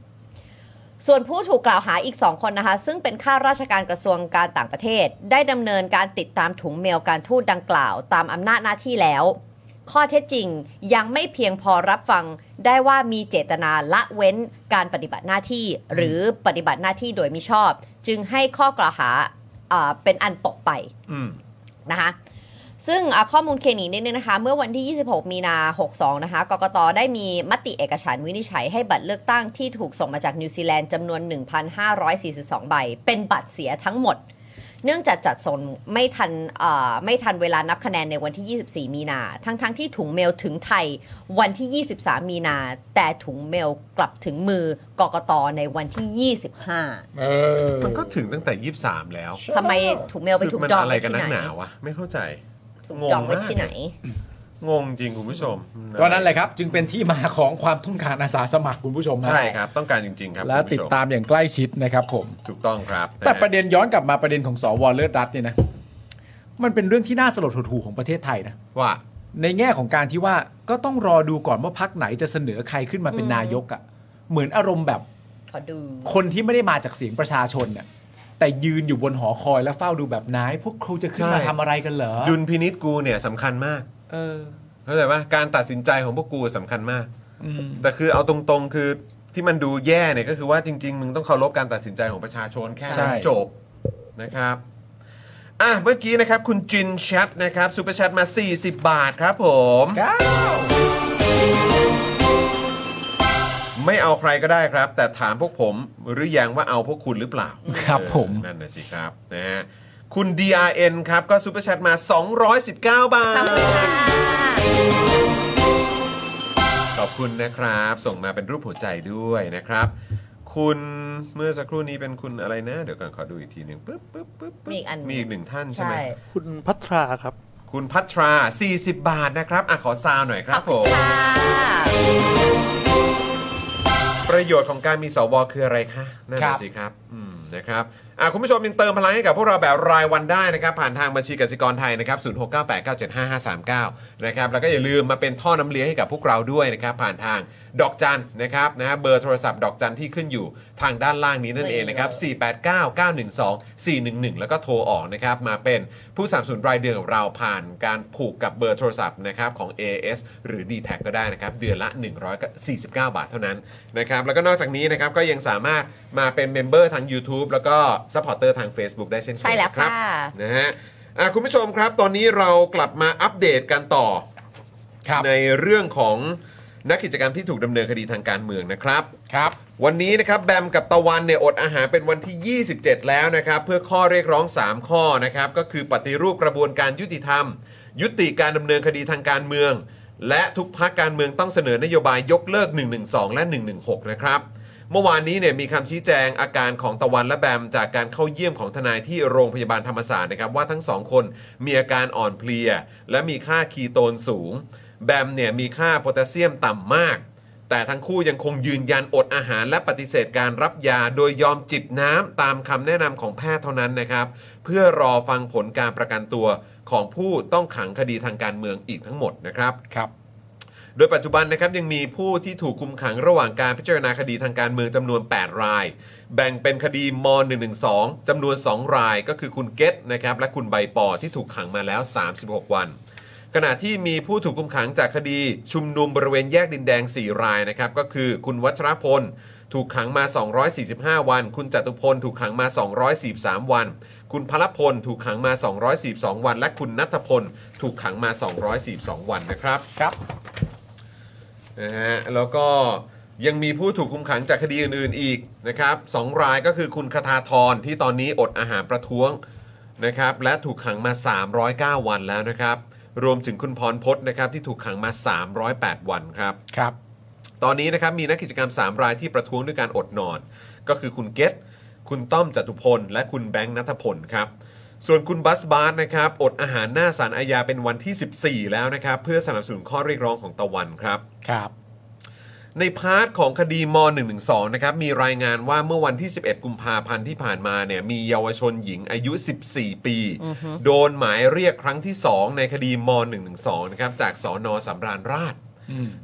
Speaker 4: ส่วนผู้ถูกกล่าวหาอีก 2 คนนะคะ ซึ่งเป็นข้าราชการกระทรวงการต่างประเทศ ได้ดำเนินการติดตามถุงเมลการทูตดังกล่าว ตามอำนาจหน้าที่แล้ว ข้อเท็จจริงยังไม่เพียงพอรับฟังได้ว่ามีเจตนาละเว้นการปฏิบัติหน้าที่ หรือปฏิบัติหน้าที่โดยมิชอบ จึงให้ข้อกล่าวหาอ่าเป็นอันตกไปนะคะซึ่งอ่าข้อมูลเคนี้เนี่ยนะคะ เมื่อวันที่ 26 มีนา 62 นะคะกกตได้มีมติเอกฉันท์วินิจฉัยให้บัตรเลือกตั้งที่ถูกส่งมาจากนิวซีแลนด์จำนวน 1,542 ใบ เป็นบัตรเสียทั้งหมด เนื่องจากจัดส่งไม่ทันเอ่อไม่ทันเวลานับคะแนนในวันที่ 24 มีนา ทั้งๆทที่ถุงเมลถึงไทยวันที่ 23 มีนา แต่ถุงเมลกลับถึงมือกกตในวันที่ 25
Speaker 2: เออ
Speaker 1: มันก็ถึงตั้งแต่ 23 แล้ว
Speaker 4: ทำไมถุงเมลไป
Speaker 1: คือ
Speaker 4: ถูก
Speaker 1: มัน
Speaker 4: จอง
Speaker 1: อะไร
Speaker 4: ไว้
Speaker 1: กัน
Speaker 4: ที่
Speaker 1: นัก
Speaker 4: ไห
Speaker 1: ห
Speaker 4: น
Speaker 1: นาวะ ไม่เข้าใจ
Speaker 4: ถูกจองไว้ที่ไหน
Speaker 1: งงจริงคุณผู้ชม
Speaker 2: ก็นั่นแหละครับ จึงเป็นที่มาของความต้องการอาสาสมัครคุณผู้ชมฮะ
Speaker 1: ใช่ครับ ต้องการจริง ๆ ครับ
Speaker 2: และ
Speaker 1: คุณ
Speaker 2: ติ
Speaker 1: ผู้
Speaker 2: ด
Speaker 1: ชม
Speaker 2: ตามอย่างใกล้ชิดนะครับผม
Speaker 1: ถูกต้องครับ
Speaker 2: แต่ประเด็นย้อนกลับมาประเด็นของสวเลิศรัตน์เนี่ยนะ มันเป็นเรื่องที่น่าสลดหดหู่ของประเทศไทยนะ
Speaker 1: ว่า
Speaker 2: ในแง่ของการที่ว่าก็ต้องรอดูก่อนว่าพักไหนจะเสนอใครขึ้นมาเป็น
Speaker 4: อืม
Speaker 2: นายกอะ่ะ เหมือนอารมณ์แบบ
Speaker 4: ขอดู
Speaker 2: คนที่ไม่ได้มาจากเสียงประชาชนเนี่ยแต่ยืนอยู่บนหอคอยแล้วเฝ้าดูแบบนาย พวกครูจะขึ้นมา
Speaker 1: ใช่
Speaker 2: ทำอะไรกันเหรอ
Speaker 1: ยุนพินิษกูเนี่ยสำคัญมาก
Speaker 2: เออ
Speaker 1: เข้าใจป่ะการตัดสินใจของพวกกูสำคัญมาก
Speaker 2: อืม
Speaker 1: แต่คือเอาตรงๆคือที่มันดูแย่เนี่ยก็คือว่าจริง ๆ มึงต้องเคารพการตัดสินใจของประชาชนแค่
Speaker 2: ใช่
Speaker 1: นั้นจบนะครับอ่ะเมื่อกี้นะครับ คุณจินแชทนะครับซูเปอร์แชทมา 40 บาทครับผม
Speaker 2: ก้าว
Speaker 1: ไม่เอาใครก็ได้ครับ แต่ถามพวกผมหรือยังว่าเอาพวกคุณหรือเปล่า
Speaker 2: ครับผม
Speaker 1: เออนั่นน่ะสิครับนะฮะคุณ DRN ครับ ก็ซูเปอร์แชทมา 219 บาท ขอบคุณนะครับ ส่งมาเป็นรูปหัวใจด้วยนะครับ คุณเมื่อสักครู่นี้เป็นคุณอะไรนะ เดี๋ยวก่อนขอดูอีกทีหนึ่งปึ๊บปึ๊บปึ๊บปึ๊บ
Speaker 4: มีอีกอันหนึ่ง
Speaker 1: มีอีกหนึ่งท่านใช่ไหม
Speaker 3: คุณพัทราครับ
Speaker 1: คุณพัทรา 40 บาทนะครับอ่ะขอซาวหน่อยค
Speaker 4: ข
Speaker 1: รั
Speaker 4: อ
Speaker 1: บบ ผ
Speaker 4: คุ
Speaker 1: ม
Speaker 4: ณค่ะ
Speaker 1: ประโยชน์ของการมีสวคืออะไรคะนั่น
Speaker 2: ครั
Speaker 1: น่ะ
Speaker 2: บ
Speaker 1: สิครับอืมนะครับอ่ะคุณผู้ชมยังเติมพลังให้กับพวกเราแบบรายวันได้นะครับ ผ่านทางบัญชีกสิกรไทยนะครับ0 6 9 8 9 7 5 5 3 9นะครับแล้วก็อย่าลืมมาเป็นท่อน้ำเลี้ยงให้กับพวกเราด้วยนะครับ ผ่านทางดอกจันนะครับนะเบอร์โทรศัพท์ดอกจันที่ขึ้นอยู่ทางด้านล่างนี้นั่นเองนะครับ 489-912-411 แล้วก็โทรออกนะครับ มาเป็นผู้สนับสนุนรายเดือนของเราผ่านการผูกกับเบอร์โทรศัพท์นะครับของ AS หรือ d t แทก็ได้นะครับ เดือนละ 149 บาทเท่านั้นนะครับ แล้วก็นอกจากนี้นะครับก็ยังสามารถมาเป็นเมมเบอร์ทาง YouTube แล้วก็ซัพพอร์เตอร์ทาง Facebook ได้เช่นเค
Speaker 4: ใช่
Speaker 1: ย
Speaker 4: แล้ว
Speaker 1: นะครั
Speaker 4: ค่ะ
Speaker 1: บ นะฮะอ่ะคุณผู้ชมครับ ตอนนี้เรากลับมาอัปเดตกันต่อ
Speaker 2: ครับ
Speaker 1: ในเรื่องของนักกิจกรรมที่ถูกดำเนินคดีทางการเมืองนะครับ
Speaker 2: ครับ
Speaker 1: วันนี้นะครับแบมกับตะวันเนี่ยอดอาหารเป็นวันที่ 27 แล้วนะครับ เพื่อข้อเรียกร้อง 3 ข้อนะครับ ก็คือปฏิรูปกระบวนการยุติธรรม ยุติการดำเนินคดีทางการเมือง และทุกพักการเมืองต้องเสนอนโยบายยกเลิก 112 และ 116 นะครับ เมื่อวานนี้เนี่ยมีคำชี้แจงอาการของตะวันและแบม จากการเข้าเยี่ยมของทนายที่โรงพยาบาลธรรมศาสตร์นะครับว่าทั้งสองคนมีอาการอ่อนเพลีย และมีค่าคีโตนสูง แบมเนี่ยมีค่าโพแทสเซียมต่ำมาก แต่ทั้งคู่ยังคงยืนยันอดอาหารและปฏิเสธการรับยาโดยยอมจิบน้ำตามคำแนะนำของแพทย์เท่านั้นนะครับ เพื่อรอฟังผลการประกันตัวของผู้ต้องขังคดีทางการเมืองอีกทั้งหมดนะครับ
Speaker 2: ครับ
Speaker 1: โดยปัจจุบันนะครับยังมีผู้ที่ถูกคุมขังระหว่างการพิจารณาคดีทางการเมืองจำนวน 8 ราย แบ่งเป็นคดีม .112 จำนวน 2 รายก็คือคุณเกตนะครับและคุณใบปอที่ถูกขังมาแล้ว 36 วัน ขณะที่มีผู้ถูกคุมขังจากคดีชุมนุมบริเวณแยกดินแดง 4 รายนะครับ ก็คือคุณวัชรพล ถูกขังมา 245 วัน คุณจตุพล ถูกขังมา 243 วัน คุณพลพล ถูกขังมา 242 วัน และคุณนัทพล ถูกขังมา 242 วันนะครับ
Speaker 2: ครับ
Speaker 1: นะฮะแล้วก็ยังมีผู้ถูกคุมขังจากคดีอื่นๆอีกนะครับสองรายก็คือคุณคทาทรที่ตอนนี้อดอาหารประท้วงนะครับและถูกขังมา 309 วันแล้วนะครับรวมถึงคุณพรพจน์นะครับที่ถูกขังมา 308 วันครับ
Speaker 2: ครับ
Speaker 1: ตอนนี้นะครับมีนักกิจกรรม 3 รายที่ประท้วงด้วยการอดนอน ก็คือคุณเกตคุณต้อมจตุพล และคุณแบงค์นัทพลครับ ส่วนคุณบัสบาสนะครับอดอาหารหน้าศาลอาญาเป็นวันที่ 14 แล้วนะครับเพื่อสนับสนุนข้อเรียกร้องของตะวันครับ
Speaker 2: ครับ
Speaker 1: ในพาร์ทของคดีม .112 นะครับมีรายงานว่าเมื่อวันที่ 11 กุมภาพันธ์ที่ผ่านมาเนี่ยมีเยาวชนหญิงอายุ 14 ปี โดนหมายเรียกครั้งที่ 2 ในคดีม .112 นะครับจากสอนอสำราญราช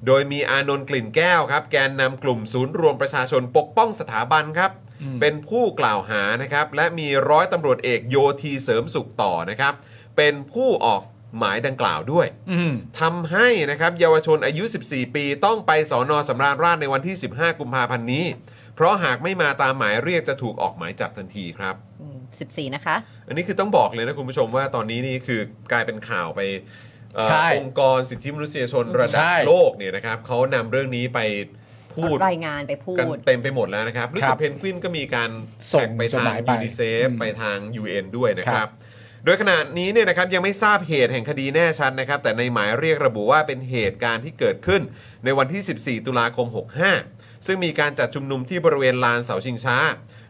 Speaker 1: โดยมีอานนท์กลิ่นแก้วครับ แกนนำกลุ่มศูนย์รวมประชาชนปกป้องสถาบันครับ เป็นผู้กล่าวหานะครับ และมีร้อยตำรวจเอกโยธีเสริมสุขต่อนะครับ เป็นผู้ออกหมายดังกล่าวด้วย
Speaker 2: อืม
Speaker 1: ทำให้นะครับเยาวชนอายุ 14 ปีต้องไปสอนอสำราญราษฎร์ในวันที่ 15 กุมภาพันธ์นี้ เพราะหากไม่มาตามหมายเรียกจะถูกออกหมายจับทันทีครับ
Speaker 4: 14 นะคะ
Speaker 1: อันนี้คือต้องบอกเลยนะคุณผู้ชมว่าตอนนี้นี่คือกลายเป็นข่าวไปเอ่อ
Speaker 2: ใช่
Speaker 1: องค์กรสิทธิมนุษยชนระดับ
Speaker 2: ใช่
Speaker 1: โลกเนี่ยนะครับเขานำเรื่องนี้ไปพูด
Speaker 4: รายงานไปพู
Speaker 1: กัน
Speaker 4: ด
Speaker 1: เต็มไปหมดแล้วนะครับรู้สึกเพนกวินก็มีการ
Speaker 2: ส่ง
Speaker 1: แท็กไป
Speaker 2: จด
Speaker 1: ทาง
Speaker 2: หมายไป
Speaker 1: ยูนิเซฟ
Speaker 2: อืม
Speaker 1: ไปทาง UN ด้วยนะค
Speaker 2: ค
Speaker 1: รั
Speaker 2: รับ บ
Speaker 1: โดยขณะนี้เนี่ยนะครับยังไม่ทราบเหตุแห่งคดีแน่ชัดนะครับ แต่ในหมายเรียกระบุว่าเป็นเหตุการณ์ที่เกิดขึ้นในวันที่ 14 ตุลาคม 65 ซึ่งมีการจัดชุมนุมที่บริเวณลานเสาชิงช้า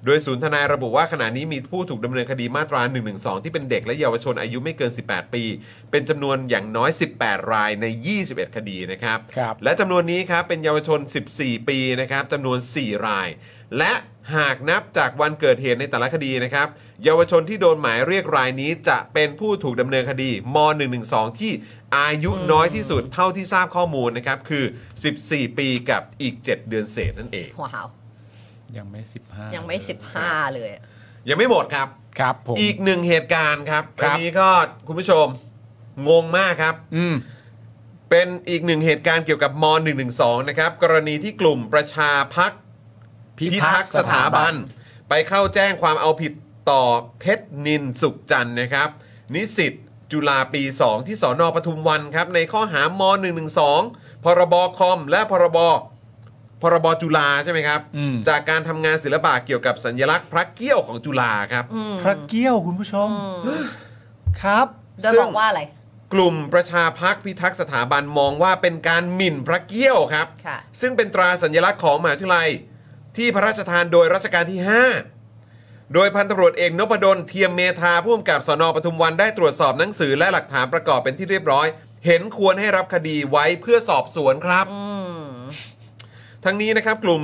Speaker 1: โดยศูนย์ทนายระบุว่าขณะนี้มีผู้ถูกดำเนินคดีมาตรา 112 ที่เป็นเด็กและเยาวชนอายุไม่เกิน 18 ปี เป็นจำนวนอย่างน้อย 18 รายใน 21 คดีนะครับ
Speaker 2: ครับ
Speaker 1: และจำนวนนี้ครับเป็นเยาวชน 14 ปีนะครับจำนวน 4 ราย และหากนับจากวันเกิดเหตุในแต่ละคดีนะครับ เยาวชนที่โดนหมายเรียกรายนี้จะเป็นผู้ถูกดำเนินคดีม .112 ที่อายุน้อยที่สุดเท่าที่ทราบข้อมูลนะครับ คือ 14 ปีกับอีก 7 เดือนเศษนั่นเอง
Speaker 4: หัวหาว
Speaker 2: ยังไม่สิบห้า
Speaker 4: ยั
Speaker 2: ยัง
Speaker 4: ไม่ 15 เลยอะ
Speaker 1: ยังไม่หมดครับ
Speaker 2: ครับผม
Speaker 1: อีกหนึ่งเหตุการณ์ครับ
Speaker 2: ค
Speaker 1: อั
Speaker 2: รั
Speaker 1: น
Speaker 2: บ
Speaker 1: นี้ก็คุณผู้ชมงงมากครับ
Speaker 2: อืม
Speaker 1: เป็นอีกหนึ่งเหตุการณ์เกี่ยวกับม .112 นะครับ กรณีที่กลุ่มประชาพัก พิทักษ์สถาบัน ไปเข้าแจ้งความเอาผิดต่อเพชรนินสุขจันทร์นะครับ นิสิตจุฬาปี 2 ที่สอนอปทุมวันครับ ในข้อหาม112 พรบคอม และพรบพรบจุฬาใช่ไหมครับ
Speaker 2: อืม
Speaker 1: จากการทำงานศิลปะเกี่ยวกับสัญลักษณ์พระเกี้ยวของจุฬาครับ
Speaker 2: พระเกี้ยวคุณผู้ชม ครับ
Speaker 4: โดยบอกว่าอะไร
Speaker 1: กลุ่มประชาพักพิทักษ์สถาบันมองว่าเป็นการหมิ่นพระเกี้ยวครับ
Speaker 4: ค่ะ
Speaker 1: ซึ่งเป็นตราสัญลักษณ์ของมหาวิทยาลัย ที่พระราชทานโดยรัชกาลที่ 5 โดยพันตำรวจเอกนพดลเทียมเมธาผู้กำกับสนปทุมวันได้ตรวจสอบหนังสือและหลักฐานประกอบเป็นที่เรียบร้อย เห็นควรให้รับคดีไว้เพื่อสอบสวนครับ ทั้งนี้นะครับกลุ่ม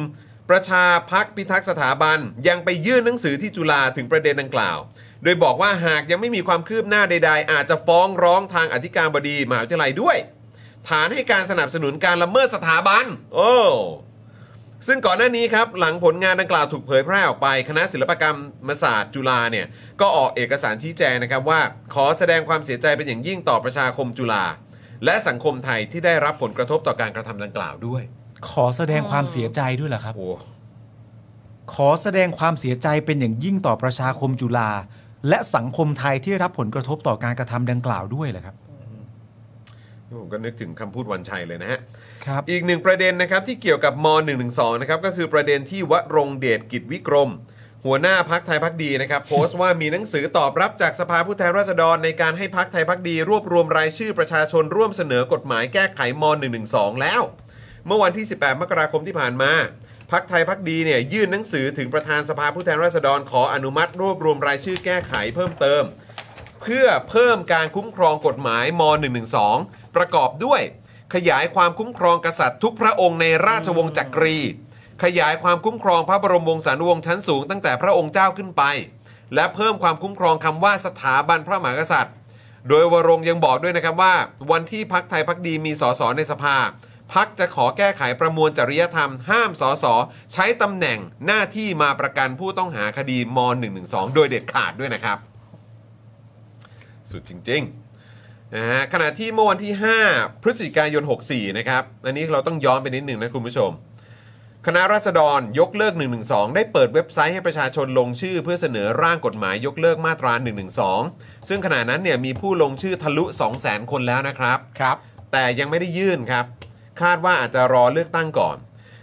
Speaker 1: ประชาพักพิทักษ์สถาบันยังไปยื่นหนังสือที่จุฬาถึงประเด็นดังกล่าว โดยบอกว่าหากยังไม่มีความคืบหน้าใด ๆ อาจจะฟ้องร้องทางอธิการบดีมหาวิทยาลัยด้วย ฐานให้การสนับสนุนการละเมิดสถาบัน โอ้ ซึ่งก่อนหน้านี้ครับ หลังผลงานดังกล่าวถูกเผยแพร่ออกไป คณะศิลปกรรมศาสตร์จุฬาเนี่ย ก็ออกเอกสารชี้แจงนะครับว่า ขอแสดงความเสียใจเป็นอย่างยิ่งต่อประชาคมจุฬาและสังคมไทยที่ได้รับผลกระทบต่อการกระทำดังกล่าวด้วย
Speaker 2: ขอแสดงความเสียใจด้วยเหรอครับ
Speaker 1: โอ้
Speaker 2: ขอแสดงความเสียใจเป็นอย่างยิ่งต่อประชาคมจุฬาและสังคมไทยที่ได้รับผลกระทบต่อการกระทำดังกล่าวด้วยเหรอครับ
Speaker 1: ผมก็นึกถึงคำพูดวันชัยเลยนะฮะ
Speaker 2: ครับ
Speaker 1: อีกหนึ่งประเด็นนะครับที่เกี่ยวกับม .112 นะครับก็คือประเด็นที่วรงเดชกิจวิกรม หัวหน้าพักไทยพักดีนะครับ โพสต์ว่ามีหนังสือตอบรับจากสภาผู้แทนราษฎรในการให้พักไทยพักดี รวบรวมรายชื่อประชาชนร่วมเสนอกฎหมายแก้ไขม .112 แล้ว เมื่อวันที่ 18 มกราคมที่ผ่านมาพักไทยพักดีเนี่ยยื่นหนังสือถึงประธานสภาผู้แทนราษฎรขออนุมัติ รวบรวมรายชื่อแก้ไขเพิ่มเติม เพื่อเพิ่มการคุ้มครองกฎหมายม .112 ประกอบด้วย ขยายความคุ้มครองกษัตริย์ทุกพระองค์ในราชวงศ์จักรี ขยายความคุ้มครองพระบรมวงศานุวงศ์ชั้นสูงตั้งแต่พระองค์เจ้าขึ้นไป และเพิ่มความคุ้มครองคำว่าสถาบันพระมหากษัตริย์ โดยวรงค์ยังบอกด้วยนะครับว่า วันที่พักไทยพักดีมีสสในสภา พักจะขอแก้ไขประมวลจริยธรรม ห้ามสสใช้ตำแหน่งหน้าที่มาประกันผู้ต้องหาคดีม .112 โดยเด็ดขาดด้วยนะครับ สุดจริง ๆ นะฮะขณะที่เมื่อวันที่ 5 พฤศจิกายน 64 นะครับ อันนี้เราต้องย้อนไปนิดหนึ่งนะคุณผู้ชม คณะราษฎรยกเลิก 112 ได้เปิดเว็บไซต์ให้ประชาชนลงชื่อ เพื่อเสนอร่างกฎหมายยกเลิกมาตรา 112 ซึ่งขณะนั้นเนี่ยมีผู้ลงชื่อทะลุ 200,000 คนแล้วนะครับ
Speaker 2: ครับ
Speaker 1: แต่ยังไม่ได้ยื่นครับ คาดว่าอาจจะรอเลือกตั้งก่อน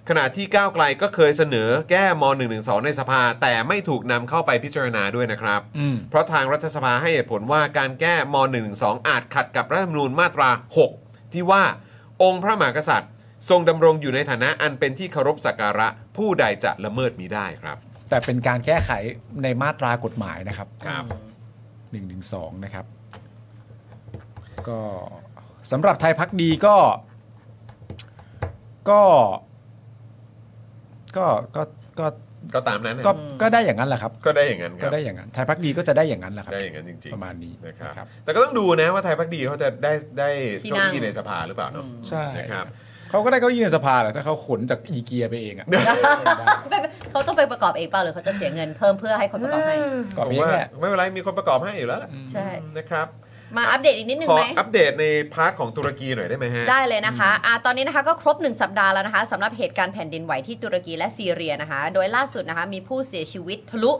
Speaker 1: ขณะที่ก้าวไกลก็เคยเสนอแก้ม .112 ในสภา แต่ไม่ถูกนำเข้าไปพิจารณาด้วยนะครับ
Speaker 2: อืม
Speaker 1: เพราะทางรัฐสภาให้เหตุผลว่าการแก้ม .112 อาจขัดกับรัฐธรรมนูญมาตรา 6 ที่ว่าองค์พระมหากษัตริย์ ทรงดำรงอยู่ในฐานะอันเป็นที่เคารพสักการะผู้ใดจะละเมิดมิได้ครับ
Speaker 2: แต่เป็นการแก้ไขในมาตรากฎหมายนะครับ
Speaker 1: ครับ
Speaker 2: หนึ่งถึงสองนะครับ ก็สำหรับไทยพักดีก็ ก็ ก็ก็ก็
Speaker 1: ก็ตามนั้นนะ
Speaker 2: ก็ก็ได้อย่างนั้นแหละครับ
Speaker 1: ก็ได้อย่างนั้นค
Speaker 2: ก็
Speaker 1: รับ
Speaker 2: ได้อย่างนั้น ไทยพักดีก็จะได้อย่างนั้นแหละครับ
Speaker 1: ได้อย่างนั้นจริง
Speaker 2: ประมาณนี้
Speaker 1: ๆนะค
Speaker 2: นะค
Speaker 1: รั
Speaker 2: รับ บ
Speaker 1: แต่ก็ต้องดูนะว่าไทยพักดีเขาจะได้ได้
Speaker 4: ที่
Speaker 1: เก้า
Speaker 4: นั่ง
Speaker 1: อี้ในสภาหรือเปล่าเนาะ
Speaker 2: ใช่
Speaker 1: นะครับ
Speaker 2: เขาก็ได้เก้าอี้ในสภาแหละถ้าเขาขนจากอีเกียไปเองอ่ะ
Speaker 4: ไม่ไม่เขาต้องไปประกอบเองเปล่าหรือเขาจะเสียเงินเพิ่มเพื่อให้คนประกอบให้
Speaker 2: กรอบ
Speaker 1: ผม
Speaker 2: เอง
Speaker 1: ว่า
Speaker 2: แหละ
Speaker 1: ไม่เป็นไรมีคนประกอบให้อยู่แล้วล่ะ
Speaker 4: ใช่
Speaker 1: นะครับ
Speaker 4: มาอัปเดตอีกนิดนึง
Speaker 1: ขอ
Speaker 4: ไหม
Speaker 1: อัปเดตในพาร์ทของตุรกีหน่อยได้ไหมฮะ
Speaker 4: ได้เลยนะคะอะตอนนี้นะคะก็ครบ 1 สัปดาห์แล้วนะคะสำหรับเหตุการณ์แผ่นดินไหวที่ตุรกีและซีเรียนะคะ โดยล่าสุดนะคะมีผู้เสียชีวิตทะลุ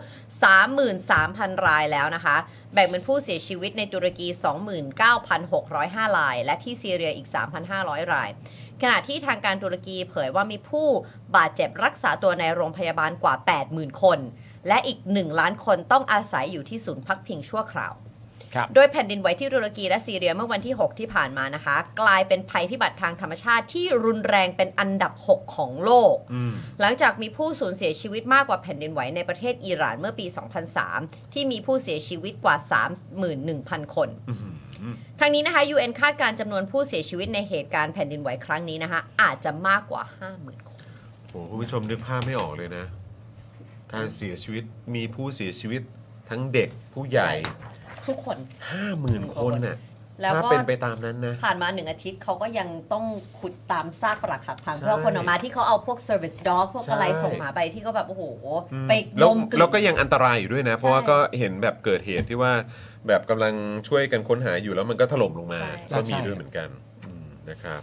Speaker 4: 33,000 รายแล้วนะคะ แบ่งเป็นผู้เสียชีวิตในตุรกี 29,605 ราย และที่ซีเรียอีก 3,500 ราย ขณะที่ทางการตุรกีเผยว่ามีผู้บาดเจ็บรักษาตัวในโรงพยาบาลกว่า 80,000 คน และอีก 1 ล้านคนต้องอาศัยอยู่ที่ศูนย์พักพิงชั่วคราว
Speaker 2: ครับ
Speaker 4: โดยแผ่นดินไหวที่ตุรกีและซีเรียเมื่อวันที่ 6 ที่ผ่านมานะคะ กลายเป็นภัยพิบัติทางธรรมชาติที่รุนแรงเป็นอันดับ 6 ของโลก หลังจากมีผู้สูญเสียชีวิตมากกว่าแผ่นดินไหวในประเทศอิหร่านเมื่อปี 2003 ที่มีผู้เสียชีวิตกว่า 31,000 คน ทางนี้นะคะ UN คาดการณ์จำนวนผู้เสียชีวิตในเหตุการณ์แผ่นดินไหวครั้งนี้นะคะ อาจจะมากกว่า 50,000 คน
Speaker 1: โอ้โหคุณผู้ชมนึกภาพไม่ออกเลยนะ การเสียชีวิตมีผู้เสียชีวิตทั้งเด็กผู้ใหญ่
Speaker 4: ทุกคน
Speaker 1: 50,000 คนน่ะ
Speaker 4: แล้ว
Speaker 1: ถ้า
Speaker 4: ก็
Speaker 1: เป็นไปตามนั้นนะ
Speaker 4: ผ่านมาหนึ่งอาทิตย์เขาก็ยังต้องขุดตามซากปรักหักพัง
Speaker 1: ใช่
Speaker 4: เพื่อคนออกมาที่เขาเอาพวก service dog พวก
Speaker 1: ใช่
Speaker 4: อะไรส่งมาไปที่ก็แบบ โอ้โห
Speaker 1: อืม
Speaker 4: ไปด
Speaker 1: แล้ว
Speaker 4: มกลิ่น
Speaker 1: แล้วก็ยังอันตรายอยู่ด้วยนะ เพราะว่าก็เห็นแบบเกิดเหตุที่ว่าแบบกำลังช่วยกันค้นหาอยู่แล้วมันก็ถล่มลงมา
Speaker 4: ใช่
Speaker 1: ก็มีด้วยเหมือนกันอืมนะครับ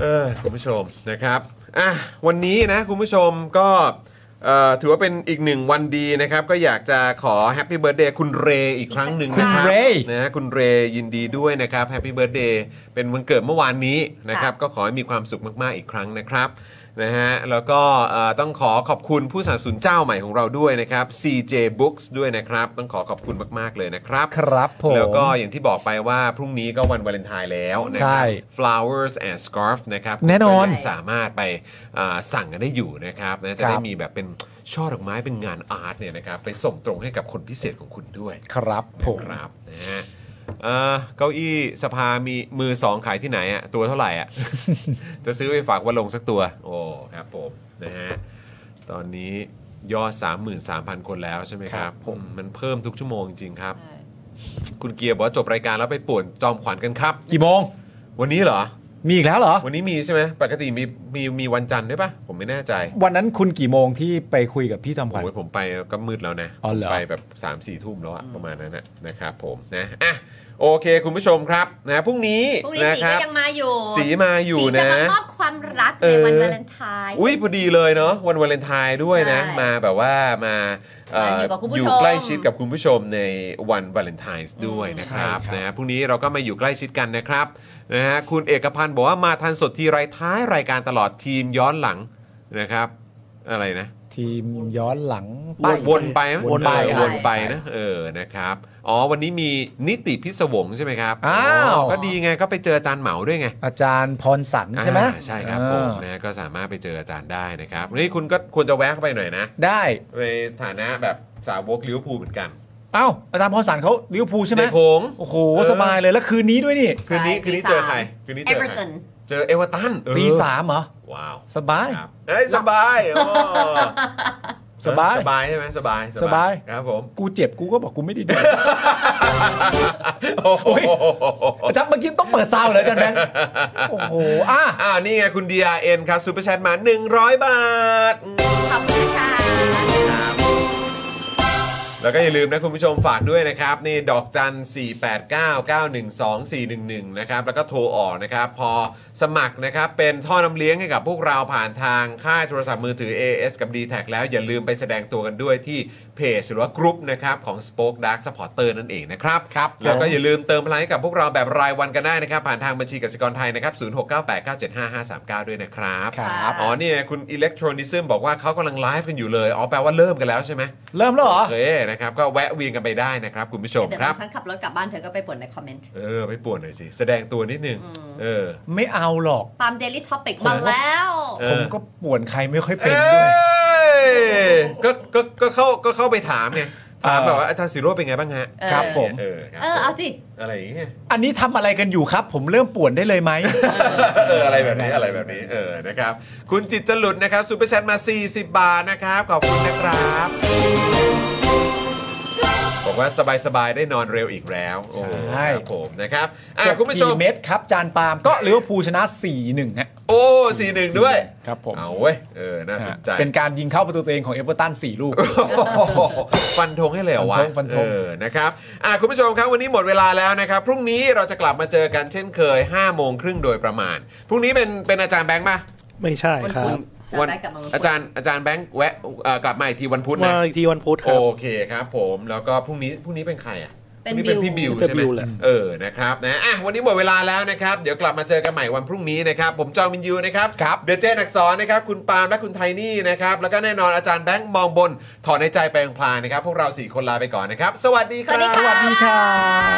Speaker 1: เออคุณผู้ชมนะครับอ่ะวันนี้นะคุณผู้ชมก็เอ่อถือว่าเป็นอีกหนึ่งวันดีนะครับ ก็อยากจะขอแฮปปี้เบิร์ดเดย์คุณเรอีกครั้งหนึ่งนะครับ
Speaker 2: คุณเร
Speaker 1: นะฮะคุณเรยินดีด้วยนะครับแฮปปี้เบิร์ดเดย์เป็นวันเกิดเมื่อวานนี้นะครับ ก็ขอให้มีความสุขมาก ๆ อีกครั้งนะครับนะฮะแล้วก็เอ่อต้องขอขอบคุณผู้สนับสนุนเจ้าใหม่ของเราด้วยนะครับ CJ Books ด้วยนะครับ ต้องขอขอบคุณมาก ๆ เลยนะครับ
Speaker 2: ครับผม
Speaker 1: แล้วก็อย่างที่บอกไปว่าพรุ่งนี้ก็วันวาเลนไทน์แล้วนะค
Speaker 2: ใช่
Speaker 1: รับ flowers and scarf นะครับ
Speaker 2: แน่นอน
Speaker 1: คุณก็ยังสามารถไปอ่าสั่งกันได้อยู่นะครับนะจะ
Speaker 2: ครับ
Speaker 1: ได้มีแบบเป็นช่อดอกไม้เป็นงานอาร์ตเนี่ยนะครับไปส่งตรงให้กับคนพิเศษของคุณด้วย
Speaker 2: ครับผม
Speaker 1: นะครับนะฮะเอ่อเก้าอี้สภามีมือสองขายที่ไหนอะตัวเท่าไหร่อะ จะซื้อไปฝากวันลงสักตัว โอ้ครับผมนะฮะตอนนี้ยอด 33,000 คนแล้วใช่ไหมค
Speaker 2: ครั
Speaker 1: รับบ
Speaker 2: ผม
Speaker 1: มันเพิ่มทุกชั่วโมงจริงๆครับ คุณเกียร์บอกว่าจบรายการแล้วไปป่วนจอมขวัญกันครับ
Speaker 2: กี่โมง
Speaker 1: วันนี้เหรอ
Speaker 2: มีอีกแล้วเหรอ
Speaker 1: วันนี้มีใช่ไหมปกติมีมีมีวันจันทร์ด้วยปะผมไม่แน่ใจ
Speaker 2: วันนั้นคุณกี่โมงที่ไปคุยกับพี่จอมขวัญ
Speaker 1: โอ้ยผมไปก็มืดแล้วนะ
Speaker 2: อ๋อเหรอ
Speaker 1: ไปแบบ3ามสี่ทุ่มแล้วอะประมาณนั้นนะนะครับผมนะอ่ะโอเคคุณผู้ชมครับนะพรุ่งนี้
Speaker 4: พรุ่งนี้
Speaker 1: นะ
Speaker 4: สี
Speaker 1: ครั
Speaker 4: ก็
Speaker 1: บ
Speaker 4: ยังมาอยู่
Speaker 1: สีมาอยู่
Speaker 4: สี
Speaker 1: นะ
Speaker 4: จะมามอบความรัก
Speaker 1: เออ
Speaker 4: ในวันวาเลนไทน์
Speaker 1: อุ้ยพอดีเลยเนาะวันวาเลนไทน์ด้วยนะ
Speaker 4: ใช่
Speaker 1: มาแบบว่ามาเ
Speaker 4: มาอยู่กับคุณผู้ชม
Speaker 1: ยู่ใกล้ชิดกับคุณผู้ชมในวันวาเลนไทน์ด้วยนะครับ
Speaker 2: ใช่ครับ
Speaker 1: นะฮะพรุ่งนี้เราก็มาอยู่ใกล้ชิดกันนะครับนะฮะคุณเอกพันธ์บอกว่ามาทันสดทีไรท้ายรายการตลอดทีมย้อนหลังนะครับ อะไรนะ
Speaker 2: ทีมย้อนหลัง
Speaker 1: ว
Speaker 2: ไป
Speaker 1: นวนไปมั้ย
Speaker 2: วนไป
Speaker 1: เออ
Speaker 2: ใช่
Speaker 1: วนไปนะเออนะครับอ๋อวันนี้มีนิติพิศวงใช่ไหมครับ
Speaker 2: อ้าว
Speaker 1: ก็ดีไงก็ไปเจออาจารย์เหมาด้วยไง
Speaker 2: อาจารย์พรสันใช่ไหม
Speaker 1: อ่าใช่ครับผม
Speaker 2: เออ
Speaker 1: นะก็สามารถไปเจออาจารย์ได้นะครับนี่คุณก็ควรจะแวะเข้าไปหน่อยนะ
Speaker 2: ได้
Speaker 1: ในฐานะแบบสาวกลิเวอร์พูลเหมือนกัน
Speaker 2: เอ้า อาจารย์พรสันเขาลิเวอร์พูลใช่ไหม
Speaker 1: เด็กหงส์
Speaker 2: โอ้โห สบายเลย แล้วคืนนี้ด้วยนี่
Speaker 1: คืนนี้
Speaker 4: ใช่
Speaker 1: คืนนี้
Speaker 4: ตี
Speaker 1: เจ
Speaker 4: สาม
Speaker 1: อใครคืนนี้
Speaker 4: เอ
Speaker 1: เจอ
Speaker 4: เวอร์
Speaker 1: ใคร
Speaker 4: ตัน
Speaker 1: เจอเอเวอร์ตันเออ
Speaker 2: ตีสามเหรอ
Speaker 1: ว้าว
Speaker 2: สบาย
Speaker 1: ครับเอ้ยสบายโอ้
Speaker 2: สบาย
Speaker 1: สบายใช่ไหมสบาย
Speaker 2: สบาย
Speaker 1: ครับผม
Speaker 2: กูเจ็บกูก็บอกกูไม่ได้ดู
Speaker 1: โอ้โห
Speaker 2: อาจารย์เมื่อกี้ต้องเปิดซาวด์เหรออาจารย์แบงค์โอ้โห อ่ะ
Speaker 1: อ่านี่ไงคุณ DRN ครับซูเปอร์แชทมา 100 บาท
Speaker 4: ขอบคุณค่ะ
Speaker 1: ครับแ แล้วก็อย่าลืมนะคุณผู้ชมฝากด้วยนะครับ นี่ดอกจัน 4 8 9 9 1 2 4 1 1 นะครับ แล้วก็โทรออกนะครับ พอสมัครนะครับ เป็นท่อน้ำเลี้ยงให้กับพวกเราผ่านทางค่ายโทรศัพท์มือถือ AS กับ d t แทแล้วอย่าลืมไปแสดงตัวกันด้วยที่เพจหรือว่ากรุ๊ปนะครับ ของ Spoke Dark Supporter นั่นเองนะครับ
Speaker 2: ครับ
Speaker 1: แล้วก็
Speaker 2: ผม
Speaker 1: อย่าลืมเติมพลังให้กับพวกเราแบบรายวันกันได้นะครับ ผ่านทางบัญชีกสิกรไทยนะครับ0698975539 ด้วยนะครับ
Speaker 2: ครับ
Speaker 1: อ๋อเนี่ยคุณอิเล็กทรอนิซึมบอกว่าเขากำลังไลฟ์กันอยู่เลยอ๋อแปลว่าเริ่มกันแล้วใช่ไหม
Speaker 2: เริ่มแล้วเหรอ
Speaker 1: โอเคนะครับก็แวะเวียนกันไปได้นะครับ คุณผู้ชม
Speaker 4: เดี๋ยว
Speaker 1: ครับ
Speaker 4: ฉันขับรถกลับบ้านเธอก็ไปปลดในคอมเมนต์
Speaker 1: เออไปป่วนหน่อยสิ แสดงตัวนิดนึง
Speaker 4: อืม
Speaker 1: เออ
Speaker 2: ไม่เอาหรอก
Speaker 4: ปาล์มเดลิทอปิก
Speaker 2: ผม
Speaker 4: มาแล้ว
Speaker 1: เออ
Speaker 2: ผมก็ป่วนใครไม่ค่อยเป็น
Speaker 1: อ้
Speaker 2: ด้วย
Speaker 1: ก็ก็ก็เข้าก็เข้าไปถามไงถาม
Speaker 2: เออ
Speaker 1: แบบว่าอาจารย์ศิโรจน์เป็นไงบ้างฮะ
Speaker 4: เออ
Speaker 2: ครับผม
Speaker 1: เออครับ
Speaker 4: เออเอาสิ
Speaker 1: อะไรอย่างเงี้ย
Speaker 2: อันนี้ทำอะไรกันอยู่ครับ ผมเริ่มป่วนได้เลยไหม
Speaker 1: เอออะไรแบบนี้อะไรแบบนี้เออนะครับ คุณจิตจลุดนะครับซูเปอร์แชทมา 40 บาทนะครับ ขอบคุณนะครับบอกว่าสบายๆได้นอนเร็วอีกแล้วโอ้
Speaker 2: ใช่
Speaker 1: ครับผมนะครับอ่ะ
Speaker 2: จบ
Speaker 1: คุณผู้ชม
Speaker 2: กี่เม็ดครับ จานปาล์มก็ลิเวอร์พูลชนะ 4-1ฮะ
Speaker 1: โอ้สี่หนึ่งด้วย
Speaker 2: ครับผม
Speaker 1: เอาเว้ย เออ น่าสนใจ
Speaker 2: เป็นการยิงเข้าประตูตัวเองของเอเวอร์ตัน4ลูก
Speaker 1: โอ้โห ฟันธงให้เลยเหรอวะ
Speaker 2: ฟันธงฟันธง
Speaker 1: เออ นะครับอ่ะคุณผู้ชมครับ วันนี้หมดเวลาแล้วนะครับ พรุ่งนี้เราจะกลับมาเจอกันเช่นเคย5โมงครึ่งโดยประมาณ พรุ่งนี้เป็น เป็นอาจารย์แบงค์ป่ะ
Speaker 3: ไม่ใช่ครับ
Speaker 4: วัน อาจารย์แบงค์กลับมาวันพุธ
Speaker 1: อาจารย์ อาจารย์แบงค์แวะเอ่อกลับมาอีกทีวันพุธ
Speaker 3: มา
Speaker 1: นะ
Speaker 3: อีกทีวันพุธค
Speaker 1: โอ
Speaker 3: รับ
Speaker 1: เคครับผม แล้วก็พรุ่งนี้ พรุ่งนี้เป็นใครอ่ะ
Speaker 4: เป็น
Speaker 1: พรุ่งเป็น
Speaker 4: บิว
Speaker 1: พี่บิว
Speaker 3: จะ
Speaker 1: ใช่ไหม
Speaker 3: บิวแหละ
Speaker 1: เออ นะครับ นะ อ่ะ วันนี้หมดเวลาแล้วนะครับ เดี๋ยวกลับมาเจอกันใหม่วันพรุ่งนี้นะครับ ผมจอมินยูนะครับ
Speaker 2: ครับ
Speaker 1: เดอะเจนอักษรนะครับ คุณปาล์มและคุณไทนี่นะครับ แล้วก็แน่นอนอาจารย์แบงค์มองบน ถอนในใจไปพลางๆนะครับ พวกเรา 4 คนลาไปก่อนนะครับ สวัสดีค
Speaker 4: สวั
Speaker 1: รั
Speaker 4: ส
Speaker 1: บ
Speaker 4: ดีค่ะ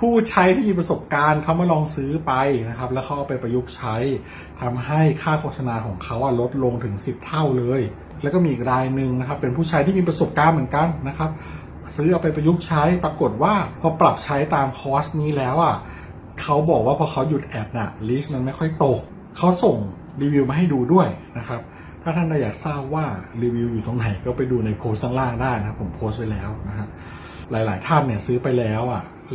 Speaker 6: ผู้ใช้ที่มีประสบการณ์เขามาลองซื้อไปนะครับ แล้วเขาเอาไปประยุกต์ใช้ทำให้ค่าโฆษณาของเขาอะลดลงถึง 10 เท่าเลย แล้วก็มีอีกรายหนึ่งนะครับ เป็นผู้ใช้ที่มีประสบการณ์เหมือนกันนะครับ ซื้อเอาไปประยุกต์ใช้ปรากฏว่าพอปรับใช้ตามคอร์สนี้แล้วอ่ะเขาบอกว่าพอเขาหยุดแอดน่ะลิสต์มันไม่ค่อยตกเขาส่งรีวิวมาให้ดูด้วยนะครับ ถ้าท่านอยากทราบว่ารีวิวอยู่ตรงไหนก็ไปดูในโพสต์ข้างล่างได้นะครับผมโพสต์ไว้แล้วนะฮะหลาย ๆ ท่านเนี่ยซื้อไปแล้วอ่ะ แ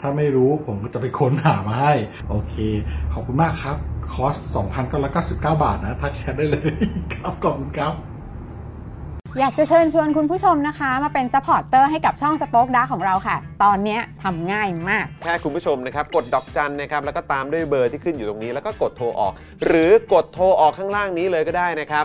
Speaker 6: ถ้าไม่รู้ผมก็จะไปค้นหามาให้ โอเค ขอบคุณมากครับ คอร์ส 2,999 บาทนะ ทักแชทได้เลย ครับขอบคุณครับ
Speaker 7: อยากจะเชิญชวนคุณผู้ชมนะคะ มาเป็นซัพพอร์ตเตอร์ให้กับช่องสป็อคดาของเราค่ะ ตอนเนี้ยทำง่ายมาก
Speaker 1: แค่คุณผู้ชมนะครับ กดดอกจันนะครับ แล้วก็ตามด้วยเบอร์ที่ขึ้นอยู่ตรงนี้ แล้วก็กดโทรออก หรือกดโทรออกข้างล่างนี้เลยก็ได้นะครับ